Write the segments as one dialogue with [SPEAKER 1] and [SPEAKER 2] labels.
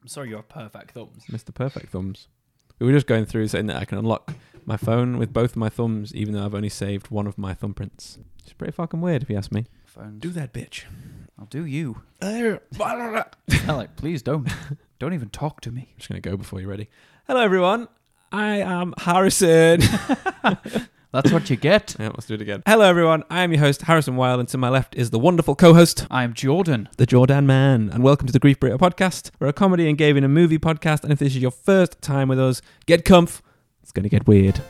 [SPEAKER 1] I'm sorry, you're perfect thumbs.
[SPEAKER 2] Mr. Perfect Thumbs. We were just going through saying that I can unlock my phone with both of my thumbs, even though I've only saved one of my thumbprints. It's pretty fucking weird, if you ask me.
[SPEAKER 3] Phones.
[SPEAKER 1] Do that, bitch.
[SPEAKER 3] I'll do you.
[SPEAKER 1] I'm
[SPEAKER 3] Alec, please don't. Don't even talk to me.
[SPEAKER 2] I'm just going to go before you're ready. Hello, everyone. I am Harrison.
[SPEAKER 3] That's what you get.
[SPEAKER 2] yeah, let's do it again. Hello, everyone. I am your host, Harrison Wilde, and to my left is the wonderful co-host,
[SPEAKER 3] I'm Jordan.
[SPEAKER 2] The Jordan Man, and welcome to the Grief Burrito Podcast. We're a comedy and gaming and movie podcast, and if this is your first time with us, get comf. It's going to get weird.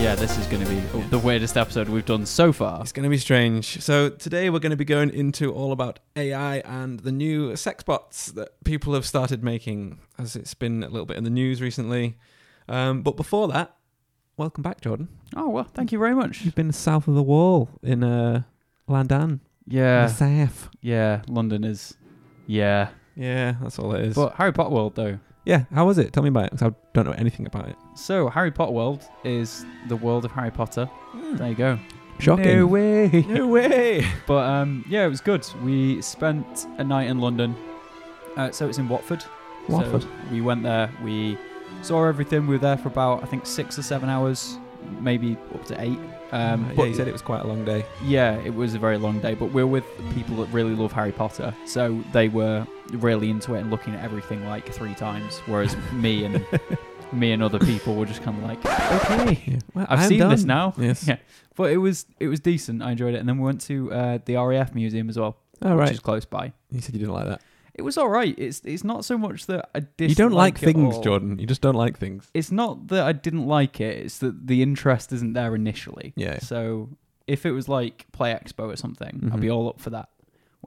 [SPEAKER 3] Yeah, this is going to be the weirdest episode we've done so far.
[SPEAKER 2] It's going to be strange. So today we're going to be going into all about AI and the new sex bots that people have started making, as it's been a little bit in the news recently. Um, but before that, welcome back, Jordan.
[SPEAKER 3] Oh, well, thank you very much.
[SPEAKER 2] You've been south of the wall in uh, Landan,
[SPEAKER 3] Yeah,
[SPEAKER 2] south.
[SPEAKER 3] yeah, London is. Yeah.
[SPEAKER 2] Yeah, that's all it is.
[SPEAKER 3] But Harry Potter World, though.
[SPEAKER 2] yeah, how was it? Tell me about it, 'cause I don't know anything about it.
[SPEAKER 3] So, Harry Potter World is the world of Harry Potter. There you go.
[SPEAKER 2] Shocking.
[SPEAKER 3] Hmm. No way.
[SPEAKER 2] No way.
[SPEAKER 3] But um, yeah, it was good. We spent a night in London. Uh, so it's in Watford. So
[SPEAKER 2] Watford.
[SPEAKER 3] we went there. We saw everything. We were there for about I think six or seven hours, maybe up to eight. Um,
[SPEAKER 2] yeah,
[SPEAKER 3] but
[SPEAKER 2] he said it was quite a long day.
[SPEAKER 3] yeah, it was a very long day. But we're with people that really love Harry Potter, so they were really into it and looking at everything like three times. Whereas me and me and other people were just kind of like, okay.
[SPEAKER 2] Yeah. Well,
[SPEAKER 3] I've
[SPEAKER 2] I'm
[SPEAKER 3] seen this
[SPEAKER 2] done.
[SPEAKER 3] now.
[SPEAKER 2] Yes.
[SPEAKER 3] Yeah. But it was it was decent. I enjoyed it. And then we went to uh, the RAF museum as well,
[SPEAKER 2] All
[SPEAKER 3] which
[SPEAKER 2] right.
[SPEAKER 3] is close by.
[SPEAKER 2] You said you didn't like that.
[SPEAKER 3] It was all right. It's it's not so much that I didn't
[SPEAKER 2] you don't like,
[SPEAKER 3] it
[SPEAKER 2] things,
[SPEAKER 3] all.
[SPEAKER 2] Jordan. You just don't like things.
[SPEAKER 3] It's not that I didn't like it. It's that the interest isn't there initially.
[SPEAKER 2] Yeah.
[SPEAKER 3] So if it was like Play Expo or something, I'd
[SPEAKER 2] Mhm.
[SPEAKER 3] be all up for that,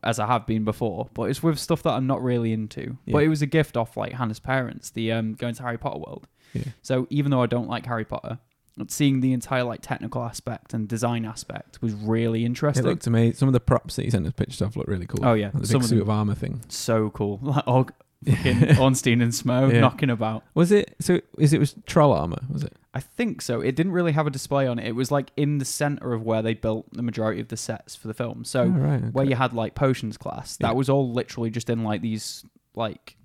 [SPEAKER 3] as I have been before. But it's with stuff that I'm not really into.
[SPEAKER 2] Yeah.
[SPEAKER 3] But it was a gift off like Hannah's parents, the um, going to Harry Potter World.
[SPEAKER 2] Yeah.
[SPEAKER 3] So even though I don't like Harry Potter, seeing the entire like technical aspect and design aspect was really
[SPEAKER 2] It
[SPEAKER 3] interesting.
[SPEAKER 2] looked amazing. Some of the props that you sent us pictures of look really cool.
[SPEAKER 3] oh yeah,
[SPEAKER 2] Like the
[SPEAKER 3] some
[SPEAKER 2] big
[SPEAKER 3] of
[SPEAKER 2] suit
[SPEAKER 3] them
[SPEAKER 2] of armor thing.
[SPEAKER 3] so cool. Like Og, fucking Ornstein and Smo
[SPEAKER 2] Yeah.
[SPEAKER 3] knocking about.
[SPEAKER 2] Was it? So is it was troll armor? Was it?
[SPEAKER 3] I think so. It didn't really have a display on it. It was like in the center of where they built the majority of the sets for the film. So
[SPEAKER 2] oh, right. Okay.
[SPEAKER 3] where you had like potions class,
[SPEAKER 2] Yeah.
[SPEAKER 3] that was all literally just in like these like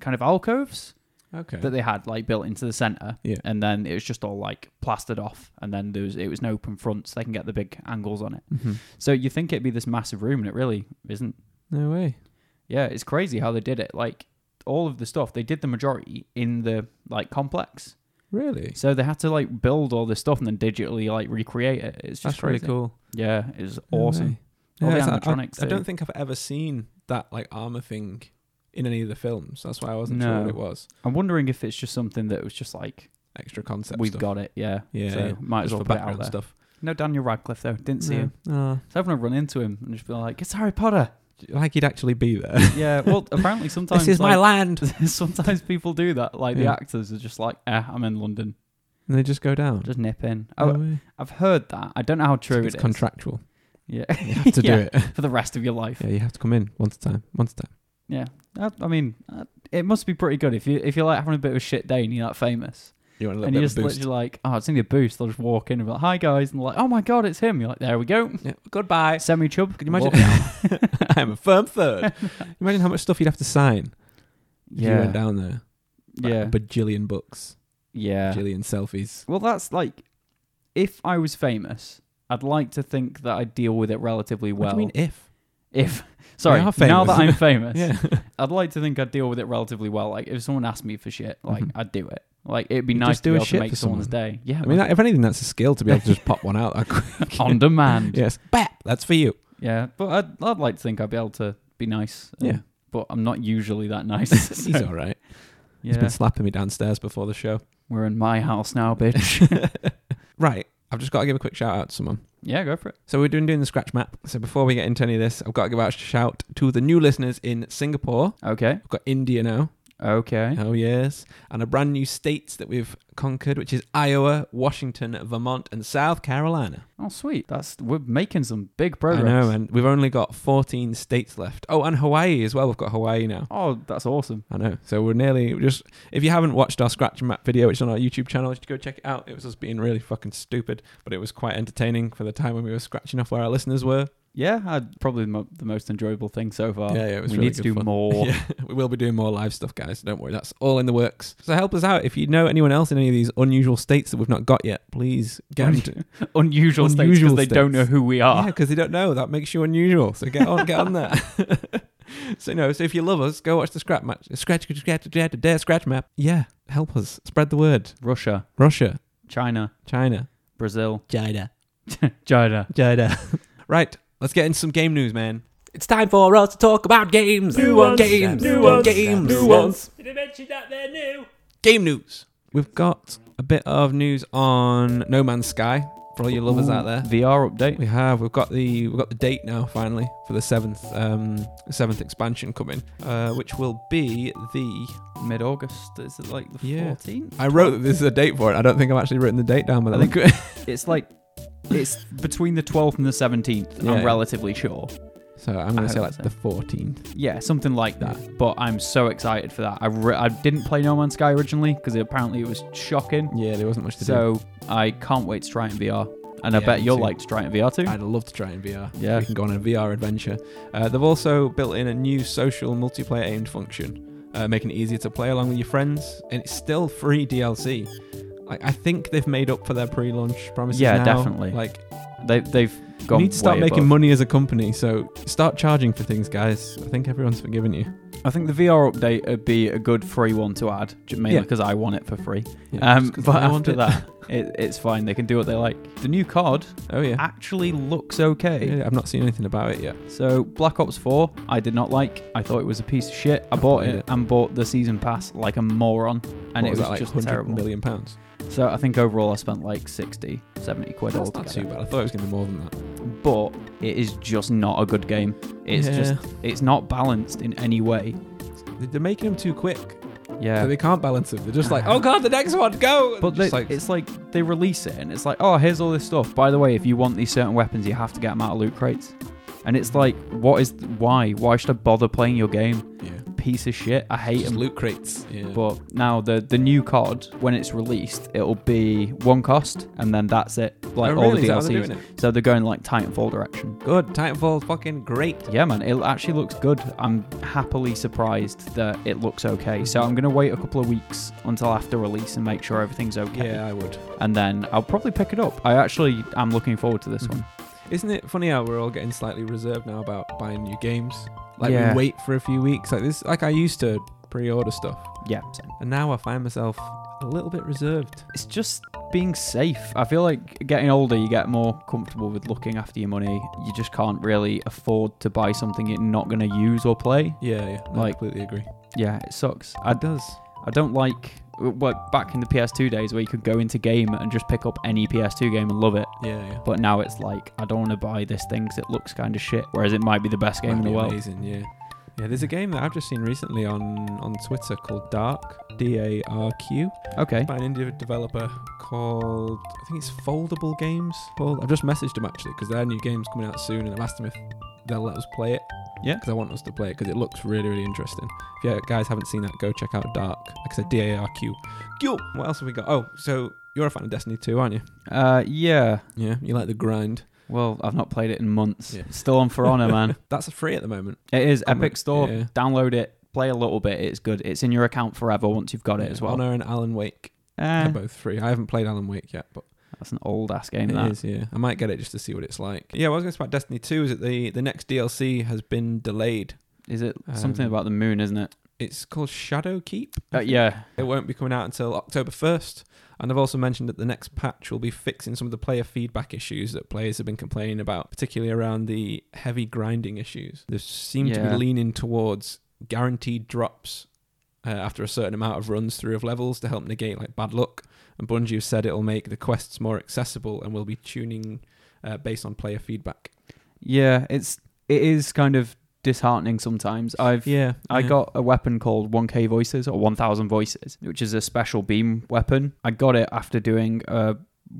[SPEAKER 3] kind of alcoves
[SPEAKER 2] okay.
[SPEAKER 3] that they had like built into the center.
[SPEAKER 2] Yeah.
[SPEAKER 3] And then it was just all like plastered off and then there was it was an open front so they can get the big angles on it.
[SPEAKER 2] Mhm.
[SPEAKER 3] So you think it'd be this massive room and it really isn't.
[SPEAKER 2] No way.
[SPEAKER 3] Yeah, it's crazy how they did it. Like all of the stuff they did the majority in the like complex.
[SPEAKER 2] Really?
[SPEAKER 3] So they had to like build all this stuff and then digitally like recreate it. It's just
[SPEAKER 2] That's really
[SPEAKER 3] crazy.
[SPEAKER 2] cool.
[SPEAKER 3] Yeah, it was
[SPEAKER 2] No
[SPEAKER 3] awesome.
[SPEAKER 2] way.
[SPEAKER 3] All the
[SPEAKER 2] it's- I-
[SPEAKER 3] animatronics
[SPEAKER 2] I, I don't
[SPEAKER 3] too.
[SPEAKER 2] think I've ever seen that like armor thing in any of the films. That's why I wasn't sure
[SPEAKER 3] No.
[SPEAKER 2] what it was.
[SPEAKER 3] I'm wondering if it's just something that was just like
[SPEAKER 2] Extra concept.
[SPEAKER 3] we've
[SPEAKER 2] stuff.
[SPEAKER 3] got it. Yeah,
[SPEAKER 2] Yeah,
[SPEAKER 3] So
[SPEAKER 2] yeah.
[SPEAKER 3] might as
[SPEAKER 2] Just
[SPEAKER 3] well
[SPEAKER 2] for
[SPEAKER 3] put it out
[SPEAKER 2] background
[SPEAKER 3] there.
[SPEAKER 2] stuff.
[SPEAKER 3] No Daniel Radcliffe though. Didn't see
[SPEAKER 2] No.
[SPEAKER 3] him.
[SPEAKER 2] Ah.
[SPEAKER 3] So everyone would run into him and just be like, "It's Harry Potter."
[SPEAKER 2] like he'd actually be there.
[SPEAKER 3] yeah. Well, apparently sometimes
[SPEAKER 2] this is my
[SPEAKER 3] like,
[SPEAKER 2] land.
[SPEAKER 3] sometimes people do that. Like the
[SPEAKER 2] Yeah.
[SPEAKER 3] actors are just like, "Eh, I'm in London.
[SPEAKER 2] And they just go down.
[SPEAKER 3] Just nip in."
[SPEAKER 2] No
[SPEAKER 3] Oh,
[SPEAKER 2] way.
[SPEAKER 3] I've heard that. I don't know how true
[SPEAKER 2] Mm. it's
[SPEAKER 3] it is.
[SPEAKER 2] contractual.
[SPEAKER 3] yeah.
[SPEAKER 2] You have to
[SPEAKER 3] Yeah.
[SPEAKER 2] do it.
[SPEAKER 3] For the rest of your life.
[SPEAKER 2] Yeah, you have to come in once a time. Once a time.
[SPEAKER 3] Yeah, I, I mean, uh, it must be pretty good if you if you're like having a bit of a shit day and you're that famous,
[SPEAKER 2] You want a
[SPEAKER 3] and you're just literally like, oh, it's need a boost. They'll just walk in and be like, hi guys, and they're like, oh my god, it's him. You're like, there we go,
[SPEAKER 2] Yeah. Goodbye.
[SPEAKER 3] semi chub.
[SPEAKER 2] Can you imagine? I'm a firm third. imagine how much stuff you'd have to sign if you
[SPEAKER 3] Yeah,
[SPEAKER 2] went down there. Like
[SPEAKER 3] yeah,
[SPEAKER 2] A bajillion books,
[SPEAKER 3] yeah.
[SPEAKER 2] bajillion selfies.
[SPEAKER 3] Well, that's like, if I was famous, I'd like to think that I deal with it relatively well.
[SPEAKER 2] what do you mean if?
[SPEAKER 3] If sorry,
[SPEAKER 2] are
[SPEAKER 3] now
[SPEAKER 2] famous.
[SPEAKER 3] that I'm famous,
[SPEAKER 2] Yeah.
[SPEAKER 3] I'd like to think I'd deal with it relatively well. Like if someone asked me for shit, like
[SPEAKER 2] Mhm.
[SPEAKER 3] I'd do it. Like it'd be
[SPEAKER 2] You'd
[SPEAKER 3] nice
[SPEAKER 2] just
[SPEAKER 3] to
[SPEAKER 2] do
[SPEAKER 3] be
[SPEAKER 2] a
[SPEAKER 3] able to
[SPEAKER 2] shit
[SPEAKER 3] make
[SPEAKER 2] for
[SPEAKER 3] someone's day. Yeah,
[SPEAKER 2] I mean, that, if anything, that's a skill to be able to just pop one out that quick.
[SPEAKER 3] on demand.
[SPEAKER 2] Yes. Bap. That's for you.
[SPEAKER 3] Yeah, but I'd, I'd like to think I'd be able to be nice. um,
[SPEAKER 2] Yeah.
[SPEAKER 3] But I'm not usually that nice. so,
[SPEAKER 2] He's all right. He's
[SPEAKER 3] yeah.
[SPEAKER 2] been slapping me downstairs before the show.
[SPEAKER 3] We're in my house now, bitch.
[SPEAKER 2] Right. I've just got to give a quick shout out to someone.
[SPEAKER 3] yeah, go for it.
[SPEAKER 2] So we're doing doing the scratch map. So before we get into any of this, I've got to give out a shout to the new listeners in Singapore.
[SPEAKER 3] Okay.
[SPEAKER 2] I've got India now.
[SPEAKER 3] Okay.
[SPEAKER 2] Oh, yes. And a brand new states that we've conquered, which is Iowa, Washington, Vermont, and South Carolina.
[SPEAKER 3] Oh, sweet. That's we're making some big progress.
[SPEAKER 2] I know, and we've only got 14 states left. Oh, and Hawaii as well. We've got Hawaii now.
[SPEAKER 3] Oh, that's awesome.
[SPEAKER 2] I know. So we're nearly we're just. If you haven't watched our scratch map video, it's on our YouTube channel. You should go check it out. It was us being really fucking stupid, but it was quite entertaining for the time when we were scratching off where our listeners were.
[SPEAKER 3] Yeah, I, probably the, mo- the most enjoyable thing so far.
[SPEAKER 2] yeah, yeah, it was
[SPEAKER 3] we
[SPEAKER 2] really
[SPEAKER 3] need to
[SPEAKER 2] good
[SPEAKER 3] do
[SPEAKER 2] fun.
[SPEAKER 3] more.
[SPEAKER 2] Yeah, we will be doing more live stuff, guys. Don't worry, that's all in the works. So help us out. If you know anyone else in any of these unusual states that we've not got yet, please get them to.
[SPEAKER 3] Unusual, states 'cause
[SPEAKER 2] Unusual
[SPEAKER 3] they don't know
[SPEAKER 2] states.
[SPEAKER 3] who we
[SPEAKER 2] Yeah,
[SPEAKER 3] are.
[SPEAKER 2] because they don't know. That makes you unusual. So get on, get on that. so you know, so if you love us, go watch the scratch match. Scratch, scratch, scratch, dare scratch map. Yeah, help us spread the word.
[SPEAKER 3] Russia,
[SPEAKER 2] Russia,
[SPEAKER 3] China,
[SPEAKER 2] China,
[SPEAKER 3] Brazil,
[SPEAKER 2] China,
[SPEAKER 3] China.
[SPEAKER 2] China. right, let's get into some game news, man.
[SPEAKER 4] It's time for us to talk about games.
[SPEAKER 1] New ones,
[SPEAKER 4] Games.
[SPEAKER 1] new ones,
[SPEAKER 4] Games.
[SPEAKER 1] new ones.
[SPEAKER 4] Did I mention that they're new?
[SPEAKER 2] Game news. We've got a bit of news on No Man's Sky for all you lovers out there.
[SPEAKER 3] VR update.
[SPEAKER 2] We have. We've got the we've got the date now finally for the seventh um seventh expansion coming, uh, which will be the.
[SPEAKER 3] Mid August. Is it like the
[SPEAKER 2] Yeah.
[SPEAKER 3] 14th?
[SPEAKER 2] I wrote that this is a date for it. I don't think I've actually written the date down, but I
[SPEAKER 3] I
[SPEAKER 2] think
[SPEAKER 3] It's like. It's between the 12th and the 17th,
[SPEAKER 2] Yeah,
[SPEAKER 3] I'm
[SPEAKER 2] yeah.
[SPEAKER 3] relatively sure.
[SPEAKER 2] so. I'm
[SPEAKER 3] I
[SPEAKER 2] gonna say
[SPEAKER 3] hope
[SPEAKER 2] like
[SPEAKER 3] so.
[SPEAKER 2] the fourteenth.
[SPEAKER 3] Yeah, something like that. But I'm so excited for that. I, re- I didn't play No Man's Sky originally because apparently it was shocking.
[SPEAKER 2] Yeah, there wasn't much to
[SPEAKER 3] So I can't wait to try it in VR. And I
[SPEAKER 2] Yeah,
[SPEAKER 3] bet
[SPEAKER 2] me
[SPEAKER 3] you'll
[SPEAKER 2] too.
[SPEAKER 3] like to try it in VR too.
[SPEAKER 2] do. I'd love to try in VR.
[SPEAKER 3] Yeah.
[SPEAKER 2] we can go on a VR adventure. Uh, they've also built in a new social multiplayer aimed function, uh, making it easier to play along with your friends, and it's still free DLC. Like I think they've made up for their pre-launch promises.
[SPEAKER 3] Yeah,
[SPEAKER 2] now.
[SPEAKER 3] definitely.
[SPEAKER 2] Like
[SPEAKER 3] They, they've gone.
[SPEAKER 2] you need to start
[SPEAKER 3] way
[SPEAKER 2] making
[SPEAKER 3] above.
[SPEAKER 2] money as a company, so start charging for things, guys. I think everyone's forgiven you.
[SPEAKER 3] I think the VR update would be a good free one to add, j- mainly
[SPEAKER 2] Yeah.
[SPEAKER 3] because I want it for free.
[SPEAKER 2] Yeah,
[SPEAKER 3] um,
[SPEAKER 2] just 'cause
[SPEAKER 3] but
[SPEAKER 2] I want
[SPEAKER 3] after
[SPEAKER 2] it.
[SPEAKER 3] that, it, it's fine. They can do what they like. The new card
[SPEAKER 2] oh yeah.
[SPEAKER 3] actually looks okay.
[SPEAKER 2] Yeah, I've not seen anything about it yet.
[SPEAKER 3] So Black Ops 4, I did not like. I thought it was a piece of shit. I bought
[SPEAKER 2] played
[SPEAKER 3] it
[SPEAKER 2] it.
[SPEAKER 3] and bought the season pass like a moron, and
[SPEAKER 2] What
[SPEAKER 3] it was,
[SPEAKER 2] that, like
[SPEAKER 3] just
[SPEAKER 2] 100
[SPEAKER 3] terrible.
[SPEAKER 2] million pounds.
[SPEAKER 3] So I think overall I spent like 60, 70 quid
[SPEAKER 2] That's not too
[SPEAKER 3] altogether.
[SPEAKER 2] bad. I thought it was gonna be more than that.
[SPEAKER 3] But it is just not a good game. It's
[SPEAKER 2] Yeah.
[SPEAKER 3] just it's not balanced in any way.
[SPEAKER 2] They- They're making them too quick,
[SPEAKER 3] Yeah.
[SPEAKER 2] so they can't balance them. They're just like, oh god, the next one, go.
[SPEAKER 3] But they,
[SPEAKER 2] Just like,
[SPEAKER 3] it's like they release it and it's like, oh, here's all this stuff. By the way, if you want these certain weapons, you have to get them out of loot crates. And it's like, what is why? Why should I bother playing your game?
[SPEAKER 2] yeah,
[SPEAKER 3] Piece of shit. I hate
[SPEAKER 2] just
[SPEAKER 3] them.
[SPEAKER 2] loot crates. Yeah. Oh,
[SPEAKER 3] But now the the new card, when it's released, it'll be one cost and then that's it. Like
[SPEAKER 2] Oh,
[SPEAKER 3] all the
[SPEAKER 2] really? Is that how they're
[SPEAKER 3] DLCs.
[SPEAKER 2] doing
[SPEAKER 3] so they're going like Titanfall direction.
[SPEAKER 2] Good. Titanfall, fucking great.
[SPEAKER 3] Yeah, man, it actually looks good. I'm happily surprised that it looks okay. So I'm gonna wait a couple of weeks until after release and make sure everything's okay.
[SPEAKER 2] Yeah, I would.
[SPEAKER 3] and then I'll probably pick it up. I actually am looking forward to this
[SPEAKER 2] Mm-hmm.
[SPEAKER 3] one.
[SPEAKER 2] Isn't it funny how we're all getting slightly reserved now about buying new games? Like
[SPEAKER 3] Yeah.
[SPEAKER 2] we wait for a few weeks. Like this, like I used to pre-order stuff.
[SPEAKER 3] Yeah, same.
[SPEAKER 2] and now I find myself a little bit reserved.
[SPEAKER 3] it's just being safe. I feel like getting older, you get more comfortable with looking after your money. You just can't really afford to buy something you're not going to use or play.
[SPEAKER 2] Yeah, yeah,
[SPEAKER 3] I Like-
[SPEAKER 2] completely agree.
[SPEAKER 3] Yeah, it sucks. I, d-
[SPEAKER 2] does.
[SPEAKER 3] I don't like well, back in the PS2 days where you could go into game and just pick up any PS2 game and love it.
[SPEAKER 2] Yeah, yeah.
[SPEAKER 3] But now it's like I don't want to buy this thing 'cause it looks kind of shit. Whereas it might be the best game in
[SPEAKER 2] That'd
[SPEAKER 3] the
[SPEAKER 2] be
[SPEAKER 3] world.
[SPEAKER 2] Amazing, yeah. Yeah, there's a game that I've just seen recently on on Twitter called Dark D A R Q
[SPEAKER 3] Okay.
[SPEAKER 2] by an indie developer called I think it's Foldable Games. Fold- I've just messaged them actually because their new game's coming out soon, and I've asked them if they'll let us play it.
[SPEAKER 3] Yeah.
[SPEAKER 2] because I want us to play it because it looks really really interesting. If you guys haven't seen that, go check out Dark. Like I said, D A R Q. Q. What else have we got? Oh, so you're a fan of Destiny 2, aren't you?
[SPEAKER 3] Uh, yeah.
[SPEAKER 2] Yeah, you like the grind.
[SPEAKER 3] Well, I've not played it in months.
[SPEAKER 2] Yeah.
[SPEAKER 3] Still on For Honor, man.
[SPEAKER 2] That's free at the moment.
[SPEAKER 3] It is
[SPEAKER 2] Comment-
[SPEAKER 3] Epic Store.
[SPEAKER 2] yeah.
[SPEAKER 3] Download it, play a little bit. It's good. It's in your account forever once you've got it as well.
[SPEAKER 2] Honor and Alan Wake.
[SPEAKER 3] Eh,
[SPEAKER 2] They're both free. I haven't played Alan Wake yet, but
[SPEAKER 3] that's an old ass
[SPEAKER 2] it
[SPEAKER 3] game.
[SPEAKER 2] is.
[SPEAKER 3] That
[SPEAKER 2] yeah. I might get it just to see what it's like. Yeah, what I was going to say about Destiny 2 is that the, the next DLC has been delayed.
[SPEAKER 3] is it. Something
[SPEAKER 2] Um,
[SPEAKER 3] about the moon, isn't it?
[SPEAKER 2] It's called Shadow Keep. I
[SPEAKER 3] Uh,
[SPEAKER 2] think.
[SPEAKER 3] yeah.
[SPEAKER 2] It won't be coming out until October 1st. And I've also mentioned that the next patch will be fixing some of the player feedback issues that players have been complaining about, particularly around the heavy grinding issues. They seem to
[SPEAKER 3] Yeah.
[SPEAKER 2] be leaning towards guaranteed drops uh, after a certain amount of runs through of levels to help negate like bad luck. And Bungie have said it'll make the quests more accessible and will be tuning uh, based on player feedback.
[SPEAKER 3] Yeah. It's it is kind of disheartening sometimes. I've
[SPEAKER 2] Yeah,
[SPEAKER 3] I
[SPEAKER 2] yeah.
[SPEAKER 3] got a weapon called 1K Voices or 1000 Voices, which is a special beam weapon. I got it after doing a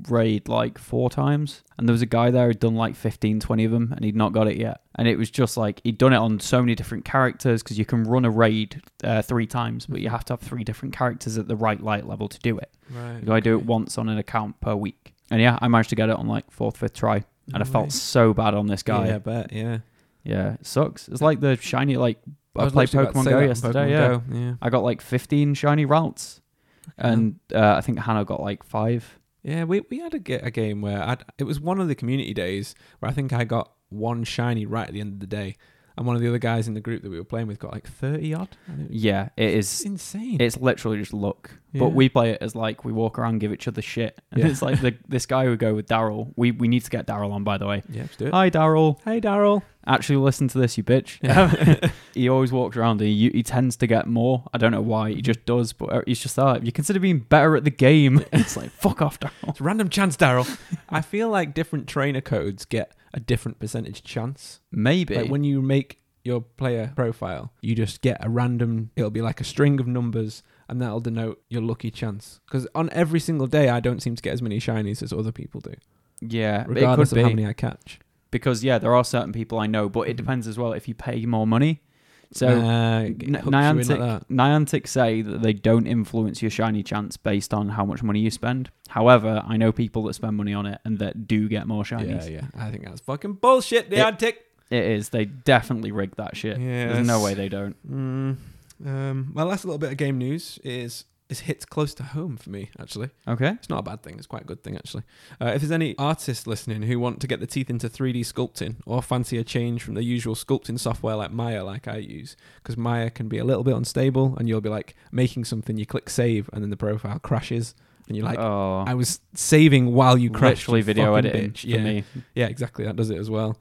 [SPEAKER 3] raid like four times, and there was a guy there who'd done like 15, 20 of them, and he'd not got it yet. And it was just like he'd done it on so many different characters because you can run a raid uh, three times, but you
[SPEAKER 2] Mm-hmm.
[SPEAKER 3] have to have three different characters at the right light level to do it.
[SPEAKER 2] Right.
[SPEAKER 3] Do I do it once on an account per week? And yeah, I managed to get it on like fourth, fifth try. And I
[SPEAKER 2] No way.
[SPEAKER 3] felt so bad on this guy.
[SPEAKER 2] Yeah, I
[SPEAKER 3] Yeah,
[SPEAKER 2] bet. Yeah.
[SPEAKER 3] it sucks. It's like the shiny, like, I,
[SPEAKER 2] was
[SPEAKER 3] played
[SPEAKER 2] literally about to
[SPEAKER 3] Pokemon
[SPEAKER 2] say
[SPEAKER 3] Go
[SPEAKER 2] that on
[SPEAKER 3] yesterday.
[SPEAKER 2] Pokemon
[SPEAKER 3] yeah.
[SPEAKER 2] Go, yeah.
[SPEAKER 3] I got like 15 shiny routes. And uh, I think Hannah got like five.
[SPEAKER 2] Yeah, we, we had a, ga- a game where I'd, it was one of the community days where I think I got one shiny right at the end of the day, and one of the other guys in the group that we were playing with got like thirty odd. And it was-
[SPEAKER 3] Yeah, it
[SPEAKER 2] it's
[SPEAKER 3] is.
[SPEAKER 2] insane.
[SPEAKER 3] It's literally just luck.
[SPEAKER 2] Yeah.
[SPEAKER 3] But we play it as like we walk around, give each other shit. And
[SPEAKER 2] Yeah.
[SPEAKER 3] it's like the, this guy would go with Daryl. We, we need to get Daryl on, by the way.
[SPEAKER 2] yeah, let's do it.
[SPEAKER 3] Hi, Daryl.
[SPEAKER 2] Hey, Daryl.
[SPEAKER 3] Actually, listen to this, you bitch.
[SPEAKER 2] Yeah.
[SPEAKER 3] he always walks around and he, he tends to get more. I don't know why. He just does, but uh, he's just that. You consider being better at the game. it's like, fuck off, Daryl.
[SPEAKER 2] it's a random chance, Daryl. I feel like different trainer codes get a different percentage chance.
[SPEAKER 3] Maybe.
[SPEAKER 2] Like when you make your player profile, you just get a random. It'll be like a string of numbers, and that'll denote your lucky chance. Because on every single day, I don't seem to get as many shinies as other people do,
[SPEAKER 3] yeah, but it
[SPEAKER 2] regardless
[SPEAKER 3] could
[SPEAKER 2] of how
[SPEAKER 3] be.
[SPEAKER 2] many I catch.
[SPEAKER 3] Because, yeah, there are certain people I know, but it depends as well if you pay more money. So,
[SPEAKER 2] Uh, it
[SPEAKER 3] N-
[SPEAKER 2] hooks you in like
[SPEAKER 3] Niantic,
[SPEAKER 2] that.
[SPEAKER 3] Niantic say that they don't influence your shiny chance based on how much money you spend. However, I know people that spend money on it and that do get more shinies.
[SPEAKER 2] Yeah, yeah. I think that's fucking bullshit, Niantic.
[SPEAKER 3] It is. They definitely rig that shit. There's no way they don't.
[SPEAKER 2] Mm, um, my last little bit of game news is is hits close to home for me. Actually,
[SPEAKER 3] Okay.
[SPEAKER 2] it's not a bad thing. It's quite a good thing actually. Uh, if there's any artists listening who want to get their teeth into 3D sculpting or fancy a change from the usual sculpting software like Maya, like I use, because Maya can be a little bit unstable, and you'll be like making something, you click save, and then the profile crashes, and you're like.
[SPEAKER 3] oh,
[SPEAKER 2] I was saving while you crashed.
[SPEAKER 3] literally
[SPEAKER 2] you
[SPEAKER 3] video
[SPEAKER 2] fucking
[SPEAKER 3] editing
[SPEAKER 2] bitch."
[SPEAKER 3] for
[SPEAKER 2] Yeah.
[SPEAKER 3] me.
[SPEAKER 2] Yeah, exactly. That does it as well.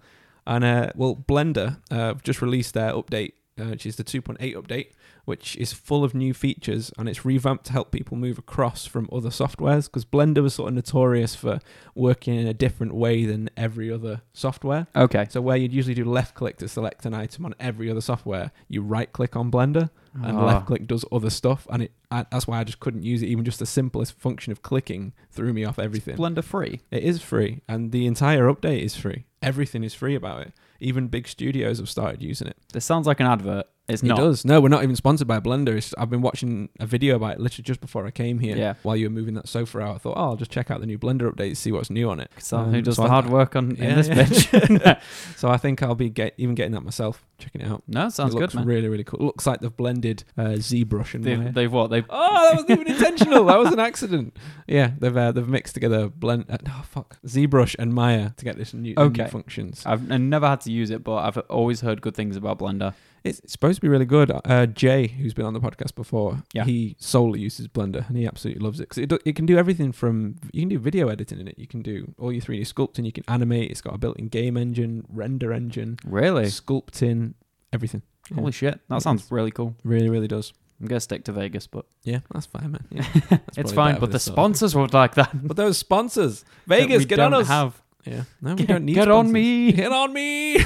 [SPEAKER 2] And uh, well, Blender uh, have just released their update, uh, which is the 2.8 update, which is full of new features and it's revamped to help people move across from other softwares because Blender was sort of notorious for working in a different way than every other software.
[SPEAKER 3] Okay.
[SPEAKER 2] So where you'd usually do left click to select an item on every other software, you right click on Blender and
[SPEAKER 3] Oh.
[SPEAKER 2] left click does other stuff, and it I, that's why I just couldn't use it. Even just the simplest function of clicking threw me off everything.
[SPEAKER 3] Blender free.
[SPEAKER 2] It is free, and the entire update is free. Everything is free about it. Even big studios have started using it.
[SPEAKER 3] This sounds like an advert. It's
[SPEAKER 2] It
[SPEAKER 3] not.
[SPEAKER 2] does. No, we're not even sponsored by Blender. It's, I've been watching a video about it literally just before I came here.
[SPEAKER 3] Yeah.
[SPEAKER 2] While you were moving that sofa out, I thought, oh, I'll just check out the new Blender update, see what's new on it.
[SPEAKER 3] So
[SPEAKER 2] Um,
[SPEAKER 3] who does
[SPEAKER 2] so
[SPEAKER 3] the
[SPEAKER 2] I-
[SPEAKER 3] hard work on
[SPEAKER 2] Yeah,
[SPEAKER 3] in this
[SPEAKER 2] yeah.
[SPEAKER 3] bitch?
[SPEAKER 2] So I think I'll be get, even getting that myself, checking it out.
[SPEAKER 3] no, sounds
[SPEAKER 2] it looks
[SPEAKER 3] good, man.
[SPEAKER 2] really, really cool. It looks like they've blended uh, ZBrush and Maya.
[SPEAKER 3] They've, they've what? They've
[SPEAKER 2] Oh, that wasn't even intentional. That was an accident. Yeah, they've uh, they've mixed together blend. Uh, oh fuck, ZBrush and Maya to get this new, the new
[SPEAKER 3] Okay.
[SPEAKER 2] functions.
[SPEAKER 3] I've I never had to use it, but I've always heard good things about Blender.
[SPEAKER 2] It's it's supposed to be really good. Uh, Jay, who's been on the podcast before,
[SPEAKER 3] Yeah.
[SPEAKER 2] he solely uses Blender and he absolutely loves it because it, do- it can do everything from you can do video editing in it, you can do all your 3D sculpting, you can animate. It's got a built-in game engine, render engine,
[SPEAKER 3] Really?
[SPEAKER 2] sculpting, everything. Yeah.
[SPEAKER 3] Holy shit!
[SPEAKER 2] It
[SPEAKER 3] That sounds really cool.
[SPEAKER 2] Really, really does.
[SPEAKER 3] I'm gonna stick to Vegas, but
[SPEAKER 2] Yeah, that's fine, man. Yeah, that's
[SPEAKER 3] it's
[SPEAKER 2] probably
[SPEAKER 3] fine. But
[SPEAKER 2] better for
[SPEAKER 3] the
[SPEAKER 2] this sort of thing.
[SPEAKER 3] sponsors would like that.
[SPEAKER 2] But those sponsors, Vegas,
[SPEAKER 3] we
[SPEAKER 2] get
[SPEAKER 3] don't
[SPEAKER 2] on us.
[SPEAKER 3] Have.
[SPEAKER 2] Yeah, no, we
[SPEAKER 3] Get,
[SPEAKER 2] don't need.
[SPEAKER 3] get on
[SPEAKER 2] sponsors.
[SPEAKER 3] me.
[SPEAKER 2] Hit on me.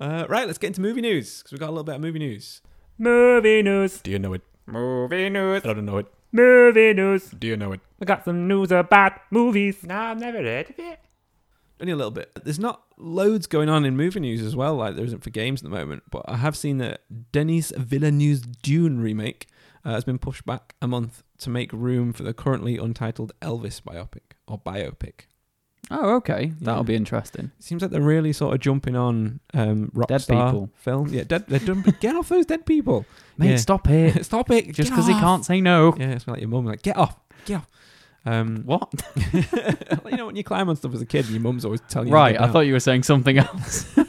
[SPEAKER 2] uh, right, let's get into movie news because we've got a little bit of movie news.
[SPEAKER 4] Movie news.
[SPEAKER 2] Do you know it?
[SPEAKER 4] Movie news.
[SPEAKER 2] I don't know it.
[SPEAKER 4] Movie news.
[SPEAKER 2] Do you know it?
[SPEAKER 4] I got some news about movies. Nah, I've never heard of it.
[SPEAKER 2] Only a little bit. There's not loads going on in movie news as well, like there isn't for games at the moment. But I have seen that Denis Villeneuve's Dune remake uh, has been pushed back a month to make room for the currently untitled Elvis biopic or biopic.
[SPEAKER 3] Oh, okay. That'll
[SPEAKER 2] Yeah.
[SPEAKER 3] be interesting.
[SPEAKER 2] Seems like they're really sort of jumping on um, rock
[SPEAKER 3] Dead
[SPEAKER 2] star
[SPEAKER 3] people.
[SPEAKER 2] film. Yeah, dead, they're jumping. get off those dead people.
[SPEAKER 3] Mate,
[SPEAKER 2] Yeah.
[SPEAKER 3] stop it.
[SPEAKER 2] Stop it.
[SPEAKER 3] Just
[SPEAKER 2] get
[SPEAKER 3] because he
[SPEAKER 2] off.
[SPEAKER 3] can't say no.
[SPEAKER 2] Yeah, it's like your mum, like, get off, get off. Um,
[SPEAKER 3] What?
[SPEAKER 2] well, you know, when you climb on stuff as a kid, your mum's always telling you. to
[SPEAKER 3] Right.
[SPEAKER 2] get
[SPEAKER 3] I
[SPEAKER 2] down.
[SPEAKER 3] thought you were saying something else.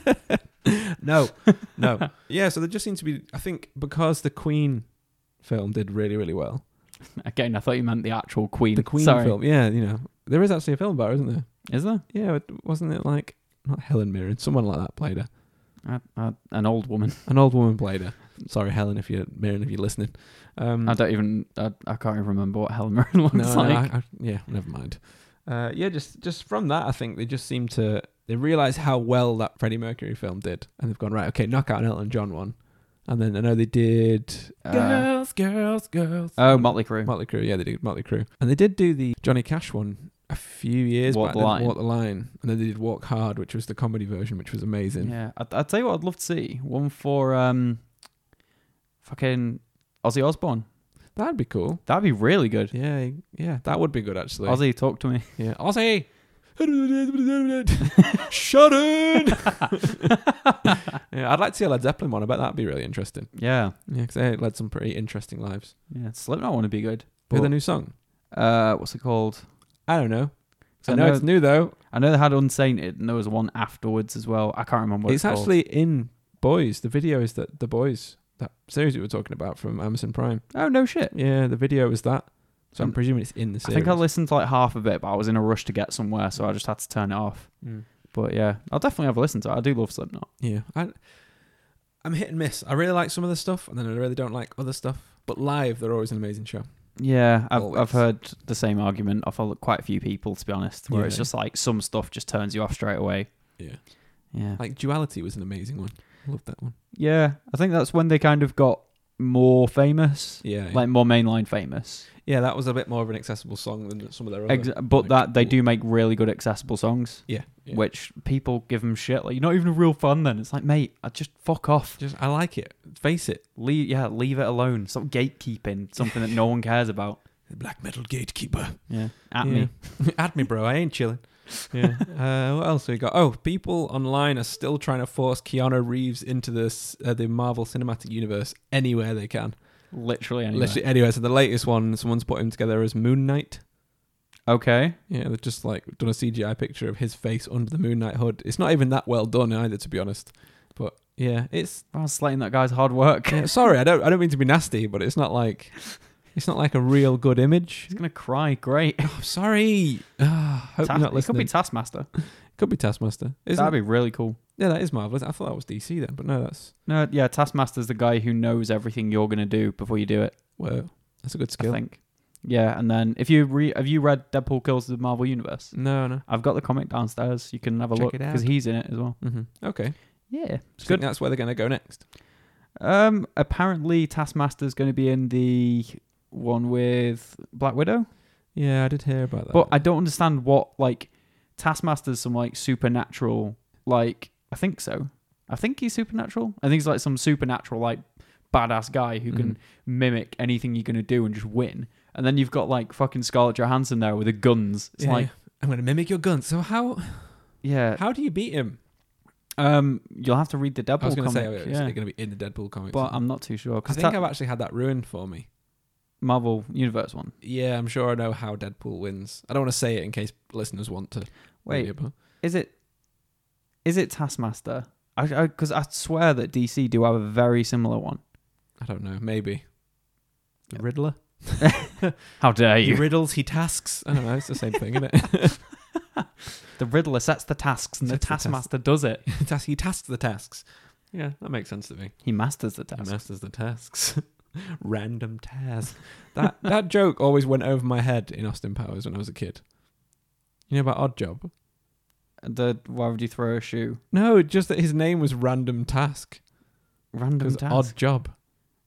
[SPEAKER 2] No, no. yeah, so there just seems to be, I think, because the Queen film did really, really well.
[SPEAKER 3] Again, I thought you meant the actual Queen.
[SPEAKER 2] The Queen
[SPEAKER 3] Sorry.
[SPEAKER 2] film, yeah, you know. There is actually a film about her, isn't there?
[SPEAKER 3] Is there?
[SPEAKER 2] Yeah, it- wasn't it like, not Helen Mirren, someone like that played her.
[SPEAKER 3] Uh, uh, an old woman.
[SPEAKER 2] An old woman played her. Sorry, Helen, if you're Mirren, if you're listening. Um,
[SPEAKER 3] I don't even. I, I can't even remember what Helen Mirren looks
[SPEAKER 2] no, no,
[SPEAKER 3] like.
[SPEAKER 2] I- I- yeah, never mind. Uh, yeah, just just from that, I think they just seem to they realize how well that Freddie Mercury film did, and they've gone right. Okay, knock out an Elton John one, and then I know they did
[SPEAKER 3] Uh,
[SPEAKER 1] girls, girls, girls.
[SPEAKER 3] oh, Motley Crue.
[SPEAKER 2] Motley Crue. Yeah, they did Motley Crue, and they did do the Johnny Cash one a few years
[SPEAKER 3] Walk
[SPEAKER 2] back.
[SPEAKER 3] the
[SPEAKER 2] they did
[SPEAKER 3] Line.
[SPEAKER 2] Walk the line, and then they did Walk Hard, which was the comedy version, which was amazing.
[SPEAKER 3] yeah, I, I tell you what, I'd love to see one for um, fucking Ozzy Osbourne.
[SPEAKER 2] That'd be cool.
[SPEAKER 3] That'd be really good.
[SPEAKER 2] Yeah, yeah, that would be good actually.
[SPEAKER 3] Ozzy, talk to me.
[SPEAKER 2] Yeah, Ozzy. Shuddered. yeah, I'd like to see a Led Zeppelin one. I bet that'd be really interesting.
[SPEAKER 3] Yeah,
[SPEAKER 2] Yeah, because they led some pretty interesting lives.
[SPEAKER 3] yeah. Slipknot want to be good.
[SPEAKER 2] With a
[SPEAKER 3] But-
[SPEAKER 2] new song.
[SPEAKER 3] Uh, what's it called?
[SPEAKER 2] I don't know.
[SPEAKER 3] 'Cause
[SPEAKER 2] I know, it's new though.
[SPEAKER 3] I know they had Unsainted, and there was one afterwards as well. I can't remember. What
[SPEAKER 2] it's
[SPEAKER 3] it's, called.
[SPEAKER 2] actually in Boys. The video is that the Boys that series we were talking about from Amazon Prime.
[SPEAKER 3] Oh no shit.
[SPEAKER 2] Yeah, the video is that. So I'm
[SPEAKER 3] Um,
[SPEAKER 2] presuming it's in the
[SPEAKER 3] I
[SPEAKER 2] series.
[SPEAKER 3] think I listened to like half of it, but I was in a rush to get somewhere, so I just had to turn it off.
[SPEAKER 2] Mm.
[SPEAKER 3] But yeah, I'll definitely have a listen to it. I do love Slipknot.
[SPEAKER 2] Yeah, I, I'm hit and miss. I really like some of the stuff, and then I really don't like other stuff. But live, they're always an amazing show.
[SPEAKER 3] Yeah, I've,
[SPEAKER 2] Always.
[SPEAKER 3] I've heard the same argument off a- quite a few people, to be honest, where it's
[SPEAKER 2] Yeah.
[SPEAKER 3] just like some stuff just turns you off straight away.
[SPEAKER 2] Yeah,
[SPEAKER 3] Yeah.
[SPEAKER 2] like Duality was an amazing one. I love that one.
[SPEAKER 3] yeah, I think that's when they kind of got more famous,
[SPEAKER 2] Yeah,
[SPEAKER 3] like more mainline famous.
[SPEAKER 2] yeah, that was a bit more of an accessible song than some of their other.
[SPEAKER 3] Ex- but
[SPEAKER 2] like,
[SPEAKER 3] that they
[SPEAKER 2] cool-
[SPEAKER 3] do make really good accessible songs,
[SPEAKER 2] Yeah, yeah.
[SPEAKER 3] which people give them shit. Like, you're not even a real fan then. It's like, mate, I just fuck off.
[SPEAKER 2] just I like it. Face it,
[SPEAKER 3] Leave, yeah, leave it alone. Stop gatekeeping something that no one cares about.
[SPEAKER 2] black metal gatekeeper.
[SPEAKER 3] Yeah, at
[SPEAKER 2] Yeah.
[SPEAKER 3] me.
[SPEAKER 2] At me, bro. I ain't chilling. Yeah. uh, what else we got? Oh, people online are still trying to force Keanu Reeves into this uh, the Marvel Cinematic Universe anywhere they can.
[SPEAKER 3] Literally anywhere.
[SPEAKER 2] Literally anywhere. So the latest one, someone's put him together as Moon Knight.
[SPEAKER 3] Okay.
[SPEAKER 2] Yeah, they've just like done a CGI picture of his face under the Moon Knight hood. It's not even that well done either, to be honest. But yeah, it's
[SPEAKER 3] I was slating that guy's hard work.
[SPEAKER 2] yeah, sorry. I don't. I don't mean to be nasty, but it's not like it's not like a real good image.
[SPEAKER 3] He's gonna cry. Great.
[SPEAKER 2] Oh, sorry. Ah, hope
[SPEAKER 3] Tas-
[SPEAKER 2] you're not
[SPEAKER 3] he could
[SPEAKER 2] listening.
[SPEAKER 3] be Taskmaster.
[SPEAKER 2] could be Taskmaster. Isn't
[SPEAKER 3] That'd be really cool.
[SPEAKER 2] Yeah, that is marvelous. I thought that was DC then, but no, that's
[SPEAKER 3] No, yeah, Taskmaster's the guy who knows everything you're gonna do before you do it.
[SPEAKER 2] well, that's a good skill.
[SPEAKER 3] I think. Yeah, and then if you re- have you read Deadpool Kills the Marvel Universe?
[SPEAKER 2] No, no.
[SPEAKER 3] I've got the comic downstairs. You can have a
[SPEAKER 2] Check
[SPEAKER 3] look
[SPEAKER 2] it
[SPEAKER 3] because
[SPEAKER 2] out.
[SPEAKER 3] he's in it as well.
[SPEAKER 2] hmm Okay,
[SPEAKER 3] Yeah,
[SPEAKER 2] it's
[SPEAKER 3] it's
[SPEAKER 2] good.
[SPEAKER 3] good.
[SPEAKER 2] That's where they're going to go next.
[SPEAKER 3] Um, apparently Taskmaster's going to be in the one with Black Widow.
[SPEAKER 2] Yeah, I did hear about that.
[SPEAKER 3] But I don't understand what like Taskmaster's some like supernatural like I think so. I think he's supernatural. I think he's like some supernatural like badass guy who can
[SPEAKER 2] Mhm.
[SPEAKER 3] mimic anything you're gonna do and just win. And then you've got like fucking Scarlett Johansson there with the guns. It's
[SPEAKER 2] Yeah,
[SPEAKER 3] like Uh,
[SPEAKER 2] I'm going to mimic your gun. So how
[SPEAKER 3] yeah.
[SPEAKER 2] how do you beat him?
[SPEAKER 3] Um, you'll have to read the Deadpool
[SPEAKER 2] I was going
[SPEAKER 3] comic.
[SPEAKER 2] to say, oh, yeah,
[SPEAKER 3] yeah.
[SPEAKER 2] they're going to be in the Deadpool comics.
[SPEAKER 3] but I'm not too sure
[SPEAKER 2] I
[SPEAKER 3] because
[SPEAKER 2] think I've actually had that ruined for me.
[SPEAKER 3] Marvel Universe one.
[SPEAKER 2] Yeah, I'm sure I know how Deadpool wins. I don't want to say it in case listeners want to.
[SPEAKER 3] Wait,
[SPEAKER 2] maybe, but-
[SPEAKER 3] is it is it Taskmaster? I because I, swear that DC do have a very similar one.
[SPEAKER 2] I don't know. Maybe the Riddler.
[SPEAKER 3] How dare
[SPEAKER 2] He riddles. He tasks. I don't know. It's the same thing, isn't it?
[SPEAKER 3] The Riddler sets the tasks and
[SPEAKER 2] Sets
[SPEAKER 3] the
[SPEAKER 2] the task.
[SPEAKER 3] Taskmaster does it.
[SPEAKER 2] Tas- he tasks the tasks. Yeah, that makes sense to me.
[SPEAKER 3] He masters the
[SPEAKER 2] He
[SPEAKER 3] task.
[SPEAKER 2] masters the tasks. Random tasks. That that joke always went over my head in Austin Powers when I was a kid. You know about Odd Job?
[SPEAKER 3] The why would you throw a shoe?
[SPEAKER 2] No, just that his name was Random Task.
[SPEAKER 3] Random
[SPEAKER 2] 'cause
[SPEAKER 3] task.
[SPEAKER 2] Odd Job.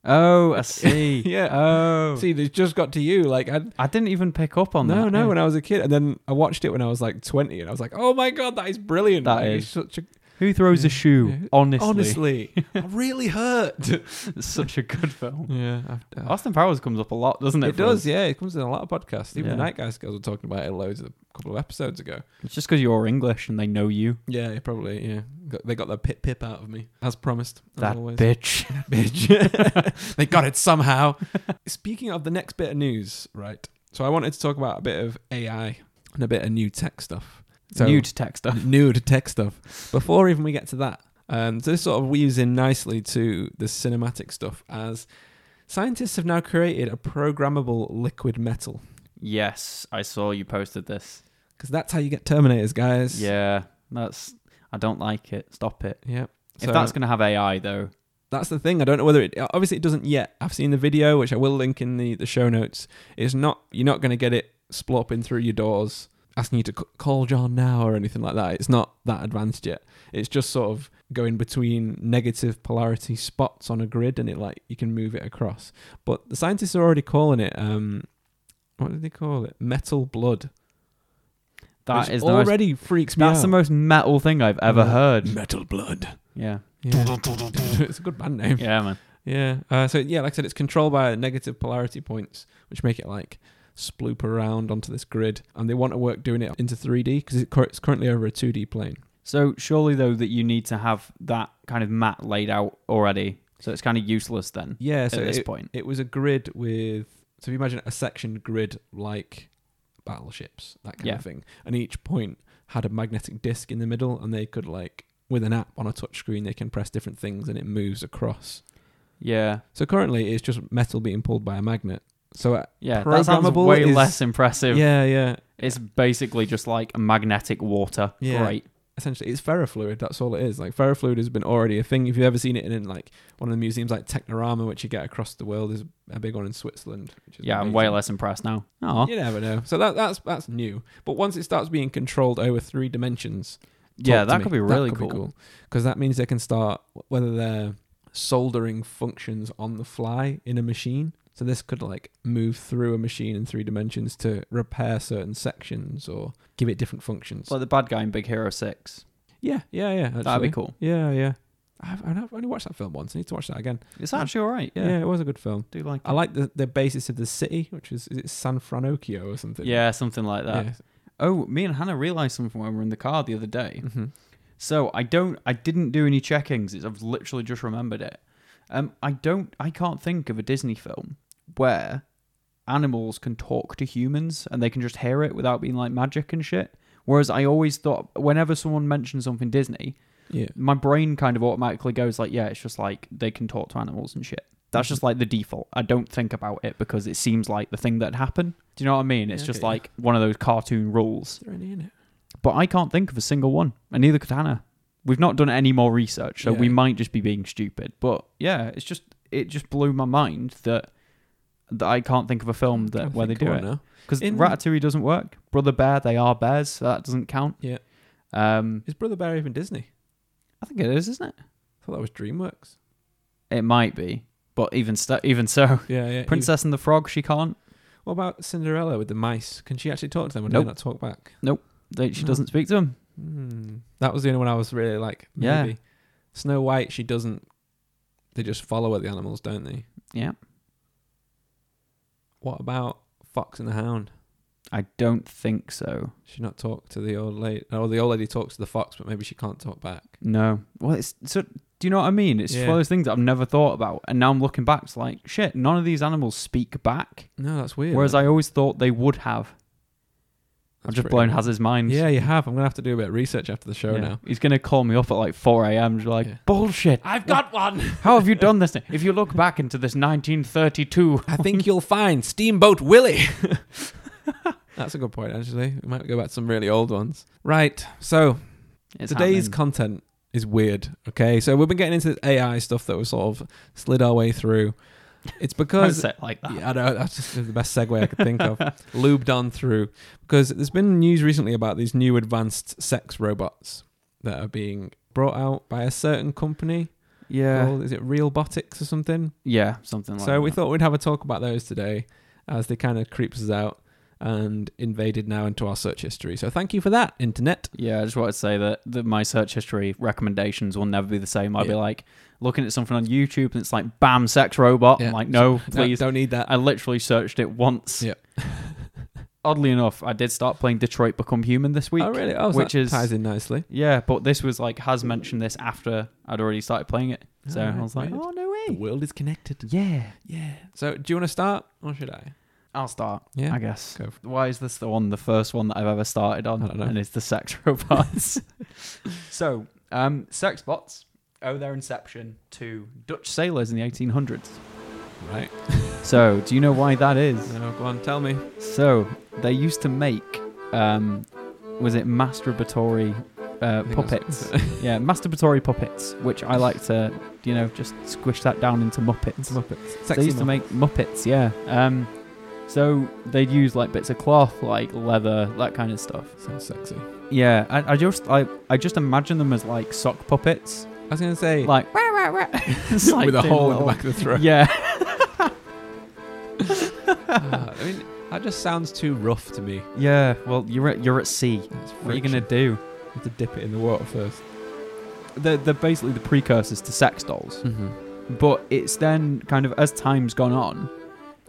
[SPEAKER 3] Oh, I see.
[SPEAKER 2] Yeah.
[SPEAKER 3] Oh,
[SPEAKER 2] See, it just got to you. Like, I,
[SPEAKER 3] I didn't even pick up on
[SPEAKER 2] no,
[SPEAKER 3] that.
[SPEAKER 2] no, when I was a kid, and then I watched it when I was like twenty, and I was like, oh my god, that is brilliant.
[SPEAKER 3] That
[SPEAKER 2] Like, it's
[SPEAKER 3] is.
[SPEAKER 2] such a
[SPEAKER 3] Who throws
[SPEAKER 2] Yeah.
[SPEAKER 3] a shoe?
[SPEAKER 2] Yeah.
[SPEAKER 3] Honestly,
[SPEAKER 2] honestly, I really hurt.
[SPEAKER 3] it's such a good film.
[SPEAKER 2] yeah, I've, uh,
[SPEAKER 3] Austin Powers comes up a lot, doesn't it?
[SPEAKER 2] it
[SPEAKER 3] for
[SPEAKER 2] does.
[SPEAKER 3] us?
[SPEAKER 2] Yeah, it comes in a lot of podcasts. Even
[SPEAKER 3] Yeah.
[SPEAKER 2] the Night Guys girls were talking about it loads of a couple of episodes ago.
[SPEAKER 3] It's just because you're English and they know you.
[SPEAKER 2] Yeah, probably. Yeah, got, they got the pip pip out of me as promised. As
[SPEAKER 3] that
[SPEAKER 2] always.
[SPEAKER 3] bitch.
[SPEAKER 2] bitch. they got it somehow. Speaking of the next bit of news, right? So I wanted to talk about a bit of AI and a bit of new tech stuff. So
[SPEAKER 3] Nude texter.
[SPEAKER 2] nude tech stuff. Before even we get to that, um, so this sort of weaves in nicely to the cinematic stuff as scientists have now created a programmable liquid metal
[SPEAKER 3] Yes, I saw you posted this.
[SPEAKER 2] because that's how you get Terminators, guys.
[SPEAKER 3] Yeah, that's. I don't like it. Stop it.
[SPEAKER 2] Yeah.
[SPEAKER 3] if that's going to have AI though,
[SPEAKER 2] that's the thing. I don't know whether it obviously it doesn't yet. I've seen the video, which I will link in the, the show notes. It's not you're not going to get it splopping through your doors. asking you to c- call John now or anything like that. It's not that advanced yet. It's just sort of going between negative polarity spots on a grid, and it like you can move it across. But the scientists are already calling it. Um, what did they call it? Metal blood.
[SPEAKER 3] That
[SPEAKER 2] which
[SPEAKER 3] is the most-
[SPEAKER 2] already freaks me
[SPEAKER 3] that's
[SPEAKER 2] out.
[SPEAKER 3] the most metal thing I've ever
[SPEAKER 2] Yeah.
[SPEAKER 3] heard.
[SPEAKER 2] metal blood.
[SPEAKER 3] Yeah,
[SPEAKER 2] Yeah. it's a good band name.
[SPEAKER 3] yeah, man.
[SPEAKER 2] Yeah. Uh, so yeah, like I said, it's controlled by negative polarity points, which make it like sploop around onto this grid, and they want to work doing it into 3D because it's currently over a 2D plane.
[SPEAKER 3] So surely though that you need to have that kind of map laid out already. So it's kind of useless then
[SPEAKER 2] Yeah.
[SPEAKER 3] at
[SPEAKER 2] So
[SPEAKER 3] this
[SPEAKER 2] it,
[SPEAKER 3] point.
[SPEAKER 2] it was a grid with. So if you imagine a sectioned grid like battleships, that kind
[SPEAKER 3] Yeah.
[SPEAKER 2] of thing, and each point had a magnetic disc in the middle, and they could like with an app on a touch screen, they can press different things and it moves across.
[SPEAKER 3] Yeah,
[SPEAKER 2] So currently, it's just metal being pulled by a magnet. So uh,
[SPEAKER 3] yeah. That sounds
[SPEAKER 2] Programmable
[SPEAKER 3] way
[SPEAKER 2] is-
[SPEAKER 3] less impressive.
[SPEAKER 2] yeah, yeah.
[SPEAKER 3] It's basically just like magnetic water.
[SPEAKER 2] Yeah.
[SPEAKER 3] Great.
[SPEAKER 2] essentially it's ferrofluid that's all it is like ferrofluid has been already a thing if you've ever seen it in, in, like one of the museums like technorama which you get across the world is a big one in switzerland which is
[SPEAKER 3] Yeah, I'm
[SPEAKER 2] amazing.
[SPEAKER 3] way less impressed now. Oh,
[SPEAKER 2] you never know so that, that's that's new but once it starts being controlled over three dimensions
[SPEAKER 3] yeah,
[SPEAKER 2] talk to
[SPEAKER 3] that
[SPEAKER 2] me.
[SPEAKER 3] could be really cool.
[SPEAKER 2] because that means they can start whether they're soldering functions on the fly in a machine so this could like move through a machine in three dimensions to repair certain sections or give it different functions
[SPEAKER 3] It's like the bad guy in Big Hero Six.
[SPEAKER 2] yeah yeah yeah actually.
[SPEAKER 3] That'd be cool.
[SPEAKER 2] Yeah, yeah. I've, I've only watched that film once. I need to watch that again.
[SPEAKER 3] It's actually all right.
[SPEAKER 2] Yeah,
[SPEAKER 3] Yeah,
[SPEAKER 2] it was a good film.
[SPEAKER 3] do like.
[SPEAKER 2] I like the, the basis of the city, which is, is it San Francisco or something?
[SPEAKER 3] Yeah, something like that.
[SPEAKER 2] Yeah.
[SPEAKER 3] Oh, me and Hannah realized something when we were in the car the other day.
[SPEAKER 2] Mhm.
[SPEAKER 3] So I don't, I didn't do any checkings. It's, I've literally just remembered it. Um, I don't, I can't think of a Disney film where animals can talk to humans and they can just hear it without being like magic and shit. Whereas I always thought, whenever someone mentions something Disney,
[SPEAKER 2] Yeah.
[SPEAKER 3] my brain kind of automatically goes like, yeah, it's just like they can talk to animals and shit. That's just like the default. I don't think about it because it seems like the thing that happened. Do you know what I mean? It's
[SPEAKER 2] Yeah,
[SPEAKER 3] just
[SPEAKER 2] okay, yeah.
[SPEAKER 3] like one of those cartoon rules.
[SPEAKER 2] Is there any in it?
[SPEAKER 3] But I can't think of a single one, and neither could Hannah. We've not done any more research, so we
[SPEAKER 2] Yeah.
[SPEAKER 3] might just be being stupid. But yeah, it's just it just blew my mind that that I can't think of a film Um, that
[SPEAKER 2] Can't
[SPEAKER 3] where they
[SPEAKER 2] think
[SPEAKER 3] do
[SPEAKER 2] of one
[SPEAKER 3] it
[SPEAKER 2] now.
[SPEAKER 3] because
[SPEAKER 2] In-
[SPEAKER 3] Ratatouille doesn't work. Brother Bear, they are bears, so that doesn't count.
[SPEAKER 2] Yeah.
[SPEAKER 3] Um,
[SPEAKER 2] Is Brother Bear even Disney?
[SPEAKER 3] I think it is, isn't it?
[SPEAKER 2] I thought that was DreamWorks.
[SPEAKER 3] It might be, but even st- even so,
[SPEAKER 2] Yeah, yeah.
[SPEAKER 3] Princess and the Frog, she can't.
[SPEAKER 2] You- What about Cinderella with the mice? Can she actually talk to them or do
[SPEAKER 3] Nope.
[SPEAKER 2] they not talk back?
[SPEAKER 3] They, she
[SPEAKER 2] No.
[SPEAKER 3] doesn't speak to him.
[SPEAKER 2] Hmm. That was the only one I was really like,
[SPEAKER 3] Yeah.
[SPEAKER 2] maybe. Snow White, she doesn't. They just follow the animals, don't they?
[SPEAKER 3] Yeah.
[SPEAKER 2] What about Fox and the Hound?
[SPEAKER 3] I don't think so.
[SPEAKER 2] She not talk to the old lady. Oh, the old lady talks to the fox, but maybe she can't talk back.
[SPEAKER 3] No. Well, it's so. Do you know what I mean? It's just
[SPEAKER 2] Yeah.
[SPEAKER 3] one of those things that I've never thought about, and now I'm looking back. It's like shit. None of these animals speak back,
[SPEAKER 2] No, that's weird.
[SPEAKER 3] whereas I always thought they would have. I've
[SPEAKER 2] That's
[SPEAKER 3] just
[SPEAKER 2] pretty
[SPEAKER 3] blown
[SPEAKER 2] weird.
[SPEAKER 3] Hazard's mind.
[SPEAKER 2] Yeah, you have. I'm gonna have to do a bit of research after the show
[SPEAKER 3] Yeah.
[SPEAKER 2] now.
[SPEAKER 3] He's gonna call me up at like 4 a.m. Just like
[SPEAKER 2] Yeah.
[SPEAKER 3] bullshit.
[SPEAKER 1] I've got one.
[SPEAKER 3] How have you done this? thing? If you look back into this 1932,
[SPEAKER 2] I think you'll find Steamboat Willie. that's a good point, actually. We might go back to some really old ones. Right. So
[SPEAKER 3] it's
[SPEAKER 2] today's
[SPEAKER 3] happening.
[SPEAKER 2] content is weird. Okay, so we've been getting into this AI stuff that we sort of slid our way through. It's
[SPEAKER 3] Don't
[SPEAKER 2] because
[SPEAKER 3] say it like that.
[SPEAKER 2] Yeah, I know. That's just the best segue I could think of. Lubed on through. Because there's been news recently about these new advanced sex robots that are being brought out by a certain company.
[SPEAKER 3] Yeah,
[SPEAKER 2] Called, is it Realbotics or something?
[SPEAKER 3] yeah, something like
[SPEAKER 2] so
[SPEAKER 3] that.
[SPEAKER 2] we thought we'd have a talk about those today as they kind of creeps us out and invaded now into our search history. So thank you for that, internet.
[SPEAKER 3] Yeah, I just want to say that, that my search history recommendations will never be the same. I'll be
[SPEAKER 2] Yeah.
[SPEAKER 3] like looking at something on YouTube and it's like, bam, sex robot.
[SPEAKER 2] Yeah.
[SPEAKER 3] I'm like, no,
[SPEAKER 2] No,
[SPEAKER 3] please.
[SPEAKER 2] don't need that.
[SPEAKER 3] I literally searched it once.
[SPEAKER 2] Yeah.
[SPEAKER 3] Oddly enough, I did start playing Detroit Become Human this week.
[SPEAKER 2] oh, really? Oh, so
[SPEAKER 3] which
[SPEAKER 2] that
[SPEAKER 3] is-
[SPEAKER 2] ties in nicely.
[SPEAKER 3] Yeah, but this was like, has mentioned this after I'd already started playing it. So
[SPEAKER 2] Alright,
[SPEAKER 3] I was like,
[SPEAKER 2] weird.
[SPEAKER 3] oh, no
[SPEAKER 2] The
[SPEAKER 3] way.
[SPEAKER 2] world is connected.
[SPEAKER 3] Yeah.
[SPEAKER 2] Yeah. So do you want to start or should I?
[SPEAKER 3] I'll start,
[SPEAKER 2] Yeah.
[SPEAKER 3] I guess.
[SPEAKER 2] Go for
[SPEAKER 3] Why is this the one, the first one that I've ever started on?
[SPEAKER 2] I don't know.
[SPEAKER 3] And it's the sex robots. so, um, sex bots owe their inception to Dutch sailors in the 1800s.
[SPEAKER 2] Right.
[SPEAKER 3] So, do you know why that is?
[SPEAKER 2] No, go on, tell me.
[SPEAKER 3] So, they used to make, um, was it masturbatory uh,
[SPEAKER 2] I think
[SPEAKER 3] puppets? yeah, masturbatory puppets, which I like to, you know, just squish that down into Muppets.
[SPEAKER 2] Muppets.
[SPEAKER 3] they used to make Muppets, yeah. Um, So they'd use like bits of cloth, like leather, that kind of stuff.
[SPEAKER 2] Sounds sexy. I
[SPEAKER 3] Yeah, I, I just I, I just imagine them as like sock puppets,
[SPEAKER 2] was gonna say
[SPEAKER 3] like, wah, wah, wah. It's like
[SPEAKER 2] with a
[SPEAKER 3] doing
[SPEAKER 2] hole in the
[SPEAKER 3] little-
[SPEAKER 2] back of the throat.
[SPEAKER 3] Yeah,
[SPEAKER 2] Ah, I mean, that just sounds too rough to me.
[SPEAKER 3] yeah. Well, you're at, you're at sea. What are you gonna do?
[SPEAKER 2] You have to dip it in the water first?
[SPEAKER 3] They're, they're basically the precursors to sex dolls.
[SPEAKER 2] Mm-hmm.
[SPEAKER 3] But it's then kind of as time's gone on,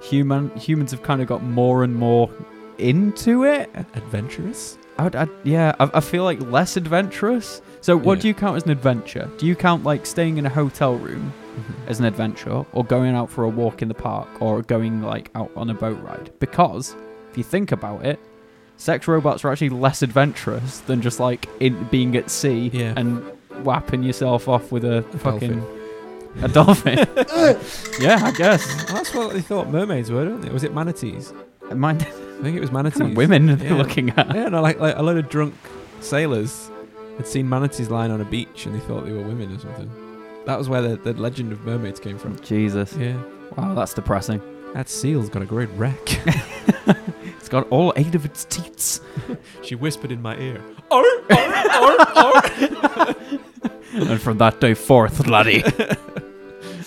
[SPEAKER 3] human humans have kind of got more and more into it.
[SPEAKER 2] Adventurous?
[SPEAKER 3] I, would- I, yeah, I, I feel like less adventurous. So, what
[SPEAKER 2] Yeah.
[SPEAKER 3] do you count as an adventure? Do you count like staying in a hotel room
[SPEAKER 2] Mm-hmm.
[SPEAKER 3] as an adventure, or going out for a walk in the park, or going like out on a boat ride? Because if you think about it, sex robots are actually less adventurous than just like in, being at sea
[SPEAKER 2] Yeah.
[SPEAKER 3] and whapping yourself off with a, fucking
[SPEAKER 2] dolphin.
[SPEAKER 3] a dolphin. yeah, I guess.
[SPEAKER 2] Well, that's what they thought mermaids were, don't they? Was it manatees?
[SPEAKER 3] Mind
[SPEAKER 2] I think it was manatees.
[SPEAKER 3] kind of women are they
[SPEAKER 2] Yeah.
[SPEAKER 3] looking at?
[SPEAKER 2] Yeah, no, like, like a load of drunk sailors had seen manatees lying on a beach and they thought they were women or something. That was where the, the legend of mermaids came from.
[SPEAKER 3] Jesus.
[SPEAKER 2] Yeah.
[SPEAKER 3] Wow, that's depressing.
[SPEAKER 2] That seal's got a great wreck.
[SPEAKER 3] It's got all eight of its teats.
[SPEAKER 2] she whispered in my ear.
[SPEAKER 3] and from that day forth, laddie.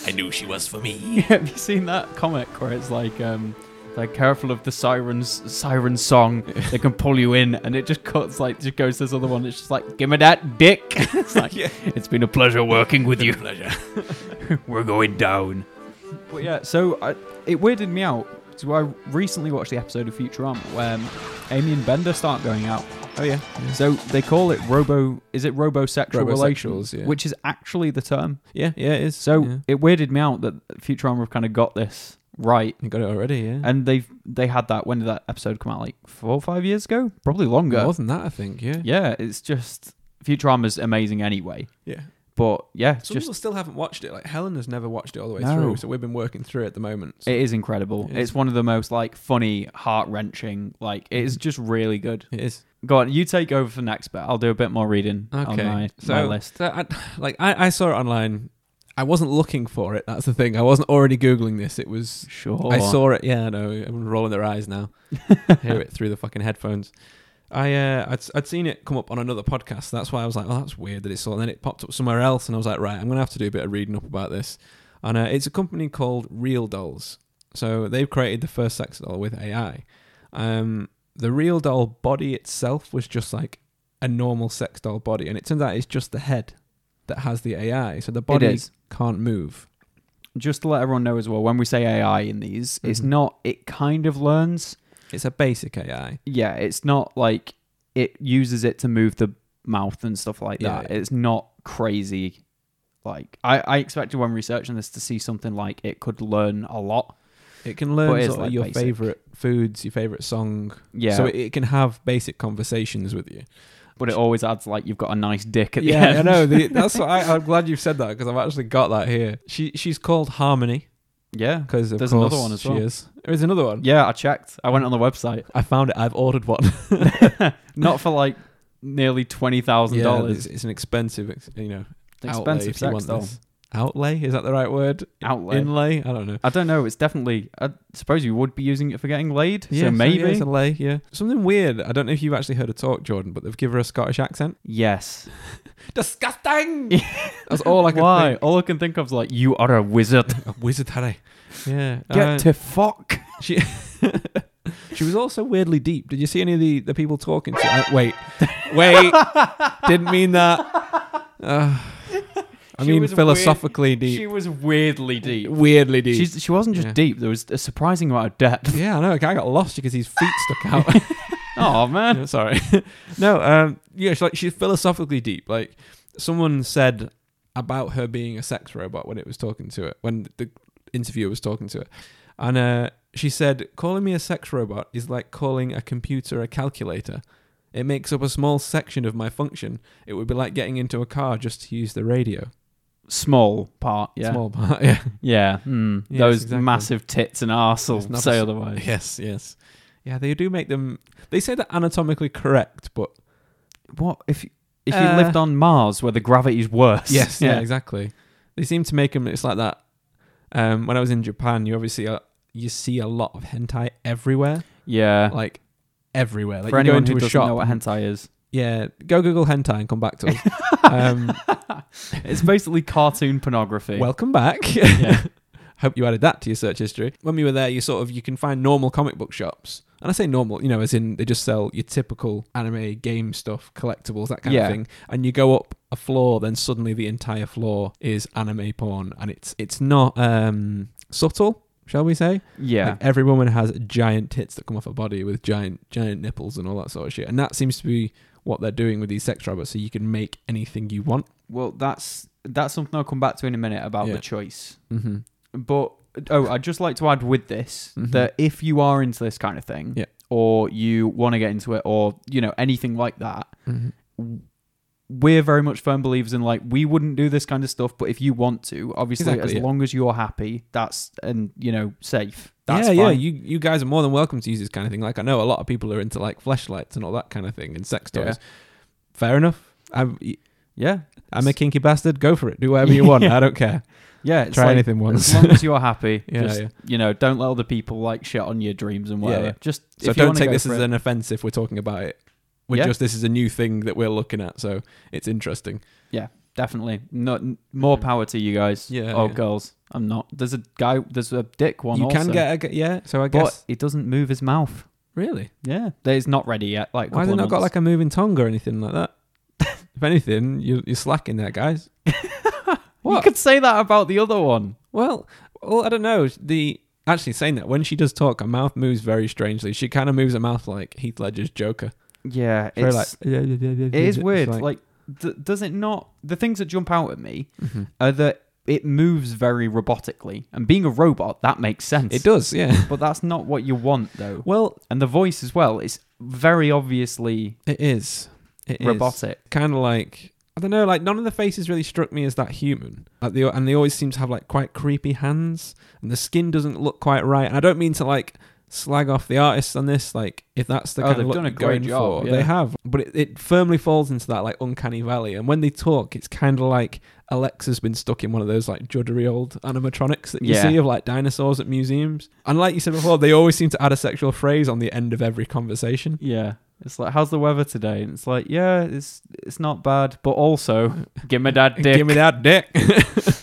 [SPEAKER 1] I knew she was for me.
[SPEAKER 3] Have you seen that comic where it's like, um, like careful of the sirens, siren song. They can pull you in, and it just cuts like just goes to this other one. It's just like, give me that dick. it's like,
[SPEAKER 2] Yeah.
[SPEAKER 3] it's been a pleasure working with you.
[SPEAKER 1] pleasure.
[SPEAKER 3] We're going down. But yeah, so I, it weirded me out. So I recently watched the episode of Futurama where um, Amy and Bender start going out.
[SPEAKER 2] Oh, yeah.
[SPEAKER 3] So they call it robo. Is it robosexual relations?
[SPEAKER 2] Robosexuals, yeah.
[SPEAKER 3] Which is actually the term.
[SPEAKER 2] Yeah, yeah, it is.
[SPEAKER 3] So
[SPEAKER 2] Yeah.
[SPEAKER 3] it weirded me out that Futurama have kind of got this right,
[SPEAKER 2] You got it already, yeah.
[SPEAKER 3] and they've they had that. When did that episode come out? Like four or five years ago, probably longer.
[SPEAKER 2] More than that, I think, yeah.
[SPEAKER 3] Yeah, it's just Futurama's amazing anyway.
[SPEAKER 2] Yeah.
[SPEAKER 3] But yeah, it's
[SPEAKER 2] Some
[SPEAKER 3] just
[SPEAKER 2] people still haven't watched it. Like, Helen has never watched it all the way
[SPEAKER 3] No.
[SPEAKER 2] through, so we've been working through it at the moment. so-
[SPEAKER 3] it is incredible.
[SPEAKER 2] It is.
[SPEAKER 3] It's one of the most like funny, heart wrenching. Like it is just really good.
[SPEAKER 2] it is.
[SPEAKER 3] Go on, you take over for next bit. I'll do a bit more reading on my,
[SPEAKER 2] so,
[SPEAKER 3] my list.
[SPEAKER 2] so I, like I, I saw it online. I wasn't looking for it. That's the thing. I wasn't already googling this. It was
[SPEAKER 3] Sure.
[SPEAKER 2] I saw it. Yeah, I know. Everyone's rolling their eyes now. Hear it through the fucking headphones. I uh, I'd, I'd seen it come up on another podcast. That's why I was like, oh, that's weird that it's saw. And then it popped up somewhere else, and I was like, right, I'm gonna have to do a bit of reading up about this. And uh, it's a company called Real Dolls. So they've created the first sex doll with AI. Um, the Real Doll body itself was just like a normal sex doll body, and it turns out it's just the head that has the AI. So the body
[SPEAKER 3] is.
[SPEAKER 2] can't move.
[SPEAKER 3] Just to let everyone know as well, when we say AI in these, it's
[SPEAKER 2] Mhm.
[SPEAKER 3] not. It kind of learns.
[SPEAKER 2] It's a basic AI.
[SPEAKER 3] yeah, it's not like it uses it to move the mouth and stuff like
[SPEAKER 2] Yeah,
[SPEAKER 3] that.
[SPEAKER 2] yeah.
[SPEAKER 3] It's not crazy. Like I, I expected when researching this to see something like it could learn a lot.
[SPEAKER 2] It can
[SPEAKER 3] But
[SPEAKER 2] learn
[SPEAKER 3] it's
[SPEAKER 2] sort of
[SPEAKER 3] like
[SPEAKER 2] your
[SPEAKER 3] basic.
[SPEAKER 2] favorite foods, your favorite song.
[SPEAKER 3] Yeah,
[SPEAKER 2] So it, it can have basic conversations with you.
[SPEAKER 3] but it always adds like you've got a nice dick at the
[SPEAKER 2] yeah,
[SPEAKER 3] end.
[SPEAKER 2] I know. The, that's what I, I'm glad you've said that because I've actually got that here. She she's called Harmony
[SPEAKER 3] yeah,
[SPEAKER 2] because of
[SPEAKER 3] There's
[SPEAKER 2] course
[SPEAKER 3] another one as
[SPEAKER 2] she
[SPEAKER 3] well.
[SPEAKER 2] is. There's another one.
[SPEAKER 3] yeah. I checked. I went on the website.
[SPEAKER 2] I found it. I've ordered one.
[SPEAKER 3] Not for like nearly twenty thousand
[SPEAKER 2] it's,
[SPEAKER 3] dollars.
[SPEAKER 2] it's an expensive, ex- you know, outlay
[SPEAKER 3] Expensive
[SPEAKER 2] if you
[SPEAKER 3] sex
[SPEAKER 2] want
[SPEAKER 3] doll.
[SPEAKER 2] this. Outlay is that the right word?
[SPEAKER 3] Outlay.
[SPEAKER 2] Inlay? I don't know.
[SPEAKER 3] I don't know. It's definitely. I suppose you would be using it for getting laid.
[SPEAKER 2] Yeah,
[SPEAKER 3] so maybe.
[SPEAKER 2] it's a lay. Yeah, something weird. I don't know if you've actually heard her talk, Jordan, but they've given her a Scottish accent.
[SPEAKER 3] yes.
[SPEAKER 2] Disgusting. That's all I could
[SPEAKER 3] Why?
[SPEAKER 2] think.
[SPEAKER 3] All I can think of is like you are a wizard.
[SPEAKER 2] A wizard Harry. Yeah. uh,
[SPEAKER 3] to fuck.
[SPEAKER 2] she She was also weirdly deep. Did you see any of the, the people talking to her? Wait. Wait. Didn't mean that. Ugh. I
[SPEAKER 3] She
[SPEAKER 2] mean
[SPEAKER 3] was weird-
[SPEAKER 2] philosophically deep.
[SPEAKER 3] She was weirdly deep.
[SPEAKER 2] Weirdly deep.
[SPEAKER 3] She's, she wasn't just
[SPEAKER 2] Yeah.
[SPEAKER 3] deep. There was a surprising amount of depth.
[SPEAKER 2] yeah, I know. A guy got lost because his feet stuck out.
[SPEAKER 3] oh man.
[SPEAKER 2] Yeah, sorry. no, um, yeah, she's like she's philosophically deep. Like someone said about her being a sex robot when it was talking to it, when the interviewer was talking to it, and uh, she said, "Calling me a sex robot is like calling a computer a calculator. It makes up a small section of my function. It would be like getting into a car just to use the radio.
[SPEAKER 3] Small part. Yeah.
[SPEAKER 2] Small part, yeah.
[SPEAKER 3] Yeah. Hmm.
[SPEAKER 2] Yes,
[SPEAKER 3] Those
[SPEAKER 2] exactly.
[SPEAKER 3] massive tits and arse will
[SPEAKER 2] It's not
[SPEAKER 3] say
[SPEAKER 2] a-
[SPEAKER 3] otherwise.
[SPEAKER 2] Yes, yes." Yeah, they do make them. They say they're anatomically correct, but
[SPEAKER 3] What if if you
[SPEAKER 2] Uh,
[SPEAKER 3] lived on Mars where the gravity's worse?
[SPEAKER 2] Yes, yeah, exactly. They seem to make them. It's like that. Um, when I was in Japan, you obviously are, you see a lot of hentai everywhere,
[SPEAKER 3] Yeah.
[SPEAKER 2] like everywhere. Like
[SPEAKER 3] For
[SPEAKER 2] you go
[SPEAKER 3] anyone
[SPEAKER 2] into
[SPEAKER 3] who
[SPEAKER 2] a
[SPEAKER 3] doesn't
[SPEAKER 2] shop,
[SPEAKER 3] know what hentai is,
[SPEAKER 2] yeah, go Google hentai and come back to us. um,
[SPEAKER 3] it's basically cartoon pornography.
[SPEAKER 2] welcome back.
[SPEAKER 3] yeah.
[SPEAKER 2] Hope you added that to your search history. When we were there, you sort of you can find normal comic book shops, and I say normal, you know, as in they just sell your typical anime, game stuff, collectibles, that kind
[SPEAKER 3] Yeah.
[SPEAKER 2] of thing. And you go up a floor, then suddenly the entire floor is anime porn, and it's it's not um, subtle, shall we say?
[SPEAKER 3] Yeah.
[SPEAKER 2] Like every woman has giant tits that come off her body with giant giant nipples and all that sort of shit, and that seems to be what they're doing with these sex robots. So you can make anything you want.
[SPEAKER 3] well, that's that's something I'll come back to in a minute about
[SPEAKER 2] Yeah.
[SPEAKER 3] the choice.
[SPEAKER 2] Mm-hmm.
[SPEAKER 3] But oh, I'd just like to add with this
[SPEAKER 2] Mhm.
[SPEAKER 3] that if you are into this kind of thing,
[SPEAKER 2] Yeah.
[SPEAKER 3] or you want to get into it, or you know anything like that,
[SPEAKER 2] Mm-hmm.
[SPEAKER 3] we're very much firm believers in like we wouldn't do this kind of stuff. But if you want to, obviously,
[SPEAKER 2] Exactly,
[SPEAKER 3] as
[SPEAKER 2] yeah.
[SPEAKER 3] long as you're happy, that's and you know safe. That's
[SPEAKER 2] yeah, yeah.
[SPEAKER 3] fine.
[SPEAKER 2] You you guys are more than welcome to use this kind of thing. Like I know a lot of people are into like fleshlights and all that kind of thing and sex toys.
[SPEAKER 3] Yeah.
[SPEAKER 2] Fair enough. I'm
[SPEAKER 3] yeah,
[SPEAKER 2] I'm a kinky bastard. Go for it. Do whatever you want. I don't care.
[SPEAKER 3] yeah. It's
[SPEAKER 2] Try
[SPEAKER 3] like,
[SPEAKER 2] anything once.
[SPEAKER 3] As long as you're happy,
[SPEAKER 2] Yeah,
[SPEAKER 3] just
[SPEAKER 2] yeah.
[SPEAKER 3] you know, don't let other people like shit on your dreams and
[SPEAKER 2] Yeah,
[SPEAKER 3] whatever.
[SPEAKER 2] yeah.
[SPEAKER 3] Just
[SPEAKER 2] so
[SPEAKER 3] if you
[SPEAKER 2] don't
[SPEAKER 3] wanna
[SPEAKER 2] take
[SPEAKER 3] go
[SPEAKER 2] this
[SPEAKER 3] for
[SPEAKER 2] as
[SPEAKER 3] it-
[SPEAKER 2] an offense if we're talking about it. We're
[SPEAKER 3] Yeah.
[SPEAKER 2] just this is a new thing that we're looking at, so it's interesting.
[SPEAKER 3] definitely not more power to you guys.
[SPEAKER 2] Yeah,
[SPEAKER 3] oh
[SPEAKER 2] yeah.
[SPEAKER 3] girls, I'm not. There's a guy. There's a dick one.
[SPEAKER 2] you
[SPEAKER 3] also,
[SPEAKER 2] can get a, g- yeah. So I
[SPEAKER 3] but
[SPEAKER 2] guess
[SPEAKER 3] it doesn't move his mouth.
[SPEAKER 2] really,
[SPEAKER 3] Yeah, that is not ready yet. Like,
[SPEAKER 2] why have they
[SPEAKER 3] couple
[SPEAKER 2] not
[SPEAKER 3] of
[SPEAKER 2] got
[SPEAKER 3] months.
[SPEAKER 2] like a moving tongue or anything like that? if anything, you, you're slacking there, guys.
[SPEAKER 3] You
[SPEAKER 2] what?
[SPEAKER 3] could say that about the other one.
[SPEAKER 2] Well, well, I don't know. The actually saying that when she does talk, her mouth moves very strangely. She kind of moves her mouth like Heath Ledger's Joker.
[SPEAKER 3] Yeah,
[SPEAKER 2] Very
[SPEAKER 3] it's
[SPEAKER 2] like it
[SPEAKER 3] it is weird. Like, d- does it not? The things that jump out at me are that it moves very robotically, and being a robot that makes sense.
[SPEAKER 2] it does, yeah.
[SPEAKER 3] but that's not what you want though.
[SPEAKER 2] Well,
[SPEAKER 3] And the voice as well is very obviously
[SPEAKER 2] it is. It is.
[SPEAKER 3] robotic.
[SPEAKER 2] Kind of like I don't know. Like none of the faces really struck me as that human. Like they and they always seem to have like quite creepy hands, and the skin doesn't look quite right. And I don't mean to like slag off the artists on this. Like if that's the
[SPEAKER 3] Oh,
[SPEAKER 2] kind
[SPEAKER 3] they've
[SPEAKER 2] of look
[SPEAKER 3] done a
[SPEAKER 2] you're
[SPEAKER 3] great
[SPEAKER 2] going
[SPEAKER 3] job,
[SPEAKER 2] for,
[SPEAKER 3] yeah.
[SPEAKER 2] they have. But it, it firmly falls into that like uncanny valley. And when they talk, it's kind of like Alexa's been stuck in one of those like juddery old animatronics that you
[SPEAKER 3] Yeah.
[SPEAKER 2] see of like dinosaurs at museums. And like you said before, they always seem to add a sexual phrase on the end of every conversation.
[SPEAKER 3] Yeah. It's like, how's the weather today? And it's like, yeah, it's it's not bad, but also, give my dad dick.
[SPEAKER 2] Give me that dick.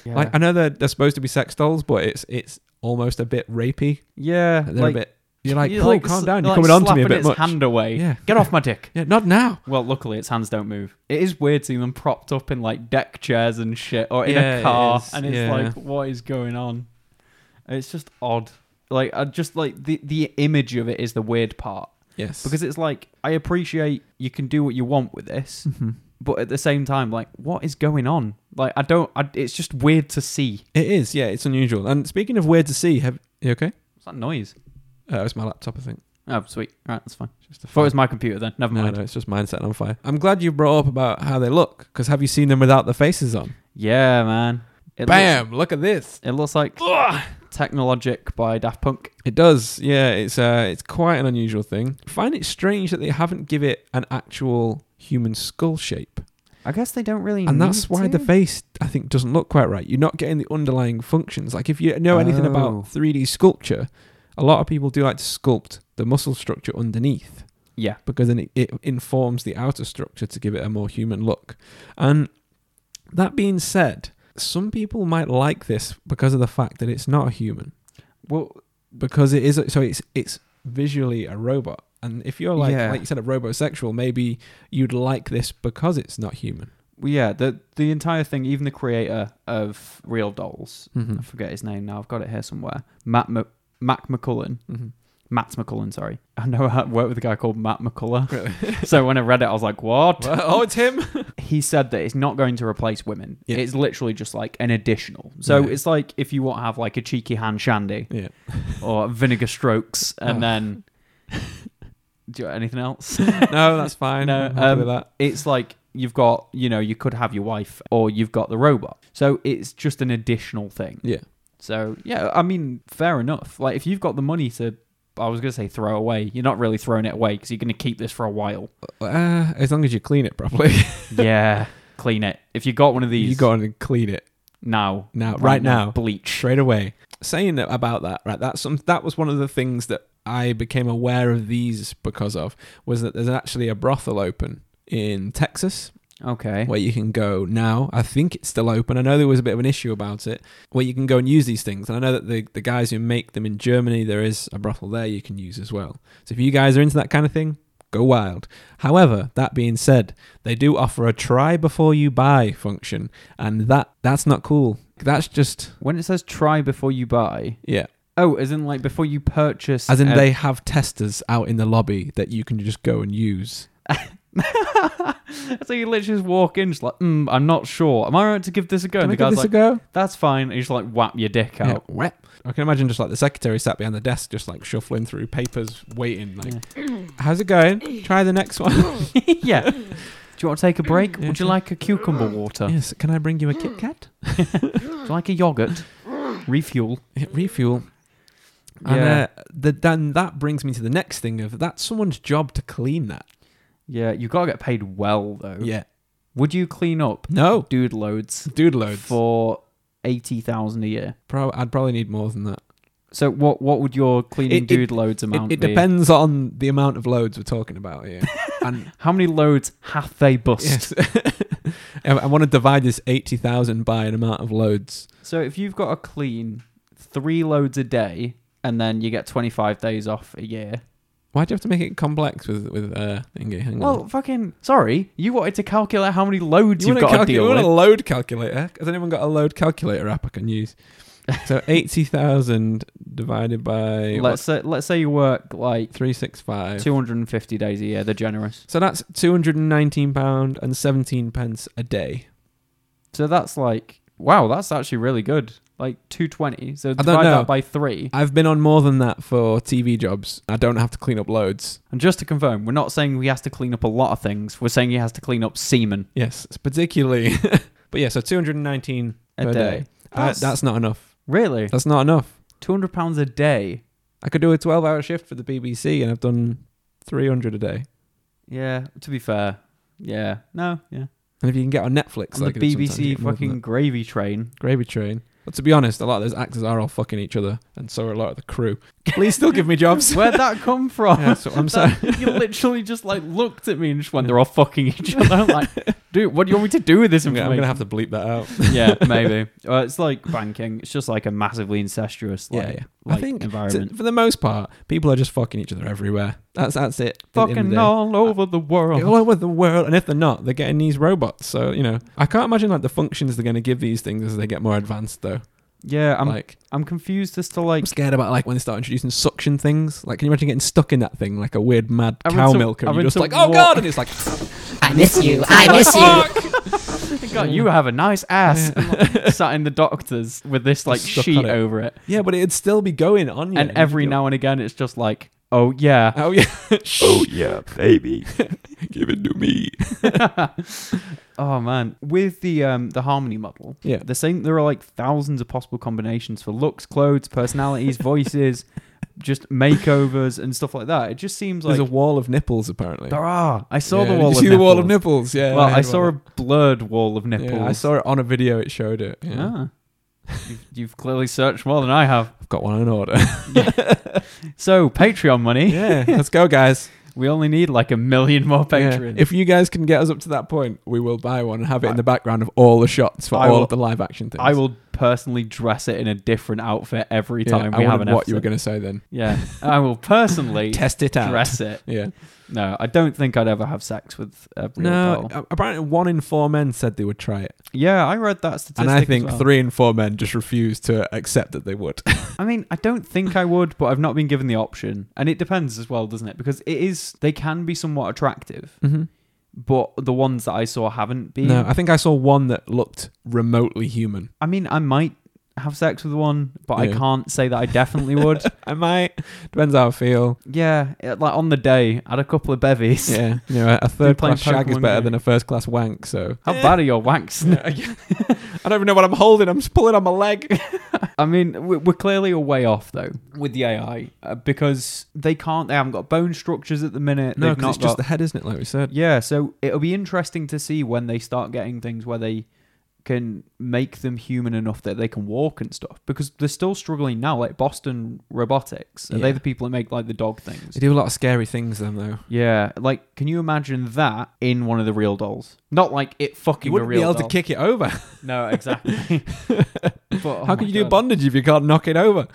[SPEAKER 3] yeah.
[SPEAKER 2] Like I know they're, they're supposed to be sex dolls, but it's it's almost a bit rapey.
[SPEAKER 3] yeah,
[SPEAKER 2] They're
[SPEAKER 3] like,
[SPEAKER 2] a bit. You're like,
[SPEAKER 3] you're
[SPEAKER 2] Paul,
[SPEAKER 3] like
[SPEAKER 2] calm
[SPEAKER 3] sl-
[SPEAKER 2] down. You're
[SPEAKER 3] like
[SPEAKER 2] coming on to me a
[SPEAKER 3] slapping
[SPEAKER 2] bit
[SPEAKER 3] its
[SPEAKER 2] much.
[SPEAKER 3] hand away.
[SPEAKER 2] Yeah.
[SPEAKER 3] Get off my dick.
[SPEAKER 2] Yeah, not now.
[SPEAKER 3] Well, luckily, its hands don't move. It is weird seeing them propped up in like deck chairs and shit, or in
[SPEAKER 2] Yeah,
[SPEAKER 3] a
[SPEAKER 2] it
[SPEAKER 3] car,
[SPEAKER 2] is.
[SPEAKER 3] and it's
[SPEAKER 2] Yeah.
[SPEAKER 3] like, what is going on? It's just odd. Like, I just like the the image of it is the weird part
[SPEAKER 2] Yes,
[SPEAKER 3] because it's like I appreciate you can do what you want with this, but at the same time, like, what is going on? Like, I don't. I, it's just weird to see.
[SPEAKER 2] it is. Yeah, it's unusual. And speaking of weird to see, have you okay?
[SPEAKER 3] What's that noise?
[SPEAKER 2] Uh, it's my laptop, I think.
[SPEAKER 3] Oh, sweet. All right, that's fine.
[SPEAKER 2] Just a
[SPEAKER 3] Thought it
[SPEAKER 2] fan.
[SPEAKER 3] was my computer then. Never
[SPEAKER 2] no,
[SPEAKER 3] mind.
[SPEAKER 2] no, it's just mine setting on fire. I'm glad you brought up about how they look because have you seen them without the faces on?
[SPEAKER 3] Yeah, man. It Looks,
[SPEAKER 2] Bam! look at this.
[SPEAKER 3] it looks like Technologic by Daft Punk.
[SPEAKER 2] It does. Yeah, it's uh, it's quite an unusual thing. I find it strange that they haven't give it an actual human skull shape.
[SPEAKER 3] I guess they don't really.
[SPEAKER 2] and that's
[SPEAKER 3] need
[SPEAKER 2] why the
[SPEAKER 3] to.
[SPEAKER 2] face i think doesn't look quite right you're not getting the underlying functions like if you know anything about
[SPEAKER 3] Oh.
[SPEAKER 2] 3d sculpture a lot of people do like to sculpt the muscle structure underneath
[SPEAKER 3] Yeah.
[SPEAKER 2] because then it, it informs the outer structure to give it a more human look and that being said some people might like this because of the fact that it's not a human
[SPEAKER 3] Well,
[SPEAKER 2] because it is so it's it's visually a robot and if you're like
[SPEAKER 3] Yeah.
[SPEAKER 2] like you said a robosexual maybe you'd like this because it's not human
[SPEAKER 3] well, yeah. The the entire thing, even the creator of Real Dolls,
[SPEAKER 2] Hmm.
[SPEAKER 3] I forget his name now. I've got it here somewhere. Matt M- Mac McCullen.
[SPEAKER 2] Mm-hmm.
[SPEAKER 3] Matt McCullen, sorry. I know I worked with a guy called Matt McCullough.
[SPEAKER 2] Really?
[SPEAKER 3] so when I read it, I was like, what?
[SPEAKER 2] oh, it's him.
[SPEAKER 3] He said that it's not going to replace women.
[SPEAKER 2] Yeah.
[SPEAKER 3] It's literally just like an additional. So
[SPEAKER 2] Yeah.
[SPEAKER 3] it's like if you want to have like a cheeky hand shandy
[SPEAKER 2] Yeah.
[SPEAKER 3] or vinegar strokes and
[SPEAKER 2] Oh.
[SPEAKER 3] then. Do you want anything else?
[SPEAKER 2] No, that's fine.
[SPEAKER 3] No,
[SPEAKER 2] I'm happy
[SPEAKER 3] um,
[SPEAKER 2] with that.
[SPEAKER 3] it's like you've got, you know, you could have your wife or you've got the robot. So it's just an additional thing.
[SPEAKER 2] Yeah.
[SPEAKER 3] So yeah, I mean, fair enough. Like if you've got the money to, I was gonna say throw away. You're not really throwing it away because you're gonna keep this for a while.
[SPEAKER 2] Uh, as long as you clean it properly,
[SPEAKER 3] yeah, clean it. If you got one of these,
[SPEAKER 2] you go on and clean it
[SPEAKER 3] now,
[SPEAKER 2] now, right, now,
[SPEAKER 3] bleach.
[SPEAKER 2] straight away. saying that- about that, right? That's some, that was one of the things that I became aware of these because of was that there's actually a brothel open in Texas
[SPEAKER 3] Okay.
[SPEAKER 2] where you can go now. I think it's still open. I know there was a bit of an issue about it, where you can go and use these things. And I know that the, the guys who make them in Germany, there is a brothel there you can use as well. So if you guys are into that kind of thing, go wild. However, that being said, they do offer a try before you buy function, and that that's not cool. That's just
[SPEAKER 3] When it says try before you buy,
[SPEAKER 2] yeah.
[SPEAKER 3] oh, as in like before you purchase,
[SPEAKER 2] As in,
[SPEAKER 3] a-
[SPEAKER 2] they have testers out in the lobby that you can just go and use.
[SPEAKER 3] so you literally just walk in, just like, mm, I'm not sure. Am I right to give this a go?
[SPEAKER 2] Can
[SPEAKER 3] And
[SPEAKER 2] we
[SPEAKER 3] the
[SPEAKER 2] give
[SPEAKER 3] guy's
[SPEAKER 2] this a
[SPEAKER 3] like,
[SPEAKER 2] go?
[SPEAKER 3] that's fine. And you just like whap your dick
[SPEAKER 2] Yeah,
[SPEAKER 3] out.
[SPEAKER 2] wet. I can imagine just like the secretary sat behind the desk, just like shuffling through papers, waiting. Like, how's it going? Try the next one.
[SPEAKER 3] Yeah. Do you want to take a break?
[SPEAKER 2] Yeah,
[SPEAKER 3] Would you
[SPEAKER 2] sure.
[SPEAKER 3] like a cucumber water?
[SPEAKER 2] yes. Can I bring you a Kit Kat?
[SPEAKER 3] Do you like a yogurt? Refuel.
[SPEAKER 2] Yeah, Refuel.
[SPEAKER 3] Yeah.
[SPEAKER 2] And uh, the, then that brings me to the next thing of that's someone's job to clean that.
[SPEAKER 3] Yeah, you gotta get paid well though.
[SPEAKER 2] Yeah.
[SPEAKER 3] Would you clean up?
[SPEAKER 2] No.
[SPEAKER 3] Dude loads
[SPEAKER 2] Dude loads.
[SPEAKER 3] for eighty thousand a year.
[SPEAKER 2] Pro- I'd probably need more than that.
[SPEAKER 3] So what what would your cleaning
[SPEAKER 2] It- it-
[SPEAKER 3] dude loads
[SPEAKER 2] It,
[SPEAKER 3] amount
[SPEAKER 2] it
[SPEAKER 3] be?
[SPEAKER 2] depends on the amount of loads we're talking about here. And
[SPEAKER 3] How many loads have they bust?
[SPEAKER 2] yes, I, I want to divide this eighty thousand by an amount of loads.
[SPEAKER 3] So if you've got a clean three loads a day and then you get twenty five days off a year.
[SPEAKER 2] Why do you have to make it complex with with uh, Inge? Hang on.
[SPEAKER 3] Well, fucking sorry, you wanted to calculate how many loads
[SPEAKER 2] You
[SPEAKER 3] have
[SPEAKER 2] want,
[SPEAKER 3] got
[SPEAKER 2] a calcu-
[SPEAKER 3] to
[SPEAKER 2] you
[SPEAKER 3] deal
[SPEAKER 2] want
[SPEAKER 3] with.
[SPEAKER 2] a load calculator? Has anyone got a load calculator app I can use? So 80,000 divided by what,
[SPEAKER 3] Let's say, let's say you work like
[SPEAKER 2] 365.
[SPEAKER 3] two hundred and fifty days a year. They're generous.
[SPEAKER 2] So that's 219 pound and 17 pence a day.
[SPEAKER 3] So that's like wow, that's actually really good. Like two twenty. So divide
[SPEAKER 2] know.
[SPEAKER 3] that by three.
[SPEAKER 2] I've been on more than that for TV jobs. I don't have to clean up loads.
[SPEAKER 3] And just to confirm, we're not saying he has to clean up a lot of things. We're saying he has to clean up semen.
[SPEAKER 2] Yes, it's particularly. but yeah, so 219
[SPEAKER 3] A
[SPEAKER 2] per
[SPEAKER 3] day.
[SPEAKER 2] day. That's,
[SPEAKER 3] That's-
[SPEAKER 2] that's not enough.
[SPEAKER 3] Really,
[SPEAKER 2] That's not enough.
[SPEAKER 3] two hundred pounds a day.
[SPEAKER 2] I could do a 12 hour shift for the BBC and I've done 300 a day.
[SPEAKER 3] Yeah. To be fair. Yeah. No. Yeah.
[SPEAKER 2] And if you can get on Netflix,
[SPEAKER 3] On
[SPEAKER 2] like
[SPEAKER 3] the
[SPEAKER 2] it is sometimes, you
[SPEAKER 3] BBC
[SPEAKER 2] get more than that.
[SPEAKER 3] fucking gravy train.
[SPEAKER 2] Gravy Train. But to be honest, a lot of those actors are all fucking each other, and so are a lot of the crew. Please still give me jobs.
[SPEAKER 3] Where'd that come from?
[SPEAKER 2] Yeah, so I'm sorry.
[SPEAKER 3] you literally just like looked at me and just went, "They're all fucking each other." I'm like, dude, what do you want me to do with this
[SPEAKER 2] I'm gonna, I'm
[SPEAKER 3] information?
[SPEAKER 2] gonna have to bleep that out.
[SPEAKER 3] yeah, maybe. Uh, it's like banking. It's just like a massively incestuous, like,
[SPEAKER 2] yeah, yeah.
[SPEAKER 3] like
[SPEAKER 2] I think
[SPEAKER 3] environment.
[SPEAKER 2] to- for the most part, people are just fucking each other everywhere. That's that's it. at the end of
[SPEAKER 3] fucking
[SPEAKER 2] the day.
[SPEAKER 3] all over the world.
[SPEAKER 2] All over the world, and if they're not, they're getting these robots. So you know, I can't imagine like the functions they're gonna give these things as they get more advanced, though.
[SPEAKER 3] Yeah, I'm
[SPEAKER 2] like,
[SPEAKER 3] I'm confused as to like.
[SPEAKER 2] I'm scared about like when they start introducing suction things. Like, can you imagine getting stuck in that thing like a weird mad
[SPEAKER 3] I
[SPEAKER 2] cow
[SPEAKER 3] went to-
[SPEAKER 2] milker?
[SPEAKER 3] I
[SPEAKER 2] And you're
[SPEAKER 3] went
[SPEAKER 2] just
[SPEAKER 3] to
[SPEAKER 2] like, oh
[SPEAKER 3] wa-
[SPEAKER 2] god, and it's like,
[SPEAKER 5] I miss you. I miss you.
[SPEAKER 3] God, you have a nice ass. sat in the doctors with this like
[SPEAKER 2] Stuck on
[SPEAKER 3] sheet
[SPEAKER 2] it.
[SPEAKER 3] over it,
[SPEAKER 2] yeah, but it'd still be going on you.
[SPEAKER 3] and every now and again it's just like, oh yeah,
[SPEAKER 2] Oh yeah.
[SPEAKER 1] Oh, yeah, baby.
[SPEAKER 2] Give it to me.
[SPEAKER 3] oh man. With the um the harmony model,
[SPEAKER 2] Yeah.
[SPEAKER 3] they're saying there are like thousands of possible combinations for looks, clothes, personalities, voices, just makeovers and stuff like that. It just seems like
[SPEAKER 2] There's a wall of nipples apparently.
[SPEAKER 3] there are. I saw
[SPEAKER 2] Yeah,
[SPEAKER 3] the
[SPEAKER 2] did
[SPEAKER 3] wall.
[SPEAKER 2] You
[SPEAKER 3] of
[SPEAKER 2] see the wall of
[SPEAKER 3] nipples.
[SPEAKER 2] nipples. Yeah.
[SPEAKER 3] Well,
[SPEAKER 2] heard
[SPEAKER 3] I
[SPEAKER 2] about
[SPEAKER 3] saw a
[SPEAKER 2] that.
[SPEAKER 3] blurred wall of nipples.
[SPEAKER 2] Yeah, I saw it on a video. It showed it. Yeah.
[SPEAKER 3] Ah. You've, you've clearly searched more than I have.
[SPEAKER 2] I've got one in order.
[SPEAKER 3] So Patreon money,
[SPEAKER 2] yeah. Let's go, guys.
[SPEAKER 3] we only need like a million more
[SPEAKER 2] Yeah.
[SPEAKER 3] patrons.
[SPEAKER 2] If you guys can get us up to that point, we will buy one and have it in the background of all the shots for
[SPEAKER 3] I
[SPEAKER 2] all
[SPEAKER 3] will-
[SPEAKER 2] of the live action things.
[SPEAKER 3] I will personally dress it in a different outfit every
[SPEAKER 2] Yeah,
[SPEAKER 3] time
[SPEAKER 2] I
[SPEAKER 3] we have an
[SPEAKER 2] wondered
[SPEAKER 3] episode.
[SPEAKER 2] what you were going to say then.
[SPEAKER 3] yeah, I will personally
[SPEAKER 2] Test it out.
[SPEAKER 3] dress it.
[SPEAKER 2] Yeah.
[SPEAKER 3] No, I don't think I'd ever have sex with a real
[SPEAKER 2] No,
[SPEAKER 3] girl.
[SPEAKER 2] a- apparently one in four men said they would try it.
[SPEAKER 3] Yeah, I read that statistic.
[SPEAKER 2] And I
[SPEAKER 3] as
[SPEAKER 2] think
[SPEAKER 3] well.
[SPEAKER 2] three in four men just refused to accept that they would.
[SPEAKER 3] I mean, I don't think I would, but I've not been given the option, and it depends as well, doesn't it? Because it is they can be somewhat attractive,
[SPEAKER 2] mm-hmm.
[SPEAKER 3] but the ones that I saw haven't been.
[SPEAKER 2] No, I think I saw one that looked remotely human.
[SPEAKER 3] I mean, I might have sex with one, but I
[SPEAKER 2] Yeah.
[SPEAKER 3] can't say that I definitely would.
[SPEAKER 2] I might. Depends how I feel.
[SPEAKER 3] yeah, it- like on the day, I had a couple of bevies.
[SPEAKER 2] Yeah. You know, a third
[SPEAKER 3] playing
[SPEAKER 2] class shag is
[SPEAKER 3] Pokemon
[SPEAKER 2] better
[SPEAKER 3] Go.
[SPEAKER 2] than a first class wank, so. Eh.
[SPEAKER 3] How bad are your wanks?
[SPEAKER 2] I don't even know what I'm holding. I'm just pulling on my leg.
[SPEAKER 3] I mean, we- we're clearly a way off though with the AI uh, because they can't. They haven't got bone structures at the minute.
[SPEAKER 2] no,
[SPEAKER 3] They've
[SPEAKER 2] because it's
[SPEAKER 3] not
[SPEAKER 2] just
[SPEAKER 3] got-
[SPEAKER 2] the head, isn't it? Like we said.
[SPEAKER 3] yeah. So it'll be interesting to see when they start getting things where they can make them human enough that they can walk and stuff because they're still struggling now. Like Boston Robotics, are they
[SPEAKER 2] Yeah.
[SPEAKER 3] the people that make like the dog things?
[SPEAKER 2] They do a lot of scary things, them though.
[SPEAKER 3] Yeah, like can you imagine that in one of the real dolls? Not like it fucking
[SPEAKER 2] You
[SPEAKER 3] a
[SPEAKER 2] wouldn't be
[SPEAKER 3] real
[SPEAKER 2] able
[SPEAKER 3] doll.
[SPEAKER 2] to kick it over.
[SPEAKER 3] No, exactly. But, oh
[SPEAKER 2] How
[SPEAKER 3] my
[SPEAKER 2] can you do
[SPEAKER 3] God.
[SPEAKER 2] bondage if you can't knock it over?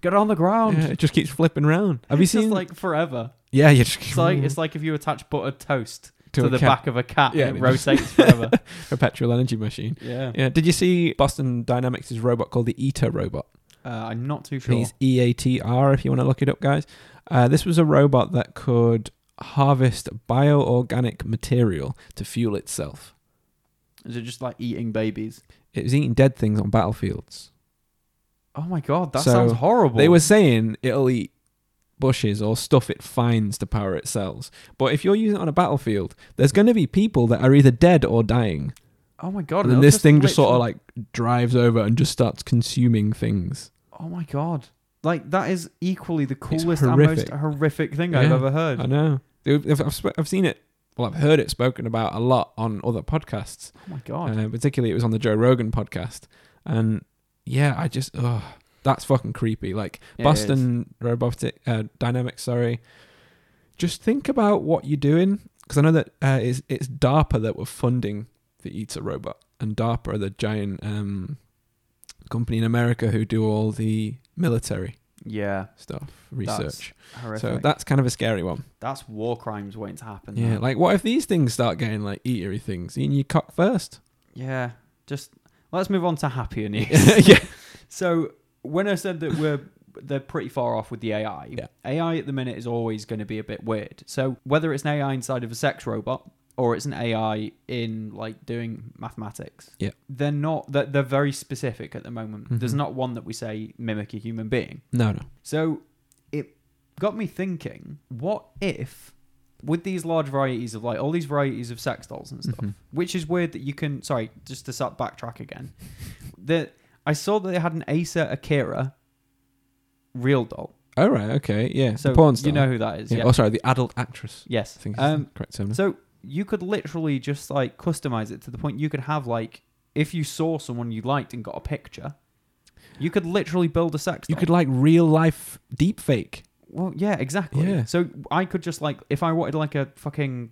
[SPEAKER 3] Get on the ground.
[SPEAKER 2] Yeah, it just keeps flipping round. Have you
[SPEAKER 3] It's just,
[SPEAKER 2] seen?
[SPEAKER 3] like forever?
[SPEAKER 2] yeah, you just
[SPEAKER 3] It's like it's like if you attach buttered toast to,
[SPEAKER 2] To a
[SPEAKER 3] the
[SPEAKER 2] cat.
[SPEAKER 3] back of a cat,
[SPEAKER 2] Yeah,
[SPEAKER 3] and it
[SPEAKER 2] and it just-
[SPEAKER 3] rotates forever.
[SPEAKER 2] perpetual energy machine.
[SPEAKER 3] yeah,
[SPEAKER 2] Yeah. Did you see Boston Dynamics' robot called the Eater robot?
[SPEAKER 3] uh, I'm not too sure.
[SPEAKER 2] He's E A T R if you want to look it up, guys. Uh, this was a robot that could harvest bioorganic material to fuel itself.
[SPEAKER 3] Is it just like eating babies?
[SPEAKER 2] It was eating dead things on battlefields.
[SPEAKER 3] Oh my god, that
[SPEAKER 2] So,
[SPEAKER 3] sounds horrible.
[SPEAKER 2] They were saying it'll eat bushes or stuff it finds to power itself. But if you're using it on a battlefield, there's going to be people that are either dead or dying.
[SPEAKER 3] oh my god,
[SPEAKER 2] And then
[SPEAKER 3] they'll
[SPEAKER 2] this thing just sort of
[SPEAKER 3] literally-
[SPEAKER 2] like drives over and just starts consuming things.
[SPEAKER 3] Oh my god. Like that is equally the coolest and most
[SPEAKER 2] horrific.
[SPEAKER 3] horrific thing I've
[SPEAKER 2] Yeah.
[SPEAKER 3] ever heard.
[SPEAKER 2] I know. Dude, I've, I've sp- I've seen it. Well, I've heard it spoken about a lot on other podcasts.
[SPEAKER 3] Oh my god.
[SPEAKER 2] Uh, particularly, it was on the Joe Rogan podcast. And yeah, I just, ugh, that's fucking creepy. Like
[SPEAKER 3] It
[SPEAKER 2] Boston Robotic uh, Dynamics, sorry. Just think about what you're doing, because I know that uh, it's, it's DARPA that were funding the E ETA robot, and DARPA are the giant um, company in America who do all the military
[SPEAKER 3] Yeah,
[SPEAKER 2] stuff research.
[SPEAKER 3] horrific.
[SPEAKER 2] so that's kind of a scary one.
[SPEAKER 3] That's war crimes waiting to happen.
[SPEAKER 2] Yeah,
[SPEAKER 3] that.
[SPEAKER 2] like what if these things start getting like eatery things? Eating your cock first.
[SPEAKER 3] yeah. Just let's move on to happier news.
[SPEAKER 2] yeah.
[SPEAKER 3] so when I said that we're they're pretty far off with the AI.
[SPEAKER 2] Yeah.
[SPEAKER 3] AI at the minute is always going to be a bit weird. So whether it's an AI inside of a sex robot or it's an AI in like doing mathematics,
[SPEAKER 2] Yeah.
[SPEAKER 3] they're not. They're, they're very specific at the moment. There's
[SPEAKER 2] Mhm.
[SPEAKER 3] not one that we say mimic a human being.
[SPEAKER 2] No, no.
[SPEAKER 3] So it got me thinking, what if with these large varieties of like all these varieties of sex dolls and stuff,
[SPEAKER 2] Mhm.
[SPEAKER 3] which is weird that you can sorry, just to start backtrack again. that I saw that they had an Acer Akira real doll.
[SPEAKER 2] All right. Okay. Yeah.
[SPEAKER 3] So
[SPEAKER 2] the porn star.
[SPEAKER 3] you know who that is.
[SPEAKER 2] Yeah.
[SPEAKER 3] Yeah.
[SPEAKER 2] Oh, sorry. The adult actress.
[SPEAKER 3] yes.
[SPEAKER 2] I think is
[SPEAKER 3] um
[SPEAKER 2] the correct term.
[SPEAKER 3] so you could literally just like customize it to the point you could have like if you saw someone you liked and got a picture, you could literally build a sex
[SPEAKER 2] you
[SPEAKER 3] doll.
[SPEAKER 2] could like real life deep fake.
[SPEAKER 3] Well, yeah, exactly.
[SPEAKER 2] Yeah.
[SPEAKER 3] So I could just like, if I wanted like a fucking,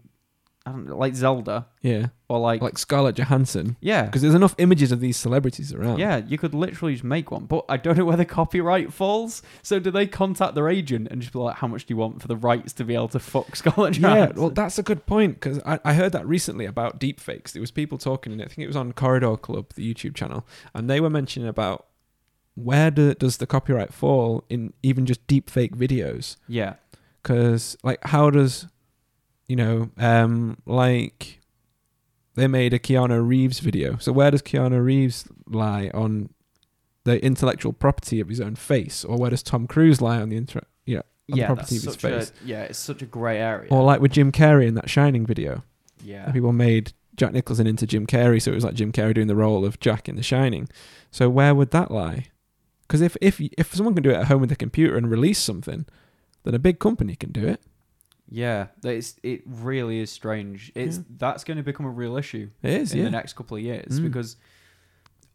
[SPEAKER 3] I don't know, like Zelda
[SPEAKER 2] Yeah.
[SPEAKER 3] or like,
[SPEAKER 2] Like Scarlett Johansson.
[SPEAKER 3] yeah,
[SPEAKER 2] Because there's enough images of these celebrities around.
[SPEAKER 3] yeah, you could literally just make one. But I don't know where the copyright falls. So do they contact their agent and just be like, how much do you want for the rights to be able to fuck Scarlett
[SPEAKER 2] Yeah,
[SPEAKER 3] Johansson?
[SPEAKER 2] well, that's a good point because I, I heard that recently about deepfakes. There was people talking, and I think it was on Corridor Club, the YouTube channel, and they were mentioning about where do, does the copyright fall in even just deepfake videos.
[SPEAKER 3] yeah,
[SPEAKER 2] because like how does you know um like they made a keanu reeves video so where does keanu reeves lie on the intellectual property of his own face or where does tom cruise lie on the inter- yeah On the
[SPEAKER 3] yeah,
[SPEAKER 2] property
[SPEAKER 3] that's
[SPEAKER 2] of his
[SPEAKER 3] such a,
[SPEAKER 2] face.
[SPEAKER 3] yeah, it's such a grey area.
[SPEAKER 2] or like with jim carrey in that shining video
[SPEAKER 3] yeah,
[SPEAKER 2] people made jack nicholson into jim carrey so it was like jim carrey doing the role of jack in the shining so where would that lie because if if if someone can do it at home with a computer and release something then a big company can do it
[SPEAKER 3] yeah, that is- it really is strange. It's
[SPEAKER 2] Yeah.
[SPEAKER 3] that's going to become a real issue.
[SPEAKER 2] it is
[SPEAKER 3] in
[SPEAKER 2] yeah
[SPEAKER 3] the next couple of years
[SPEAKER 2] Mm.
[SPEAKER 3] because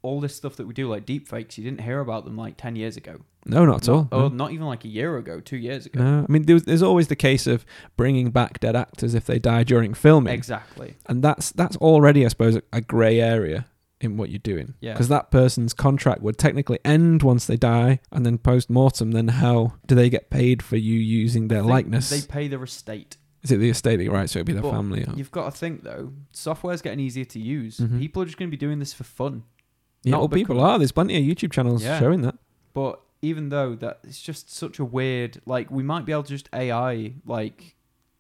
[SPEAKER 3] all this stuff that we do, like deepfakes, you didn't hear about them like 10 years ago.
[SPEAKER 2] no not at all
[SPEAKER 3] Or
[SPEAKER 2] no.
[SPEAKER 3] not even like a year ago, two years ago.
[SPEAKER 2] No, I mean, there's, there's always the case of bringing back dead actors if they die during filming,
[SPEAKER 3] Exactly.
[SPEAKER 2] and that's that's already, I suppose, a, a grey area in what you're doing.
[SPEAKER 3] Yeah.
[SPEAKER 2] Because that person's contract would technically end once they die, and then post mortem, then how do they get paid for you using their
[SPEAKER 3] They-
[SPEAKER 2] likeness?
[SPEAKER 3] They pay their estate.
[SPEAKER 2] Is it the estate, right? So it'd be their
[SPEAKER 3] But
[SPEAKER 2] family. Or,
[SPEAKER 3] You've got to think though, software's getting easier to use.
[SPEAKER 2] Mhm.
[SPEAKER 3] People are just going to be doing this for fun.
[SPEAKER 2] yeah,
[SPEAKER 3] not
[SPEAKER 2] well, people
[SPEAKER 3] because-
[SPEAKER 2] are. There's plenty of YouTube channels
[SPEAKER 3] Yeah.
[SPEAKER 2] showing that.
[SPEAKER 3] But even though that it's just such a weird, like we might be able to just AI like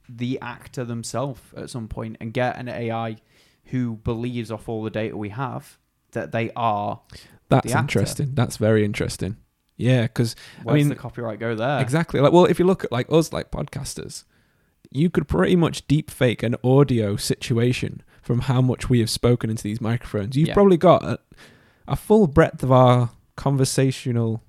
[SPEAKER 3] the actor themselves at some point and get an AI who believes off all the data we have that they are.
[SPEAKER 2] That's
[SPEAKER 3] actor.
[SPEAKER 2] interesting. That's very interesting. Yeah, because
[SPEAKER 3] Where's
[SPEAKER 2] mean,
[SPEAKER 3] the copyright go there?
[SPEAKER 2] Exactly. Like, well, if you look at like us, like podcasters, you could pretty much deep fake an audio situation from how much we have spoken into these microphones. You've
[SPEAKER 3] Yeah.
[SPEAKER 2] probably got a, a full breadth of our conversational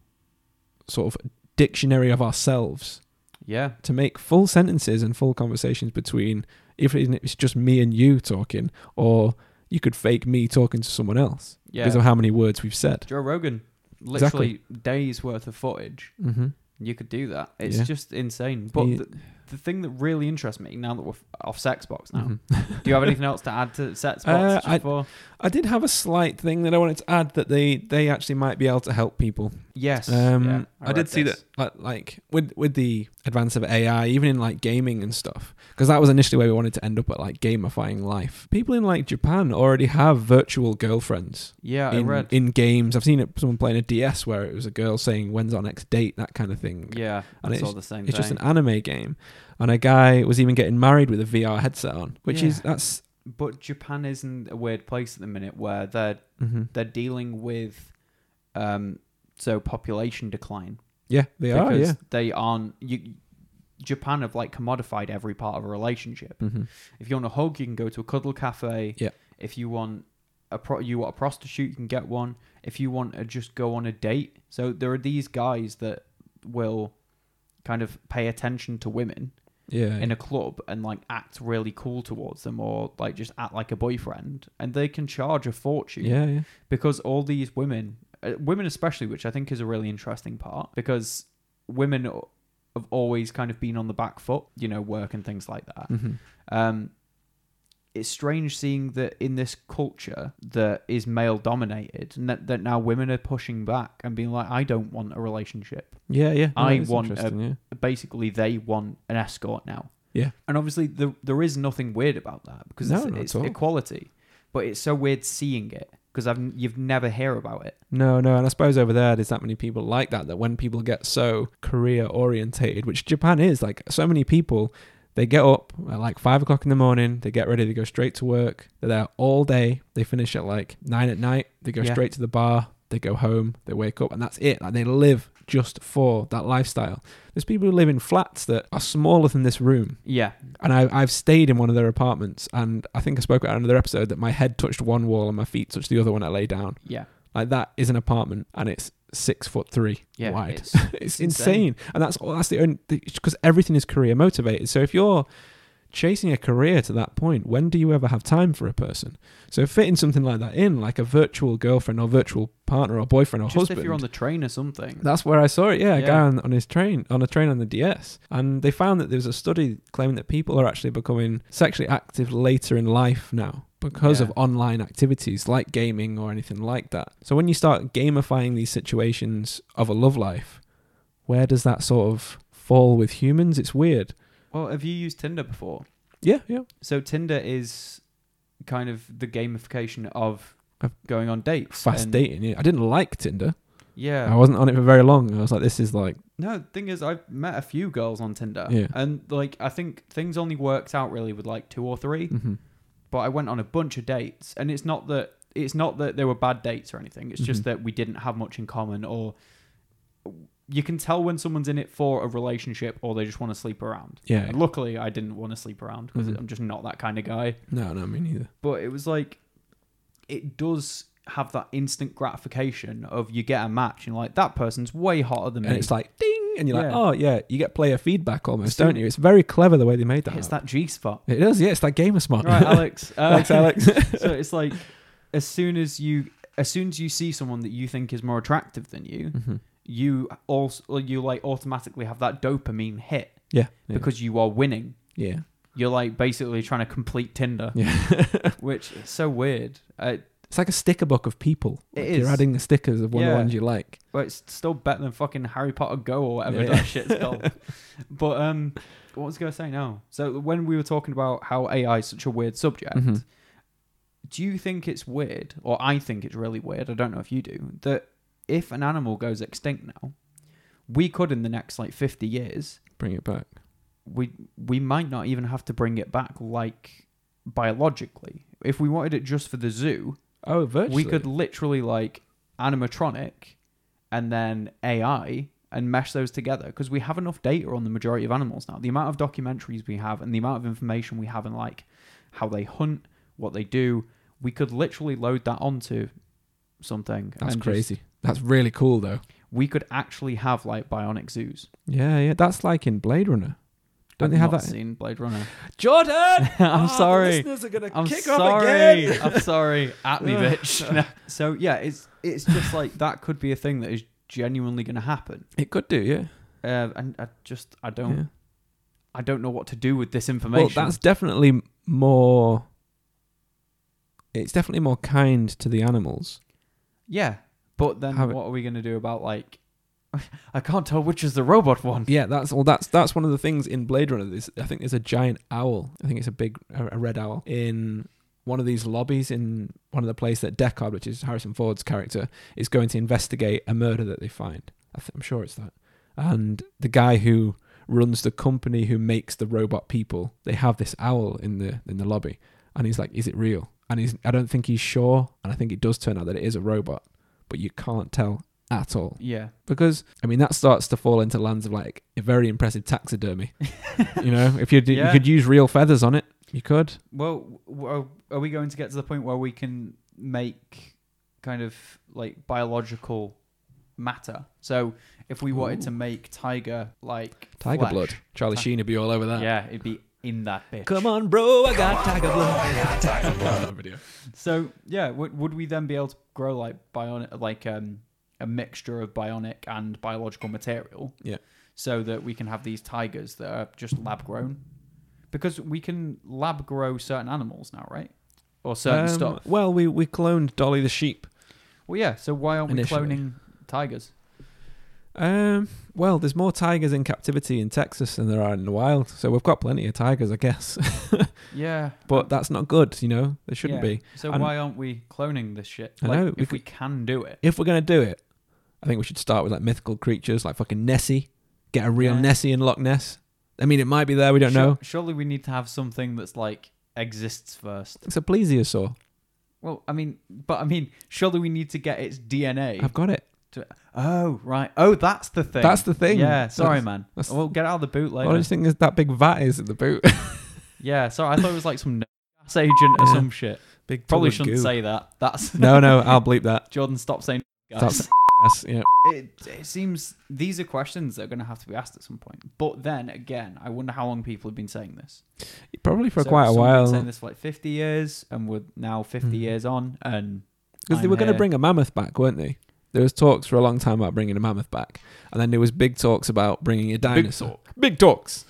[SPEAKER 2] sort of dictionary of ourselves
[SPEAKER 3] Yeah.
[SPEAKER 2] to make full sentences and full conversations between if it's just me and you talking or you could fake me talking to someone else
[SPEAKER 3] Yeah.
[SPEAKER 2] because of how many words we've said.
[SPEAKER 3] Joe Rogan, literally
[SPEAKER 2] Exactly.
[SPEAKER 3] days worth of footage.
[SPEAKER 2] Mm-hmm.
[SPEAKER 3] You could do that. It's
[SPEAKER 2] Yeah.
[SPEAKER 3] just insane. But
[SPEAKER 2] Yeah.
[SPEAKER 3] the, the thing that really interests me now that we're f- off Sexbox
[SPEAKER 2] Mm-hmm.
[SPEAKER 3] now, do you have anything else to add to Sexbox?
[SPEAKER 2] Uh,
[SPEAKER 3] just
[SPEAKER 2] I-
[SPEAKER 3] for-
[SPEAKER 2] I did have a slight thing that I wanted to add that they they actually might be able to help people.
[SPEAKER 3] Yes.
[SPEAKER 2] Um,
[SPEAKER 3] yeah,
[SPEAKER 2] I, did
[SPEAKER 3] read
[SPEAKER 2] see
[SPEAKER 3] this.
[SPEAKER 2] that, like, like with with the advance of AI, even in like gaming and stuff, because that was initially where we wanted to end up at like gamifying life. People in like Japan already have virtual girlfriends
[SPEAKER 3] Yeah, I
[SPEAKER 2] in,
[SPEAKER 3] read.
[SPEAKER 2] in games. I've seen it, someone playing a DS where it was a girl saying, "When's our next date?" That kind of thing.
[SPEAKER 3] yeah,
[SPEAKER 2] and
[SPEAKER 3] I saw
[SPEAKER 2] it's-
[SPEAKER 3] the same
[SPEAKER 2] It's just
[SPEAKER 3] thing.
[SPEAKER 2] an anime game, and a guy was even getting married with a VR headset on, which
[SPEAKER 3] Yeah.
[SPEAKER 2] is that's
[SPEAKER 3] but Japan is in a weird place at the minute where they're
[SPEAKER 2] mhm.
[SPEAKER 3] they're dealing with um so population decline
[SPEAKER 2] yeah, they are
[SPEAKER 3] because
[SPEAKER 2] yeah.
[SPEAKER 3] they aren't you Japan have like commodified every part of a relationship.
[SPEAKER 2] Mhm.
[SPEAKER 3] If you want a hug, you can go to a cuddle cafe.
[SPEAKER 2] Yeah.
[SPEAKER 3] If you want a pro- you want a prostitute, you can get one. If you want to just go on a date, so there are these guys that will kind of pay attention to women
[SPEAKER 2] Yeah,
[SPEAKER 3] in a club and like act really cool towards them or like just act like a boyfriend and they can charge a fortune
[SPEAKER 2] yeah, yeah.
[SPEAKER 3] because all these women uh, women especially which i think is a really interesting part because women o- have always kind of been on the back foot you know work and things like that
[SPEAKER 2] Mhm.
[SPEAKER 3] um it's strange seeing that in this culture that is male dominated and that, that now women are pushing back and being like i don't want a relationship
[SPEAKER 2] Yeah, yeah. No,
[SPEAKER 3] I
[SPEAKER 2] it's
[SPEAKER 3] want a-
[SPEAKER 2] interesting, yeah.
[SPEAKER 3] basically they want an escort now.
[SPEAKER 2] Yeah.
[SPEAKER 3] And obviously there there is nothing weird about that because
[SPEAKER 2] No, not at
[SPEAKER 3] it's, it's
[SPEAKER 2] all.
[SPEAKER 3] equality, but it's so weird seeing it because I've n- you've never hear about it.
[SPEAKER 2] No, no, and I suppose over there there's that many people like that that when people get so career orientated, which Japan is, like so many people, they get up at like five o'clock in the morning, they get ready, they go straight to work, they're there all day, they finish at like nine at night, they go
[SPEAKER 3] Yeah.
[SPEAKER 2] straight to the bar, they go home, they wake up, and that's it. Like they live just for that lifestyle. There's people who live in flats that are smaller than this room,
[SPEAKER 3] Yeah.
[SPEAKER 2] and I, I've stayed in one of their apartments, and I think I spoke about it on another episode that my head touched one wall and my feet touched the other when I lay down.
[SPEAKER 3] Yeah.
[SPEAKER 2] Like that is an apartment, and it's six foot three
[SPEAKER 3] Yeah.
[SPEAKER 2] wide. It's,
[SPEAKER 3] It's,
[SPEAKER 2] insane. and that's all. That's the only because everything is career motivated. So if you're chasing a career to that point, when do you ever have time for a person? So fitting something like that in, like a virtual girlfriend or virtual partner or boyfriend or
[SPEAKER 3] just
[SPEAKER 2] husband,
[SPEAKER 3] if you're on the train or something.
[SPEAKER 2] that's where I saw it. Yeah, a guy
[SPEAKER 3] Yeah.
[SPEAKER 2] on, on his train, on a train on the DS, and they found that there was a study claiming that people are actually becoming sexually active later in life now because
[SPEAKER 3] Yeah.
[SPEAKER 2] of online activities like gaming or anything like that. So when you start gamifying these situations of a love life, where does that sort of fall with humans? It's weird.
[SPEAKER 3] well, have you used Tinder before?
[SPEAKER 2] Yeah, yeah.
[SPEAKER 3] So Tinder is kind of the gamification of
[SPEAKER 2] Of
[SPEAKER 3] going on dates.
[SPEAKER 2] Fast
[SPEAKER 3] and-
[SPEAKER 2] dating. Yeah. I didn't like Tinder.
[SPEAKER 3] Yeah.
[SPEAKER 2] I wasn't on it for very long. I was like, this is like,
[SPEAKER 3] No, the thing is, I've met a few girls on Tinder,
[SPEAKER 2] Yeah.
[SPEAKER 3] and like I think things only worked out really with like two or three.
[SPEAKER 2] mhm.
[SPEAKER 3] But I went on a bunch of dates, and it's not that it's not that they were bad dates or anything. It's just
[SPEAKER 2] Mhm.
[SPEAKER 3] that we didn't have much in common, or you can tell when someone's in it for a relationship or they just want to sleep around.
[SPEAKER 2] yeah.
[SPEAKER 3] And luckily, I didn't want to sleep around because
[SPEAKER 2] Mhm.
[SPEAKER 3] I'm just not that kind of guy.
[SPEAKER 2] No, no, me neither.
[SPEAKER 3] But it was like it does have that instant gratification of you get a match and you're like that person's way hotter than me.
[SPEAKER 2] and it's like ding, and you're like,
[SPEAKER 3] Yeah.
[SPEAKER 2] oh yeah, you get player feedback almost,
[SPEAKER 3] Soon-
[SPEAKER 2] don't you? It's very clever the way they made that.
[SPEAKER 3] it's
[SPEAKER 2] up.
[SPEAKER 3] that G spot.
[SPEAKER 2] It is, yeah. It's that gamer smart.
[SPEAKER 3] Right, Alex. Uh,
[SPEAKER 2] Thanks, Alex.
[SPEAKER 3] so it's like as soon as you as soon as you see someone that you think is more attractive than you,
[SPEAKER 2] Mhm.
[SPEAKER 3] you also you like automatically have that dopamine hit
[SPEAKER 2] Yeah, yeah,
[SPEAKER 3] because you are winning.
[SPEAKER 2] yeah,
[SPEAKER 3] You're like basically trying to complete Tinder,
[SPEAKER 2] yeah.
[SPEAKER 3] which is so weird. Uh,
[SPEAKER 2] it's like a sticker book of people.
[SPEAKER 3] It
[SPEAKER 2] Like,
[SPEAKER 3] is.
[SPEAKER 2] You're adding the stickers of one of
[SPEAKER 3] Yeah.
[SPEAKER 2] the ones you like.
[SPEAKER 3] but it's still better than fucking Harry Potter Go or whatever
[SPEAKER 2] Yeah.
[SPEAKER 3] that shit's called. but um, what was I gonna say now? So when we were talking about how AI is such a weird subject,
[SPEAKER 2] Mhm.
[SPEAKER 3] do you think it's weird, or I think it's really weird, I don't know if you do, that if an animal goes extinct now, we could in the next like 50 years,
[SPEAKER 2] Bring it back.
[SPEAKER 3] we we might not even have to bring it back like biologically. If we wanted it just for the zoo,
[SPEAKER 2] Oh, virtually.
[SPEAKER 3] we could literally like animatronic and then AI and mesh those together because we have enough data on the majority of animals now. The amount of documentaries we have and the amount of information we have and like how they hunt, what they do, we could literally load that onto something.
[SPEAKER 2] That's
[SPEAKER 3] and just-
[SPEAKER 2] crazy. That's really cool though.
[SPEAKER 3] we could actually have like bionic zoos.
[SPEAKER 2] Yeah, yeah. That's like in Blade Runner. Don't
[SPEAKER 3] I've
[SPEAKER 2] they have
[SPEAKER 3] not
[SPEAKER 2] that?
[SPEAKER 3] seen Blade Runner.
[SPEAKER 2] Jordan,
[SPEAKER 3] I'm
[SPEAKER 2] Ah, The
[SPEAKER 3] sorry.
[SPEAKER 2] listeners are gonna
[SPEAKER 3] I'm
[SPEAKER 2] kick off
[SPEAKER 3] sorry.
[SPEAKER 2] again.
[SPEAKER 3] I'm sorry. At me, bitch. No. So yeah, it's it's just like that could be a thing that is genuinely going to happen,
[SPEAKER 2] It could do, yeah.
[SPEAKER 3] uh, and I just I don't
[SPEAKER 2] yeah.
[SPEAKER 3] I don't know what to do with this
[SPEAKER 2] Well,
[SPEAKER 3] information.
[SPEAKER 2] that's definitely more. It's definitely more kind to the animals.
[SPEAKER 3] yeah, but then
[SPEAKER 2] Have it-
[SPEAKER 3] what are we going to do about like? I can't tell which is the robot one.
[SPEAKER 2] Yeah, that's well. That's that's one of the things in Blade Runner. There's, I think there's a giant owl. I think it's a big a a red owl in one of these lobbies in one of the places that Deckard, which is Harrison Ford's character, is going to investigate a murder that they find. I th- I'm sure it's that. And the guy who runs the company who makes the robot people, they have this owl in the in the lobby, and he's like, "Is it real?" And he's I don't think he's sure, and I think it does turn out that it is a robot, but you can't tell at all
[SPEAKER 3] Yeah.
[SPEAKER 2] because I mean that starts to fall into lands of like a very impressive taxidermy. you know, if you did,
[SPEAKER 3] Yeah.
[SPEAKER 2] you could use real feathers on it, you could.
[SPEAKER 3] Well, w- w- are we going to get to the point where we can make kind of like biological matter? So if we wanted to make tiger like
[SPEAKER 2] Tiger
[SPEAKER 3] flesh-
[SPEAKER 2] blood. Charlie Sheen would be all over that.
[SPEAKER 3] yeah, it'd be in that bit.
[SPEAKER 2] Come on, bro, I got tiger blood. I got tiger blood. That video.
[SPEAKER 3] So yeah, would would we then be able to grow like bionic, like um, a mixture of bionic and biological material?
[SPEAKER 2] Yeah.
[SPEAKER 3] So that we can have these tigers that are just lab grown, because we can lab grow certain animals now, right? Or certain
[SPEAKER 2] Um,
[SPEAKER 3] stuff.
[SPEAKER 2] Well, we we cloned Dolly the sheep.
[SPEAKER 3] Well, yeah. So why aren't
[SPEAKER 2] Initially.
[SPEAKER 3] we cloning tigers?
[SPEAKER 2] Um, well, there's more tigers in captivity in Texas than there are in the wild, so we've got plenty of tigers, I guess.
[SPEAKER 3] Yeah,
[SPEAKER 2] but that's not good, you know. There shouldn't be.
[SPEAKER 3] So
[SPEAKER 2] And-
[SPEAKER 3] why aren't we cloning this shit?
[SPEAKER 2] I
[SPEAKER 3] Like,
[SPEAKER 2] know, we
[SPEAKER 3] if we can do it.
[SPEAKER 2] if we're gonna do it, I think we should start with like mythical creatures, like fucking Nessie. Get a real
[SPEAKER 3] Yeah.
[SPEAKER 2] Nessie in Loch Ness. I mean, it might be there. We don't
[SPEAKER 3] Sur-
[SPEAKER 2] know.
[SPEAKER 3] Surely we need to have something that's like exists first.
[SPEAKER 2] It's a plesiosaur.
[SPEAKER 3] Well, I mean, but I mean, surely we need to get its DNA.
[SPEAKER 2] I've got it.
[SPEAKER 3] to- oh right. Oh, that's the thing.
[SPEAKER 2] That's the thing.
[SPEAKER 3] Yeah. Sorry,
[SPEAKER 2] That's-
[SPEAKER 3] man.
[SPEAKER 2] that's-
[SPEAKER 3] Well, get out of the boot later.
[SPEAKER 2] What do you think is that big vat is at the boot?
[SPEAKER 3] yeah. Sorry, I thought it was like some ass agent or
[SPEAKER 2] Yeah.
[SPEAKER 3] some shit.
[SPEAKER 2] big
[SPEAKER 3] Probably
[SPEAKER 2] tub of
[SPEAKER 3] shouldn't
[SPEAKER 2] goo.
[SPEAKER 3] say that. That's
[SPEAKER 2] No, no, I'll bleep that.
[SPEAKER 3] Jordan. Stop saying.
[SPEAKER 2] Stop
[SPEAKER 3] gas.
[SPEAKER 2] Yes, yeah.
[SPEAKER 3] it, it seems these are questions that are going to have to be asked at some point. But then again, I wonder how long people have been saying this.
[SPEAKER 2] Probably for
[SPEAKER 3] So
[SPEAKER 2] quite a
[SPEAKER 3] some have been Saying
[SPEAKER 2] while
[SPEAKER 3] this for like fifty years, and we're now fifty
[SPEAKER 2] Mhm.
[SPEAKER 3] years on, and
[SPEAKER 2] because they
[SPEAKER 3] I'm
[SPEAKER 2] were going to
[SPEAKER 3] here.
[SPEAKER 2] bring a mammoth back, weren't they? There was talks for a long time about bringing a mammoth back, and then there was big talks about bringing a dinosaur. big talks.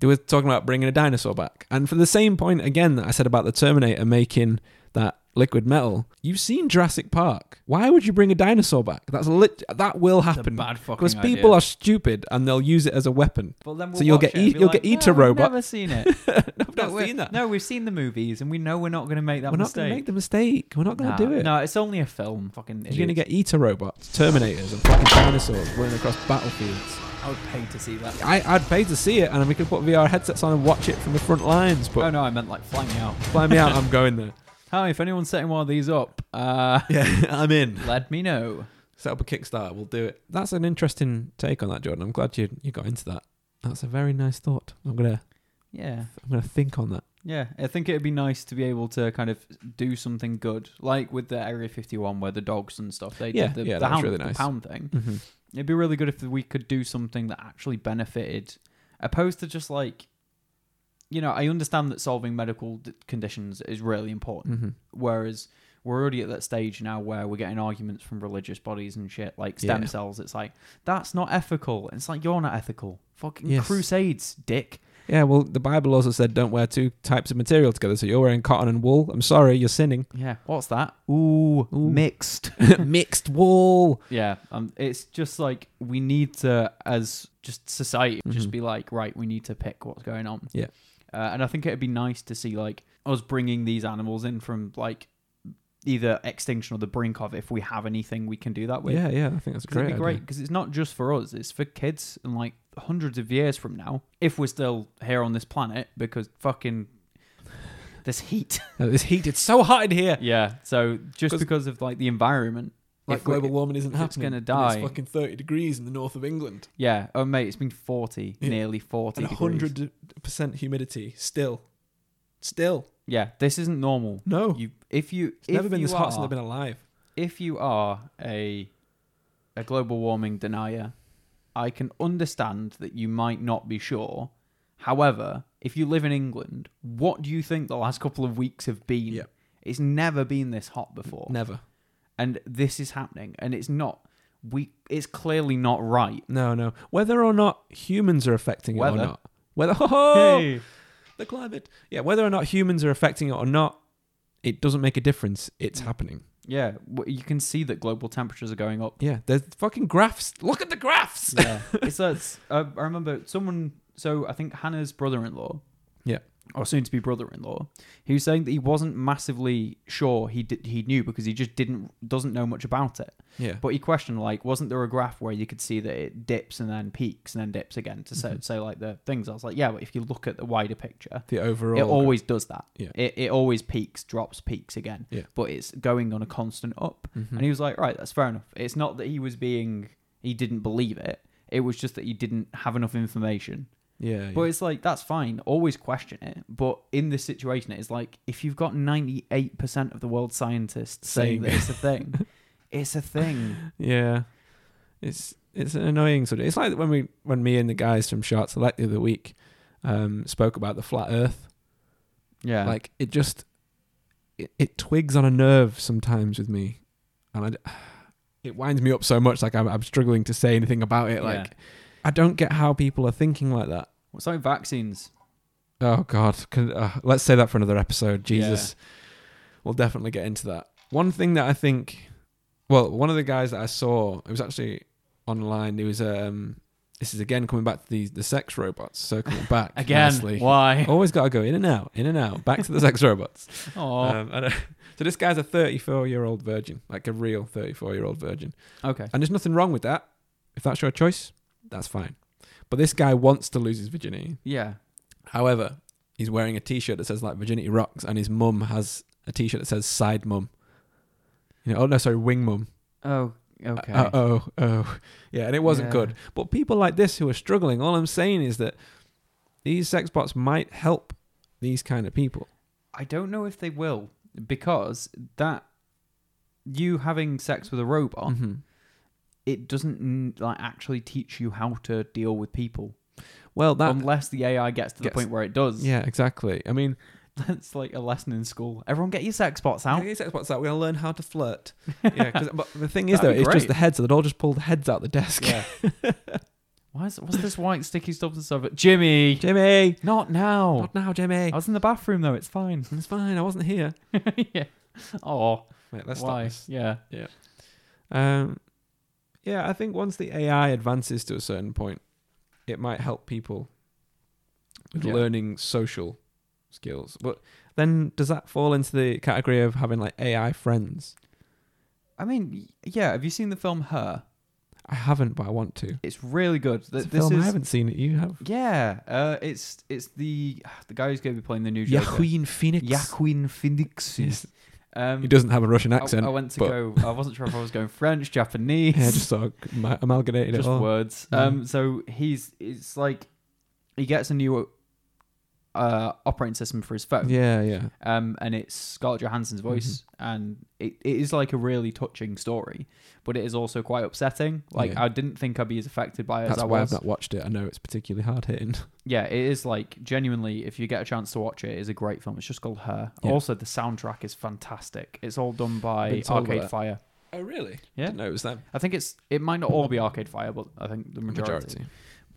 [SPEAKER 2] they were talking about bringing a dinosaur back. And for the same point again that I said about the Terminator making that liquid metal, you've seen Jurassic Park. Why would you bring a dinosaur back? That's lit- that will
[SPEAKER 3] It's a
[SPEAKER 2] happen.
[SPEAKER 3] bad fucking
[SPEAKER 2] Because people are stupid and they'll use it as a weapon.
[SPEAKER 3] But then we'll
[SPEAKER 2] so you'll
[SPEAKER 3] watch
[SPEAKER 2] get
[SPEAKER 3] it and
[SPEAKER 2] E-
[SPEAKER 3] be
[SPEAKER 2] you'll
[SPEAKER 3] like,
[SPEAKER 2] get Eater
[SPEAKER 3] no, we've
[SPEAKER 2] Robot."
[SPEAKER 3] Never seen it.
[SPEAKER 2] I've not
[SPEAKER 3] no, we-
[SPEAKER 2] seen that.
[SPEAKER 3] No, we've seen the movies, and we know we're not going to make that
[SPEAKER 2] We're not
[SPEAKER 3] mistake.
[SPEAKER 2] going to make the mistake. We're not going
[SPEAKER 3] Nah,
[SPEAKER 2] to do it.
[SPEAKER 3] No, it's only a film. Fucking.
[SPEAKER 2] You're going to
[SPEAKER 3] idiots.
[SPEAKER 2] get Eater robots, Terminators, and fucking dinosaurs running across battlefields.
[SPEAKER 3] I would pay to see that.
[SPEAKER 2] I, I'd pay to see it, and we could put VR headsets on and watch it from the front lines. But
[SPEAKER 3] oh no, I meant like flying out.
[SPEAKER 2] fly me out, I'm going there.
[SPEAKER 3] Hi, if anyone's setting one of these up, uh,
[SPEAKER 2] Yeah, I'm in.
[SPEAKER 3] let me know.
[SPEAKER 2] set up a Kickstarter. We'll do it. That's an interesting take on that, Jordan. I'm glad you you got into that. That's a very nice thought. I'm gonna
[SPEAKER 3] Yeah.
[SPEAKER 2] I'm gonna think on that.
[SPEAKER 3] Yeah, I think it'd be nice to be able to kind of do something good, like with the Area 51 where the dogs and stuff. They
[SPEAKER 2] Yeah,
[SPEAKER 3] did the,
[SPEAKER 2] yeah,
[SPEAKER 3] the
[SPEAKER 2] that was
[SPEAKER 3] hound,
[SPEAKER 2] really
[SPEAKER 3] the
[SPEAKER 2] nice.
[SPEAKER 3] pound thing.
[SPEAKER 2] Mm-hmm.
[SPEAKER 3] It'd be really good if we could do something that actually benefited, opposed to just like, you know, I understand that solving medical d- conditions is really important.
[SPEAKER 2] Mm-hmm.
[SPEAKER 3] Whereas we're already at that stage now where we're getting arguments from religious bodies and shit, like stem
[SPEAKER 2] Yeah.
[SPEAKER 3] cells. It's like that's not ethical. It's like you're not ethical. Fucking
[SPEAKER 2] Yes.
[SPEAKER 3] crusades, dick.
[SPEAKER 2] Yeah. Well, the Bible also said don't wear two types of material together. So you're wearing cotton and wool. I'm sorry, you're sinning.
[SPEAKER 3] Yeah, what's that? Ooh,
[SPEAKER 2] Ooh.
[SPEAKER 3] mixed.
[SPEAKER 2] Mixed wool.
[SPEAKER 3] Yeah, um, it's just like we need to, as just society, just
[SPEAKER 2] Mhm.
[SPEAKER 3] be like, right, we need to pick what's going on.
[SPEAKER 2] Yeah.
[SPEAKER 3] uh, and I think it'd be nice to see like us bringing these animals in from like either extinction or the brink of. If we have anything we can do that with,
[SPEAKER 2] Yeah, yeah. I think that's a
[SPEAKER 3] 'Cause it'd
[SPEAKER 2] great.
[SPEAKER 3] be great because it's not just for us; it's for kids and like hundreds of years from now, if we're still here on this planet, because fucking this heat.
[SPEAKER 2] idea. Uh, this heat. It's so hot in here.
[SPEAKER 3] yeah, so just
[SPEAKER 2] 'Cause-
[SPEAKER 3] because of like the environment.
[SPEAKER 2] Like
[SPEAKER 3] if we-
[SPEAKER 2] global warming isn't
[SPEAKER 3] if it's
[SPEAKER 2] happening.
[SPEAKER 3] gonna
[SPEAKER 2] and
[SPEAKER 3] die.
[SPEAKER 2] It's fucking 30 degrees in the north of England
[SPEAKER 3] Yeah. Oh, mate, it's been 40,
[SPEAKER 2] Yeah.
[SPEAKER 3] nearly 40.
[SPEAKER 2] and
[SPEAKER 3] degrees.
[SPEAKER 2] 100 percent humidity. Still, still.
[SPEAKER 3] Yeah, this isn't normal.
[SPEAKER 2] No,
[SPEAKER 3] You, if you,
[SPEAKER 2] it's
[SPEAKER 3] if
[SPEAKER 2] never been
[SPEAKER 3] you
[SPEAKER 2] this
[SPEAKER 3] are,
[SPEAKER 2] hot since I've been alive.
[SPEAKER 3] if you are a, a global warming denier, I can understand that you might not be sure However, if you live in England, what do you think the last couple of weeks have been?
[SPEAKER 2] Yep.
[SPEAKER 3] It's never been this hot before.
[SPEAKER 2] Never.
[SPEAKER 3] And this is happening and it's not we it's clearly not right.
[SPEAKER 2] No, no. Whether or not humans are affecting it
[SPEAKER 3] Weather.
[SPEAKER 2] or not. Whether oh, the climate. Yeah, whether or not humans are affecting it or not, it doesn't make a difference.
[SPEAKER 3] Mm.
[SPEAKER 2] It's happening.
[SPEAKER 3] Yeah, w- you can see that global temperatures are going up.
[SPEAKER 2] Yeah, there's fucking graphs. Look at the graphs.
[SPEAKER 3] Yeah. it's that's I I remember someone so I think Hannah's brother-in-law
[SPEAKER 2] Yeah.
[SPEAKER 3] or soon to be brother-in-law, he was saying that he wasn't massively sure he did, he knew because he just didn't doesn't know much about it.
[SPEAKER 2] Yeah.
[SPEAKER 3] But he questioned like, wasn't there a graph where you could see that it dips and then peaks and then dips again to
[SPEAKER 2] Mm-hmm.
[SPEAKER 3] say, say like the things? I was like, yeah, but if you look at the wider picture,
[SPEAKER 2] the overall
[SPEAKER 3] it always does that.
[SPEAKER 2] Yeah.
[SPEAKER 3] It, it always peaks, drops, peaks again.
[SPEAKER 2] Yeah.
[SPEAKER 3] But it's going on a constant up.
[SPEAKER 2] mm-hmm.
[SPEAKER 3] And he was like, right, that's fair enough. It's not that he was being, he didn't believe it. It was just that he didn't have enough information.
[SPEAKER 2] Yeah.
[SPEAKER 3] But
[SPEAKER 2] yeah.
[SPEAKER 3] it's like, that's fine. Always question it. But in this situation, it's like, if you've got 98% of the world's scientists saying
[SPEAKER 2] Saying-
[SPEAKER 3] that it's a thing, it's a thing.
[SPEAKER 2] Yeah. It's it's an annoying sort of. It's like when we when me and the guys from Short Select the other week um, spoke about the flat Earth.
[SPEAKER 3] Yeah.
[SPEAKER 2] Like it just it, it twigs on a nerve sometimes with me, and I d- it winds me up so much. Like I'm, I'm struggling to say anything about it. Like I don't get how people are thinking like that.
[SPEAKER 3] What's like vaccines?
[SPEAKER 2] Oh God, Can, uh, let's say that for another episode. Jesus, we'll definitely get into that. One thing that I think, well, one of the guys that I saw, it was actually online. It was um, this is again coming back to the the sex robots circling it back nicely.
[SPEAKER 3] Why?
[SPEAKER 2] Always got to go in and out, in and out, back to the sex robots.
[SPEAKER 3] Oh.
[SPEAKER 2] Um, and, uh, so this guy's a 34 year old virgin, like a real 34 year old virgin,
[SPEAKER 3] okay.
[SPEAKER 2] and there's nothing wrong with that. If that's your choice, that's fine. But this guy wants to lose his virginity.
[SPEAKER 3] Yeah.
[SPEAKER 2] However, he's wearing a T-shirt that says like virginity rocks, and his mum has a T-shirt that says side mum. You know, oh no, sorry, wing mum.
[SPEAKER 3] Oh. Okay.
[SPEAKER 2] Uh, oh, oh, yeah, and it wasn't
[SPEAKER 3] Yeah.
[SPEAKER 2] good. But people like this who are struggling, all I'm saying is that these sex bots might help these kind of people.
[SPEAKER 3] I don't know if they will because that you having sex with a robot,
[SPEAKER 2] Mm-hmm.
[SPEAKER 3] it doesn't mm, like actually teach you how to deal with people
[SPEAKER 2] Well, that
[SPEAKER 3] unless the AI gets to the
[SPEAKER 2] Gets-
[SPEAKER 3] point where it does.
[SPEAKER 2] yeah, exactly. I mean,
[SPEAKER 3] That's like a lesson in school. Everyone get your sex bots
[SPEAKER 2] yeah,
[SPEAKER 3] out.
[SPEAKER 2] these sex bots out. We're gonna learn how to flirt. yeah, 'cause- but the thing is though,
[SPEAKER 3] That'd be
[SPEAKER 2] it's just
[SPEAKER 3] great.
[SPEAKER 2] the heads. So they'd all just pull the heads out the desk.
[SPEAKER 3] Yeah. Why is what's this white sticky substance over? Jimmy,
[SPEAKER 2] Jimmy,
[SPEAKER 3] not now.
[SPEAKER 2] not now, Jimmy.
[SPEAKER 3] I was in the bathroom though. It's fine.
[SPEAKER 2] It's fine. I wasn't here.
[SPEAKER 3] yeah. Oh.
[SPEAKER 2] Wait, let's stop
[SPEAKER 3] Why?
[SPEAKER 2] this.
[SPEAKER 3] Yeah.
[SPEAKER 2] Um, yeah, I think once the AI advances to a certain point, it might help people with
[SPEAKER 3] Yeah.
[SPEAKER 2] learning social skills. But then, does that fall into the category of having like AI friends?
[SPEAKER 3] I mean, y- yeah. Have you seen the film Her?
[SPEAKER 2] I haven't, but I want to.
[SPEAKER 3] It's really good. Th-
[SPEAKER 2] It's a
[SPEAKER 3] this
[SPEAKER 2] film I
[SPEAKER 3] is
[SPEAKER 2] haven't seen it. You have.
[SPEAKER 3] yeah. Uh, it's it's the the guy who's going to be playing the new Joker.
[SPEAKER 2] Phoenix.
[SPEAKER 3] Joaquin Phoenix.
[SPEAKER 2] Yes.
[SPEAKER 3] Um,
[SPEAKER 2] He doesn't have a Russian
[SPEAKER 3] I-
[SPEAKER 2] accent.
[SPEAKER 3] I, went to
[SPEAKER 2] but-
[SPEAKER 3] go. I wasn't sure if I was going French, Japanese,
[SPEAKER 2] Yeah, just Oh. sort of am- amalgamated
[SPEAKER 3] just
[SPEAKER 2] it all.
[SPEAKER 3] words.
[SPEAKER 2] Yeah.
[SPEAKER 3] Um, so he's it's like he gets a new uh operating system for his phone.
[SPEAKER 2] Yeah, Mm-hmm. yeah,
[SPEAKER 3] um, and it's Scarlett Johansson's voice, and it, it is like a really touching story, but it is also quite upsetting. Like
[SPEAKER 2] Yeah.
[SPEAKER 3] I didn't think I'd be as affected by it as
[SPEAKER 2] that's
[SPEAKER 3] I
[SPEAKER 2] why
[SPEAKER 3] was.
[SPEAKER 2] I've not watched it. I know it's particularly hard hitting.
[SPEAKER 3] Yeah, it is like genuinely. If you get a chance to watch it, it is a great film. It's just called Her.
[SPEAKER 2] Yeah.
[SPEAKER 3] Also, the soundtrack is fantastic. It's all done by
[SPEAKER 2] Been told about
[SPEAKER 3] Arcade
[SPEAKER 2] that.
[SPEAKER 3] Fire.
[SPEAKER 2] Oh, really?
[SPEAKER 3] Yeah.
[SPEAKER 2] Didn't know it was them.
[SPEAKER 3] I think it's. It might not all be Arcade Fire, but I think the majority.
[SPEAKER 2] Majority.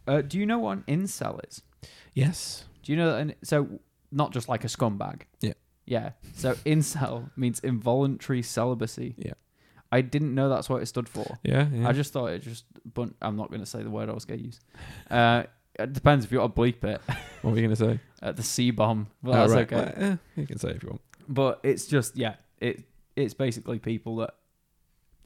[SPEAKER 3] Uh, do you know what an incel is?
[SPEAKER 2] Yes.
[SPEAKER 3] Do you know that? An, so not just like a scumbag.
[SPEAKER 2] Yeah.
[SPEAKER 3] Yeah. So incel means involuntary celibacy.
[SPEAKER 2] Yeah.
[SPEAKER 3] I didn't know that's what it stood for.
[SPEAKER 2] Yeah. yeah.
[SPEAKER 3] I just thought it just. But I'm not going to say the word I was going to use. Uh, it depends if you want to bleep it.
[SPEAKER 2] what were you gonna say?
[SPEAKER 3] At the C bomb. Well,
[SPEAKER 2] Oh,
[SPEAKER 3] that's
[SPEAKER 2] right.
[SPEAKER 3] okay.
[SPEAKER 2] Well, eh, you can say if you want.
[SPEAKER 3] but it's just yeah it it's basically people that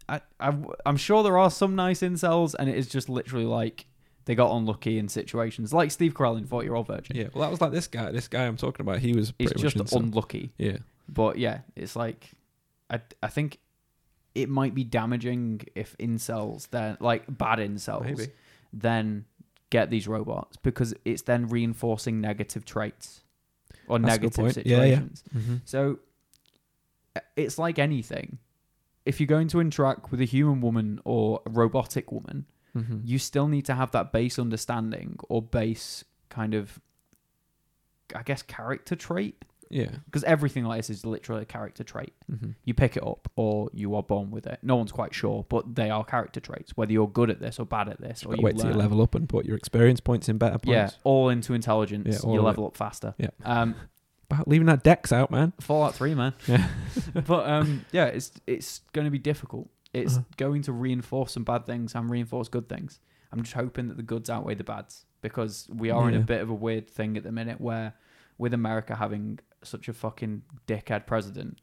[SPEAKER 3] I, I i'm sure there are some nice incels and it is just literally like they got unlucky in situations like steve carell in 40 year old virgin
[SPEAKER 2] Yeah. Well, that was like this guy. This guy I'm talking about. He was
[SPEAKER 3] he's
[SPEAKER 2] pretty
[SPEAKER 3] just
[SPEAKER 2] much insane.
[SPEAKER 3] unlucky
[SPEAKER 2] yeah.
[SPEAKER 3] but yeah it's like i i think it might be damaging if incels then like bad incels
[SPEAKER 2] Maybe.
[SPEAKER 3] then get these robots because it's then reinforcing negative traits or
[SPEAKER 2] That's a good
[SPEAKER 3] negative
[SPEAKER 2] point. Yeah, yeah.
[SPEAKER 3] situations
[SPEAKER 2] Mm-hmm.
[SPEAKER 3] So uh, it's like anything. If you're going to interact with a human woman or a robotic woman,
[SPEAKER 2] Mm-hmm.
[SPEAKER 3] you still need to have that base understanding or base kind of I guess, character trait.
[SPEAKER 2] Yeah.
[SPEAKER 3] Because everything like this is literally a character trait.
[SPEAKER 2] Mm-hmm.
[SPEAKER 3] You pick it up or you are born with it. No one's quite sure, but they are character traits. Whether you're good at this or bad at this, or you
[SPEAKER 2] wait till you uh,
[SPEAKER 3] learn.
[SPEAKER 2] level up and put your experience points in better points.
[SPEAKER 3] Yeah, all into intelligence.
[SPEAKER 2] Yeah, all
[SPEAKER 3] you
[SPEAKER 2] of it.
[SPEAKER 3] level up faster.
[SPEAKER 2] Yeah.
[SPEAKER 3] Um,
[SPEAKER 2] About leaving that dex out, man.
[SPEAKER 3] Fallout Three, man.
[SPEAKER 2] Yeah.
[SPEAKER 3] but um, yeah, it's it's going to be difficult. It's
[SPEAKER 2] Uh-huh.
[SPEAKER 3] going to reinforce some bad things and reinforce good things. I'm just hoping that the goods outweigh the bads because we are in a
[SPEAKER 2] Yeah.
[SPEAKER 3] bit of a weird thing at the minute where, with America having such a fucking dickhead president,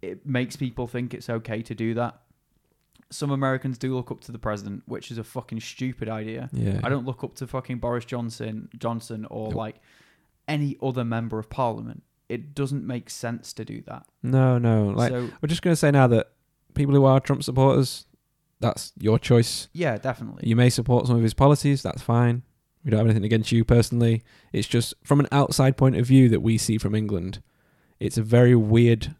[SPEAKER 3] it makes people think it's okay to do that. Some Americans do look up to the president, which is a fucking stupid idea.
[SPEAKER 2] Yeah.
[SPEAKER 3] I don't look up to fucking Boris Johnson, Johnson, or
[SPEAKER 2] Nope.
[SPEAKER 3] like any other member of parliament. It doesn't make sense to do that.
[SPEAKER 2] No, no. Like
[SPEAKER 3] so
[SPEAKER 2] we're just gonna say now that people who are Trump supporters, that's your choice.
[SPEAKER 3] yeah, definitely.
[SPEAKER 2] You may support some of his policies. That's fine. We don't have anything against you personally. It's just from an outside point of view that we see from England, it's a very weird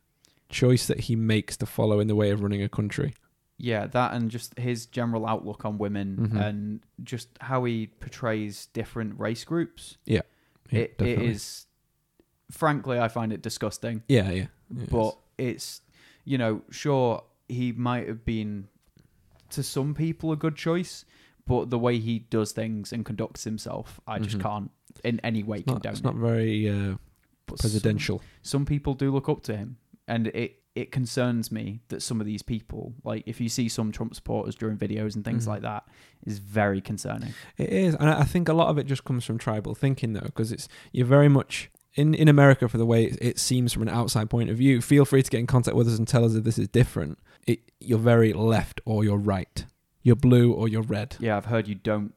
[SPEAKER 2] choice that he makes to follow in the way of running a country.
[SPEAKER 3] yeah, that and just his general outlook on women
[SPEAKER 2] Mhm.
[SPEAKER 3] and just how he portrays different race groups.
[SPEAKER 2] Yeah,
[SPEAKER 3] it, it
[SPEAKER 2] definitely.
[SPEAKER 3] is, frankly, I find it disgusting.
[SPEAKER 2] Yeah, yeah. yeah,
[SPEAKER 3] But it's, you know, sure, he might have been to some people a good choice, but the way he does things and conducts himself, I just
[SPEAKER 2] Mhm.
[SPEAKER 3] can't in any way
[SPEAKER 2] it's not,
[SPEAKER 3] condone
[SPEAKER 2] it's
[SPEAKER 3] it.
[SPEAKER 2] not very uh,
[SPEAKER 3] But some-
[SPEAKER 2] presidential.
[SPEAKER 3] some people do look up to him and it it concerns me that some of these people like if you see some trump supporters during videos and things
[SPEAKER 2] Mhm.
[SPEAKER 3] like that is very concerning
[SPEAKER 2] It is, and I I think a lot of it just comes from tribal thinking, though, because it's you're very much in in America for the way it, it seems from an outside point of view. Feel free to get in contact with us and tell us if this is different. It, you're very left or you're right. You're blue or you're red.
[SPEAKER 3] yeah i've heard you don't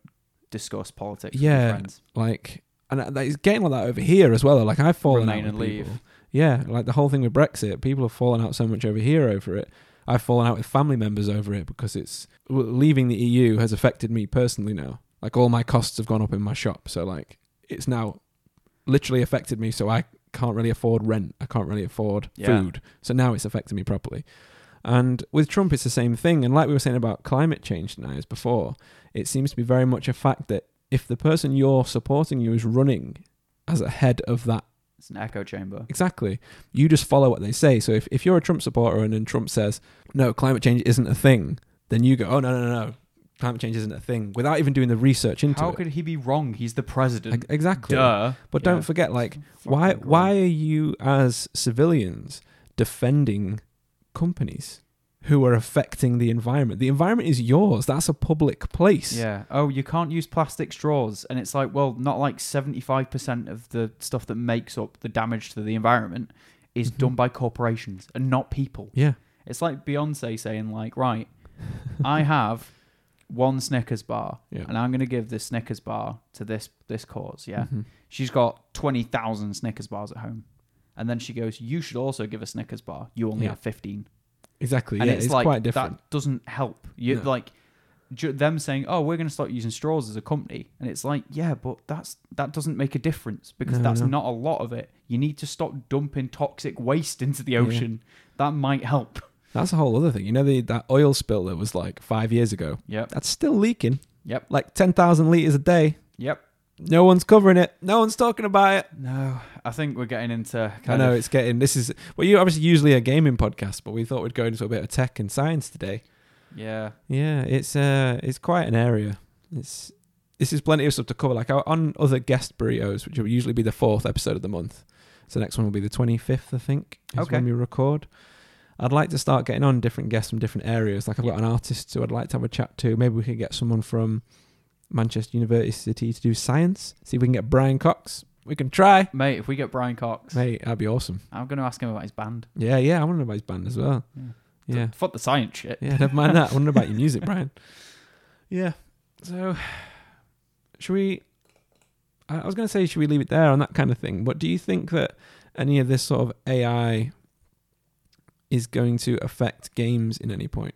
[SPEAKER 3] discuss politics with
[SPEAKER 2] Yeah,
[SPEAKER 3] your friends
[SPEAKER 2] Like, and that- that- it's getting like that over here as well. Like I've fallen
[SPEAKER 3] Remain
[SPEAKER 2] out
[SPEAKER 3] and
[SPEAKER 2] with
[SPEAKER 3] leave.
[SPEAKER 2] people. Yeah, like the whole thing with Brexit, people have fallen out so much over here over it. I've fallen out with family members over it because it's w- leaving the EU has affected me personally now. Like all my costs have gone up in my shop, so like it's now literally affected me. So I can't really afford rent. I can't really afford
[SPEAKER 3] Yeah.
[SPEAKER 2] food. So now it's affecting me properly. And with Trump, it's the same thing. And like we were saying about climate change tonight, as before, it seems to be very much a fact that if the person you're supporting you is running as a head of that
[SPEAKER 3] it's an echo chamber
[SPEAKER 2] Exactly. You just follow what they say. So if, if you're a Trump supporter and then Trump says, no, climate change isn't a thing, then you go, oh, no, no, no, no. Climate change isn't a thing without even doing the research into
[SPEAKER 3] how
[SPEAKER 2] it.
[SPEAKER 3] could he be wrong he's the president
[SPEAKER 2] Ex- exactly.
[SPEAKER 3] duh
[SPEAKER 2] But
[SPEAKER 3] Yeah.
[SPEAKER 2] don't forget, like, why, why are you, as civilians, defending companies who are affecting the environment? The environment is yours. That's a public place.
[SPEAKER 3] yeah oh you can't use plastic straws and it's like well not like 75% of the stuff that makes up the damage to the environment is
[SPEAKER 2] Mm-hmm.
[SPEAKER 3] done by corporations and not people
[SPEAKER 2] Yeah.
[SPEAKER 3] It's like Beyonce saying, like, right, I have one Snickers bar,
[SPEAKER 2] Yeah.
[SPEAKER 3] and I'm gonna give this Snickers bar to this this cause. Yeah,
[SPEAKER 2] Mm-hmm.
[SPEAKER 3] she's got twenty thousand Snickers bars at home, and then she goes, "You should also give a Snickers bar. You only
[SPEAKER 2] Yeah.
[SPEAKER 3] have 15.
[SPEAKER 2] Exactly.
[SPEAKER 3] and
[SPEAKER 2] yeah, it's,
[SPEAKER 3] like
[SPEAKER 2] quite different.
[SPEAKER 3] that doesn't help. You
[SPEAKER 2] No.
[SPEAKER 3] like ju- them saying, "Oh, we're gonna start using straws as a company," and it's like, yeah, but that's that doesn't make a difference because
[SPEAKER 2] No,
[SPEAKER 3] that's
[SPEAKER 2] no.
[SPEAKER 3] not a lot of it. You need to stop dumping toxic waste into the ocean. That might help.
[SPEAKER 2] That's a whole other thing. You know, the, that oil spill that was like five years ago,
[SPEAKER 3] Yep.
[SPEAKER 2] that's still leaking.
[SPEAKER 3] Yep.
[SPEAKER 2] like 10,000 litres a day.
[SPEAKER 3] Yep.
[SPEAKER 2] No one's covering it. No one's talking about it.
[SPEAKER 3] No, I think we're getting into
[SPEAKER 2] I
[SPEAKER 3] kind
[SPEAKER 2] know
[SPEAKER 3] of
[SPEAKER 2] it's getting, this is, well, you obviously usually a gaming podcast, but we thought we'd go into a bit of tech and science today.
[SPEAKER 3] yeah.
[SPEAKER 2] Yeah, it's, uh, it's quite an area. It's, this is plenty of stuff to cover. Like our, on other guest burritos, which will usually be the fourth episode of the month. So next one will be the 25th, I think, is
[SPEAKER 3] Okay.
[SPEAKER 2] when we record. I'd like to start getting on different guests from different areas. Like I've got an artist who I'd like to have a chat to. Maybe we could get someone from Manchester University to do science. See if we can get Brian Cox. We can try.
[SPEAKER 3] Mate, if we get Brian Cox,
[SPEAKER 2] Mate, that'd be awesome.
[SPEAKER 3] I'm going to ask him about his band.
[SPEAKER 2] Yeah, yeah. I want to know about his band as well. Yeah.
[SPEAKER 3] Fuck the science shit.
[SPEAKER 2] Yeah, never mind that. I wonder about your music, Brian. Yeah. So, should we? I I was going to say, should we leave it there on that kind of thing? But do you think that any of this sort of AI is going to affect games in any point?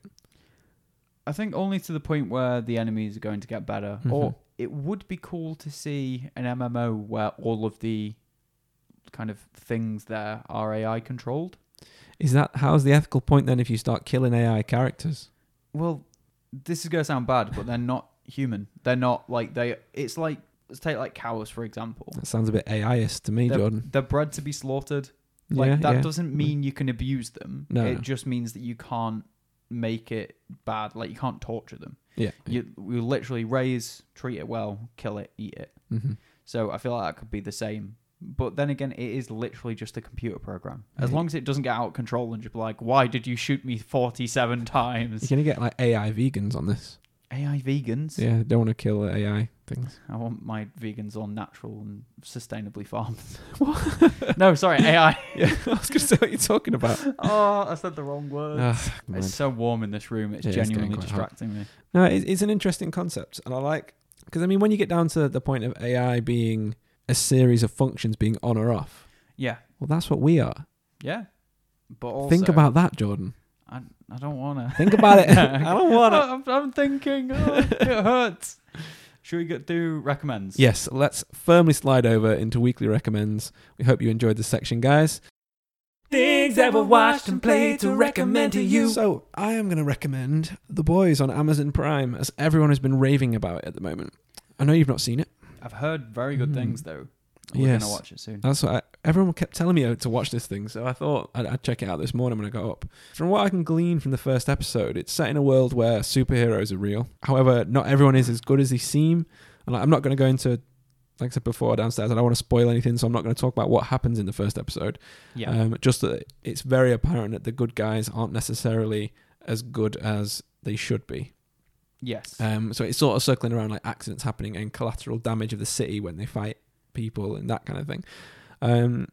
[SPEAKER 3] I think only to the point where the enemies are going to get better.
[SPEAKER 2] Mhm.
[SPEAKER 3] Or it would be cool to see an MMO where all of the kind of things there are AI controlled.
[SPEAKER 2] Is that how's the ethical point then if you start killing AI characters?
[SPEAKER 3] Well, this is going to sound bad, but they're not human. They're not like they. It's like let's take like cows for example.
[SPEAKER 2] That sounds a bit AIist to me,
[SPEAKER 3] They're,
[SPEAKER 2] Jordan.
[SPEAKER 3] they're bred to be slaughtered. Like
[SPEAKER 2] yeah,
[SPEAKER 3] that
[SPEAKER 2] yeah.
[SPEAKER 3] doesn't mean you can abuse them.
[SPEAKER 2] No,
[SPEAKER 3] it
[SPEAKER 2] no.
[SPEAKER 3] just means that you can't make it bad. Like you can't torture them.
[SPEAKER 2] yeah.
[SPEAKER 3] You you literally raise, treat it well, kill it, eat it.
[SPEAKER 2] Mhm.
[SPEAKER 3] So I feel like that could be the same. But then again, it is literally just a computer program. As long as it doesn't get out of control and just be like, why did you shoot me 47
[SPEAKER 2] You're
[SPEAKER 3] times?
[SPEAKER 2] gonna get like AI vegans on this.
[SPEAKER 3] AI vegans?
[SPEAKER 2] Yeah, don't want to kill the AI things.
[SPEAKER 3] I want my vegans all natural and sustainably farmed. no, sorry, AI.
[SPEAKER 2] Yeah, I was gonna say what you're talking about.
[SPEAKER 3] oh, I said the wrong word.
[SPEAKER 2] Ah, man.
[SPEAKER 3] it's so warm in this room, it's
[SPEAKER 2] It is getting
[SPEAKER 3] genuinely
[SPEAKER 2] quite hot.
[SPEAKER 3] distracting me.
[SPEAKER 2] No, it, it's an interesting concept, and I like because I mean, when you get down to the point of AI being a series of functions being on or off,
[SPEAKER 3] Yeah,
[SPEAKER 2] well, that's what we are.
[SPEAKER 3] yeah. But also,
[SPEAKER 2] Think about that, Jordan.
[SPEAKER 3] I, I don't want to.
[SPEAKER 2] Think about it. I don't want to.
[SPEAKER 3] I'm, I'm thinking. Oh, it hurts. Should we get, do recommends?
[SPEAKER 2] Yes, let's firmly slide over into weekly recommends. We hope you enjoyed this section, guys.
[SPEAKER 4] Things that were watched and played to recommend to you.
[SPEAKER 2] So, I am going to recommend The Boys on Amazon Prime, as everyone has been raving about it at the moment. I know you've not seen it.
[SPEAKER 3] I've heard very good
[SPEAKER 2] Hmm.
[SPEAKER 3] things though. We're
[SPEAKER 2] Yes. Uh,
[SPEAKER 3] gonna watch it soon.
[SPEAKER 2] That's what I, everyone kept telling me uh, to watch this thing, so I thought I'd, I'd check it out this morning when I got up. From what I can glean from the first episode, it's set in a world where superheroes are real. However, not everyone is as good as they seem, and I- I'm not going to go into, like I said before, downstairs. I don't want to spoil anything, so I'm not going to talk about what happens in the first episode.
[SPEAKER 3] Yeah.
[SPEAKER 2] Um, just that it's very apparent that the good guys aren't necessarily as good as they should be.
[SPEAKER 3] yes.
[SPEAKER 2] Um, so it's sort of circling around like accidents happening and collateral damage of the city when they fight people and that kind of thing. Um,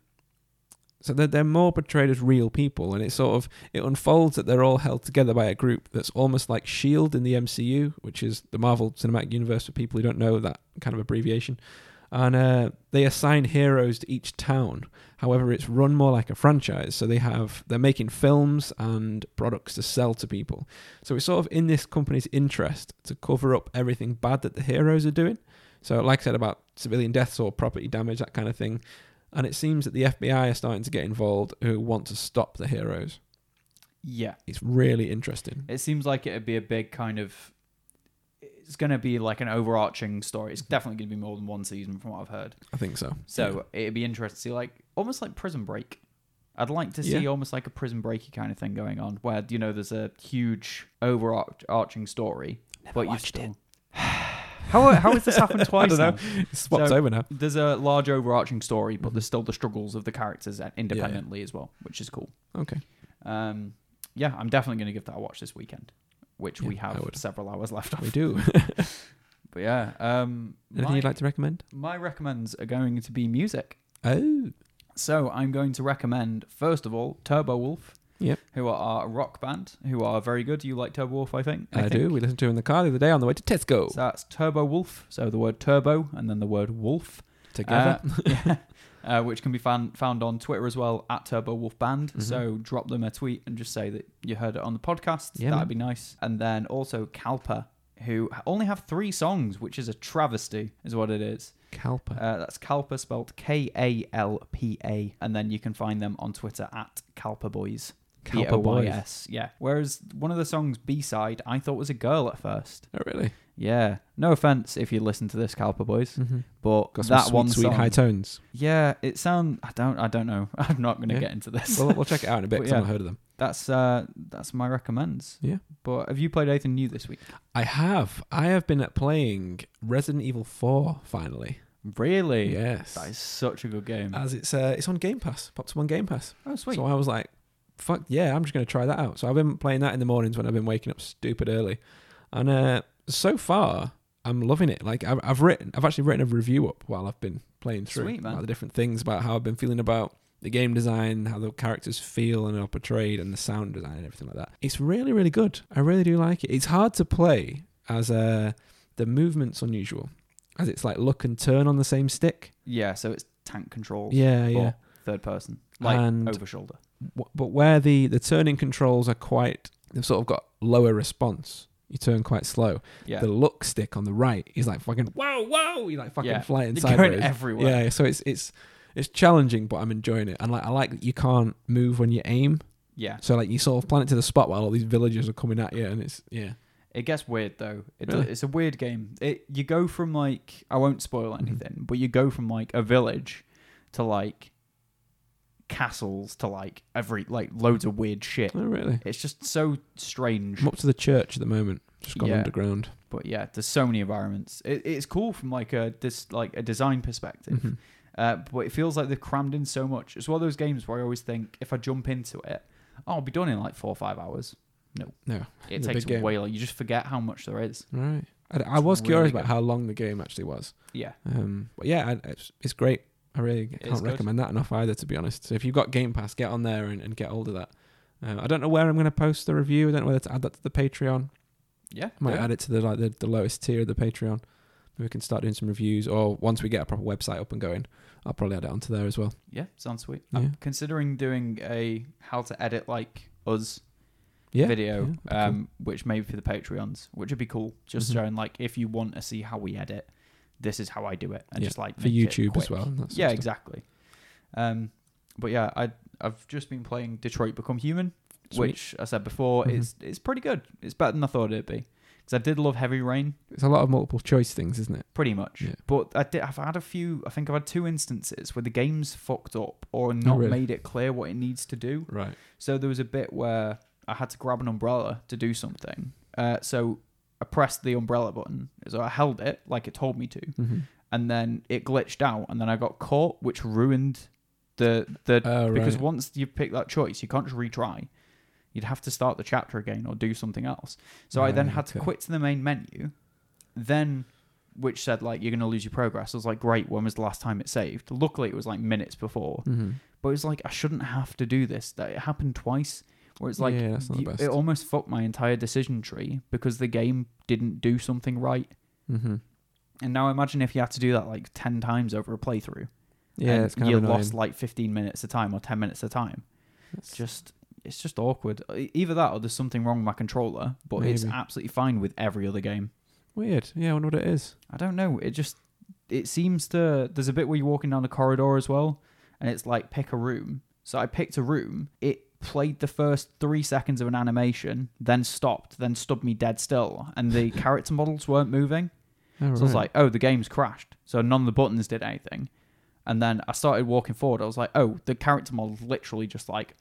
[SPEAKER 2] so they're, they're more portrayed as real people, and it sort of it unfolds that they're all held together by a group that's almost like Shield E in the MCU, which is the Marvel Cinematic Universe for people who don't know that kind of abbreviation. And uh, they assign heroes to each town. However, it's run more like a franchise, so they have they're making films and products to sell to people. So it's sort of in this company's interest to cover up everything bad that the heroes are doing. So, like I said about civilian deaths or property damage, that kind of thing. And it seems that the FBI are starting to get involved who want to stop the heroes.
[SPEAKER 3] yeah.
[SPEAKER 2] It's really interesting.
[SPEAKER 3] It seems like it'd be a big kind of. It's gonna be like an overarching story. It's definitely gonna be more than one season from what I've heard.
[SPEAKER 2] I think so.
[SPEAKER 3] So it'd be interesting to see like almost like Prison Break. I'd like to see
[SPEAKER 2] Yeah.
[SPEAKER 3] almost like a Prison Breaky kind of thing going on, where you know there's a huge overarching story, but you still. how how has this happened twice?
[SPEAKER 2] I don't
[SPEAKER 3] now?
[SPEAKER 2] know. Mm-hmm. It's swapped
[SPEAKER 3] So-
[SPEAKER 2] over now.
[SPEAKER 3] there's a large overarching story, but there's still the struggles of the characters uh, independently as well, which is cool.
[SPEAKER 2] Okay.
[SPEAKER 3] Um, yeah, I'm definitely going to give that a watch this weekend, which we
[SPEAKER 2] Yeah, I
[SPEAKER 3] have
[SPEAKER 2] would.
[SPEAKER 3] several hours left of.
[SPEAKER 2] We do.
[SPEAKER 3] But yeah, um,
[SPEAKER 2] Anything
[SPEAKER 3] my,
[SPEAKER 2] you'd like to recommend?
[SPEAKER 3] my recommends are going to be music.
[SPEAKER 2] Oh.
[SPEAKER 3] So I'm going to recommend first of all Turbo Wolf.
[SPEAKER 2] Yep.
[SPEAKER 3] Who are a rock band who are very good. You like Turbo Wolf, I think.
[SPEAKER 2] I, do.
[SPEAKER 3] think.
[SPEAKER 2] We listened to it in the car the other day on the way to Tesco.
[SPEAKER 3] So that's Turbo Wolf. So the word turbo and then the word wolf.
[SPEAKER 2] Together.
[SPEAKER 3] Uh, yeah. Uh, which can be found found on Twitter as well at Turbo Wolf Band.
[SPEAKER 2] Mm-hmm.
[SPEAKER 3] So drop them a tweet and just say that you heard it on the podcast.
[SPEAKER 2] Yeah,
[SPEAKER 3] That'd
[SPEAKER 2] man.
[SPEAKER 3] be nice. And then also Calper, who only have three songs, which is a travesty, is what it is.
[SPEAKER 2] Calpa.
[SPEAKER 3] Uh, that's Calper spelled K A L P A, and then you can find them on Twitter at Calper Boys.
[SPEAKER 2] Calper
[SPEAKER 3] B-O-Y-S, Yeah. Whereas one of the songs B side, I thought was a girl at first.
[SPEAKER 2] oh, really?
[SPEAKER 3] Yeah. No offense if you listen to this, Calper Boys, but
[SPEAKER 2] Mm. Got some
[SPEAKER 3] mm-hmm. that
[SPEAKER 2] sweet,
[SPEAKER 3] one
[SPEAKER 2] sweet
[SPEAKER 3] song,
[SPEAKER 2] high tones.
[SPEAKER 3] yeah, it sound. I don't. I don't know. I'm not going to
[SPEAKER 2] Yeah.
[SPEAKER 3] get into this.
[SPEAKER 2] Well, we'll check it out in a bit
[SPEAKER 3] But
[SPEAKER 2] 'cause
[SPEAKER 3] yeah.
[SPEAKER 2] I've not heard of them.
[SPEAKER 3] that's uh, that's my recommends.
[SPEAKER 2] Yeah.
[SPEAKER 3] But have you played anything new this week?
[SPEAKER 2] I have. I have been playing Resident Evil 4 finally.
[SPEAKER 3] Really?
[SPEAKER 2] Yes.
[SPEAKER 3] That is such a good game.
[SPEAKER 2] As it's uh, it's on Game Pass. Popped up on Game Pass.
[SPEAKER 3] oh sweet.
[SPEAKER 2] So I was like, fuck yeah, I'm just going to try that out. So I've been playing that in the mornings when I've been waking up stupid early. And uh, so far, I'm loving it. Like I've, I've written, I've actually written a review up while I've been playing through
[SPEAKER 3] Sweet, man.
[SPEAKER 2] about the different things about how I've been feeling about the game design, how the characters feel and are portrayed, and the sound design and everything like that. It's really, really good. I really do like it. It's hard to play as uh, the movement's unusual, as it's like look and turn on the same stick.
[SPEAKER 3] yeah. So it's tank control.
[SPEAKER 2] Yeah,
[SPEAKER 3] but
[SPEAKER 2] yeah.
[SPEAKER 3] Third person, like
[SPEAKER 2] And-
[SPEAKER 3] over shoulder.
[SPEAKER 2] Wh- but where the the turning controls are quite they've sort of got lower response you turn quite slow
[SPEAKER 3] Yeah.
[SPEAKER 2] the look stick on the right is like fucking whoa whoa you like fucking
[SPEAKER 3] Yeah.
[SPEAKER 2] flying
[SPEAKER 3] You're
[SPEAKER 2] sideways
[SPEAKER 3] going everywhere.
[SPEAKER 2] yeah so it's it's it's challenging but i'm enjoying it and like i like that you can't move when you aim
[SPEAKER 3] Yeah.
[SPEAKER 2] so like you sort of plan it to the spot while all these villagers are coming at you and it's yeah
[SPEAKER 3] It gets weird though. It
[SPEAKER 2] Really?
[SPEAKER 3] It's a weird game. It you go from like I won't spoil
[SPEAKER 2] Mm-hmm.
[SPEAKER 3] anything, but you go from like a village to like castles to like every like loads of weird shit.
[SPEAKER 2] Oh, really?
[SPEAKER 3] It's just so strange.
[SPEAKER 2] I'm up to the church at the moment. Just gone
[SPEAKER 3] Yeah.
[SPEAKER 2] underground.
[SPEAKER 3] But yeah, there's so many environments. It, it's cool from like a this like a design perspective.
[SPEAKER 2] Mhm.
[SPEAKER 3] Uh, but it feels like they've crammed in so much. It's one of those games where I always think if I jump into it, oh, I'll be done in like four or five hours.
[SPEAKER 2] No.
[SPEAKER 3] It
[SPEAKER 2] It's a
[SPEAKER 3] takes
[SPEAKER 2] big game.
[SPEAKER 3] way long. You just forget how much there is.
[SPEAKER 2] Right. I, I
[SPEAKER 3] It's
[SPEAKER 2] was
[SPEAKER 3] really
[SPEAKER 2] curious
[SPEAKER 3] good.
[SPEAKER 2] about how long the game actually was.
[SPEAKER 3] Yeah.
[SPEAKER 2] Um, but yeah, I, it's, it's great. I really can't
[SPEAKER 3] is good.
[SPEAKER 2] recommend that enough either, to be honest. So if you've got Game Pass, get on there and, and get hold of that. Um, I don't know where I'm going to post the review. I don't know whether to add that to the Patreon.
[SPEAKER 3] Yeah.
[SPEAKER 2] I might
[SPEAKER 3] yeah.
[SPEAKER 2] add it to the like the, the lowest tier of the Patreon. Maybe we can start doing some reviews, or once we get a proper website up and going, I'll probably add it onto there as well.
[SPEAKER 3] Yeah, sounds sweet.
[SPEAKER 2] Yeah.
[SPEAKER 3] I'm considering doing a how to edit like us
[SPEAKER 2] Yeah,
[SPEAKER 3] video,
[SPEAKER 2] yeah, that'd be
[SPEAKER 3] um, which maybe for the Patreons, which would be cool. Just
[SPEAKER 2] Mhm.
[SPEAKER 3] showing like if you want to see how we edit, this is how I do it, and
[SPEAKER 2] Yeah,
[SPEAKER 3] just like
[SPEAKER 2] for
[SPEAKER 3] make it
[SPEAKER 2] YouTube as
[SPEAKER 3] quick.
[SPEAKER 2] well. and that sort
[SPEAKER 3] Yeah,
[SPEAKER 2] of stuff.
[SPEAKER 3] exactly. Um, but yeah, I I've just been playing Detroit Become Human,
[SPEAKER 2] Sweet.
[SPEAKER 3] which I said before
[SPEAKER 2] Mhm.
[SPEAKER 3] is it's pretty good. It's better than I thought it'd be because I did love Heavy Rain
[SPEAKER 2] It's a lot of multiple choice things, isn't it?
[SPEAKER 3] pretty much.
[SPEAKER 2] Yeah.
[SPEAKER 3] But I did, I've had a few. I think I've had two instances where the game's fucked up or not
[SPEAKER 2] really?
[SPEAKER 3] made it clear what it needs to do.
[SPEAKER 2] Right.
[SPEAKER 3] So there was a bit where I had to grab an umbrella to do something. Uh, so I pressed the umbrella button. So I held it like it told me to,
[SPEAKER 2] hmm
[SPEAKER 3] and then it glitched out, and then I got caught, which ruined the the
[SPEAKER 2] Oh,
[SPEAKER 3] because
[SPEAKER 2] right.
[SPEAKER 3] once you pick that choice, you can't just retry. You'd have to start the chapter again or do something else. So I then
[SPEAKER 2] Right,
[SPEAKER 3] had to
[SPEAKER 2] okay.
[SPEAKER 3] quit to the main menu, then which said like you're gonna lose your progress. I was like, great. When was the last time it saved? Luckily, it was like minutes before.
[SPEAKER 2] hmm
[SPEAKER 3] But it's like I shouldn't have to do this. That it happened twice. Where it's like
[SPEAKER 2] Yeah, that's not the
[SPEAKER 3] you-
[SPEAKER 2] best.
[SPEAKER 3] it almost fucked my entire decision tree because the game didn't do something right.
[SPEAKER 2] hmm
[SPEAKER 3] And now imagine if you had to do that like ten times over a playthrough.
[SPEAKER 2] Yeah,
[SPEAKER 3] and
[SPEAKER 2] it's kind
[SPEAKER 3] you
[SPEAKER 2] of annoying.
[SPEAKER 3] lost like fifteen minutes a time or ten minutes a time.
[SPEAKER 2] That's-
[SPEAKER 3] It's just it's just awkward. E- Either that or there's something wrong with my controller, but it's
[SPEAKER 2] Maybe.
[SPEAKER 3] absolutely fine with every other game.
[SPEAKER 2] Weird. Yeah, I wonder what it is.
[SPEAKER 3] I don't know. It just it seems to there's a bit where you're walking down a corridor as well, and it's like pick a room. So I picked a room. It played the first three seconds of an animation, then stopped, then stood me dead still, and the character models weren't moving.
[SPEAKER 2] Oh,
[SPEAKER 3] So I was
[SPEAKER 2] right.
[SPEAKER 3] like, oh, the game's crashed. So none of the buttons did anything. And then I started walking forward. I was like, oh, the character model literally just like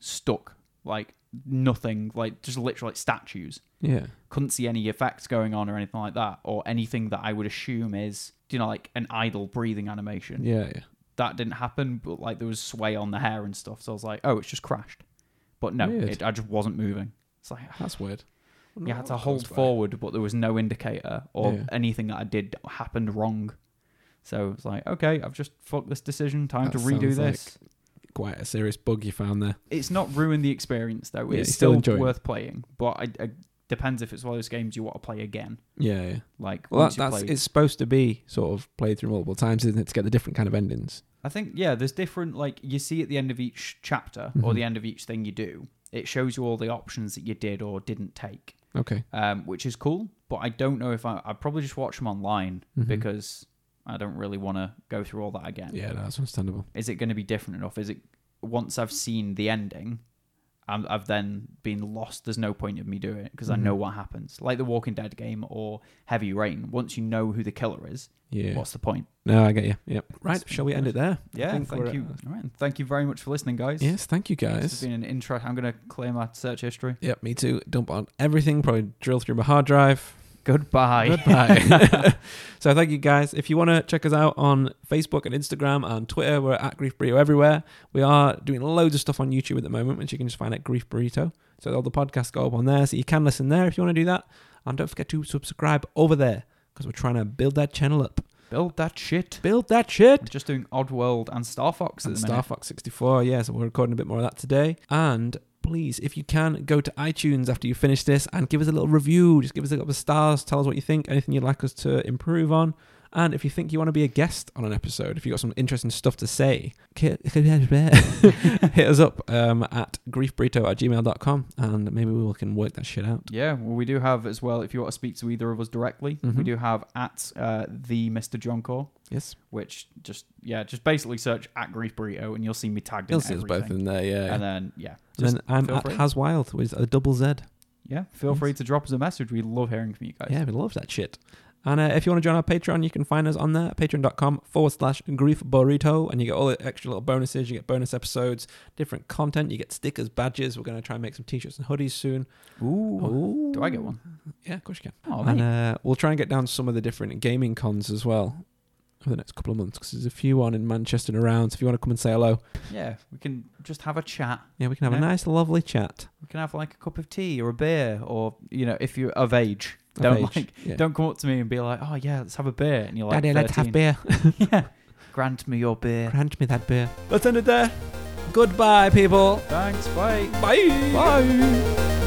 [SPEAKER 3] stuck, like nothing, like just literally like statues.
[SPEAKER 2] yeah,
[SPEAKER 3] Couldn't see any effects going on or anything like that, or anything that I would assume is, you know, like an idle breathing animation.
[SPEAKER 2] yeah, yeah.
[SPEAKER 3] That didn't happen, but like there was sway on the hair and stuff. So I was like, oh, it's just crashed. But no,
[SPEAKER 2] Weird.
[SPEAKER 3] it, I just wasn't moving. It's like,
[SPEAKER 2] That's weird.
[SPEAKER 3] you had to hold forward, but there was no indicator or
[SPEAKER 2] Yeah.
[SPEAKER 3] anything that I did happened wrong. So it's like, okay, I've just fucked this decision. Time
[SPEAKER 2] That
[SPEAKER 3] to redo
[SPEAKER 2] sounds like-
[SPEAKER 3] this.
[SPEAKER 2] Quite a serious bug you found there.
[SPEAKER 3] It's not ruined the experience though.
[SPEAKER 2] Yeah,
[SPEAKER 3] it's
[SPEAKER 2] you still
[SPEAKER 3] still,
[SPEAKER 2] enjoy it.
[SPEAKER 3] worth playing, but I, I, depends if it's one of those games you want to play again.
[SPEAKER 2] Yeah, yeah.
[SPEAKER 3] Like,
[SPEAKER 2] Well,
[SPEAKER 3] once
[SPEAKER 2] that, that's
[SPEAKER 3] you play,
[SPEAKER 2] it's supposed to be sort of played through multiple times, isn't it, to get the different kind of endings?
[SPEAKER 3] I think yeah, there's different. Like you see at the end of each chapter or
[SPEAKER 2] Mhm.
[SPEAKER 3] the end of each thing you do, it shows you all the options that you did or didn't take.
[SPEAKER 2] Okay.
[SPEAKER 3] um, which is cool. But I don't know if I I probably just watch them online
[SPEAKER 2] Mhm.
[SPEAKER 3] because I don't really want to go through all that again.
[SPEAKER 2] Yeah, no, that's understandable.
[SPEAKER 3] Is it going to be different enough? Is it once I've seen the ending, I'm, I've then been lost. There's no point of me doing it because
[SPEAKER 2] Mhm.
[SPEAKER 3] I know what happens. Like the Walking Dead game or Heavy Rain. Once you know who the killer is,
[SPEAKER 2] Yeah.
[SPEAKER 3] what's the point?
[SPEAKER 2] No, I get you. Yep. Right.
[SPEAKER 3] It's-
[SPEAKER 2] Shall we end it there? I
[SPEAKER 3] Yeah.
[SPEAKER 2] think we're
[SPEAKER 3] Thank
[SPEAKER 2] at-
[SPEAKER 3] you. All right. Thank you very much for listening, guys.
[SPEAKER 2] Yes. Thank you,
[SPEAKER 3] This has
[SPEAKER 2] guys.
[SPEAKER 3] been an intro. I'm going to clear my search history.
[SPEAKER 2] Yep. Me too. Dump on everything. Probably drill through my hard drive.
[SPEAKER 3] Goodbye.
[SPEAKER 2] Goodbye. so thank you guys. If you want to check us out on Facebook and Instagram and Twitter, we're at Grief Burrito everywhere. We are doing loads of stuff on YouTube at the moment, which you can just find at Grief Burrito. So all the podcasts go up on there, so you can listen there if you want to do that. And don't forget to subscribe over there because we're trying to build that channel up.
[SPEAKER 3] Build that shit.
[SPEAKER 2] Build that shit.
[SPEAKER 3] I'm just doing Oddworld and Star Fox at
[SPEAKER 2] And
[SPEAKER 3] the
[SPEAKER 2] Star
[SPEAKER 3] minute.
[SPEAKER 2] Fox 64. Yeah, so we're recording a bit more of that today. And please, if you can, go to iTunes after you finish this and give us a little review. Just give us a couple of stars. Tell us what you think. Anything you'd like us to improve on. And if you think you want to be a guest on an episode, if you've got some interesting stuff to say, hit us up um, at griefburrito at gmail.com and maybe we can work that shit out.
[SPEAKER 3] Yeah, well, we do have as well. If you want to speak to either of us directly,
[SPEAKER 2] Mhm.
[SPEAKER 3] we do have at uh, the Mister John Core,
[SPEAKER 2] Yes.
[SPEAKER 3] which just yeah, just basically search at Grief Burrito, and you'll see me tagged
[SPEAKER 2] You'll
[SPEAKER 3] in
[SPEAKER 2] see us
[SPEAKER 3] everything.
[SPEAKER 2] both in there, yeah.
[SPEAKER 3] And then yeah,
[SPEAKER 2] And
[SPEAKER 3] just
[SPEAKER 2] then I'm
[SPEAKER 3] feel
[SPEAKER 2] at
[SPEAKER 3] free.
[SPEAKER 2] Haswild with a double Z.
[SPEAKER 3] yeah, feel free to drop us a message. We love hearing from you guys.
[SPEAKER 2] Yeah, we love that shit. And uh, if you want to join our Patreon, you can find us on there, patreon.com forward slash grief burrito. And you get all the extra little bonuses. You get bonus episodes, different content. You get stickers, badges. We're going to try and make some t shirts and hoodies soon. Oh.
[SPEAKER 3] Ooh. Do I get one?
[SPEAKER 2] Yeah, of course you can.
[SPEAKER 3] Oh,
[SPEAKER 2] and
[SPEAKER 3] mate.
[SPEAKER 2] uh, we'll try and get down to some of the different gaming cons as well over the next couple of months because there's a few on in Manchester and around. So if you want to come and say hello,
[SPEAKER 3] yeah, we can just have a chat.
[SPEAKER 2] yeah, we can have
[SPEAKER 3] Yeah.
[SPEAKER 2] a nice, lovely chat.
[SPEAKER 3] We can have like a cup of tea or a beer, or you know, if you're of age,
[SPEAKER 2] of
[SPEAKER 3] don't
[SPEAKER 2] age.
[SPEAKER 3] like,
[SPEAKER 2] Yeah.
[SPEAKER 3] don't come up to me and be like, oh yeah, let's have a beer, and you're like,
[SPEAKER 2] Daddy, let's have
[SPEAKER 3] 13.
[SPEAKER 2] beer.
[SPEAKER 3] yeah, grant me your beer.
[SPEAKER 2] Grant me that beer. Let's end it there. Goodbye, people.
[SPEAKER 3] Thanks, bye.
[SPEAKER 2] Bye. Bye.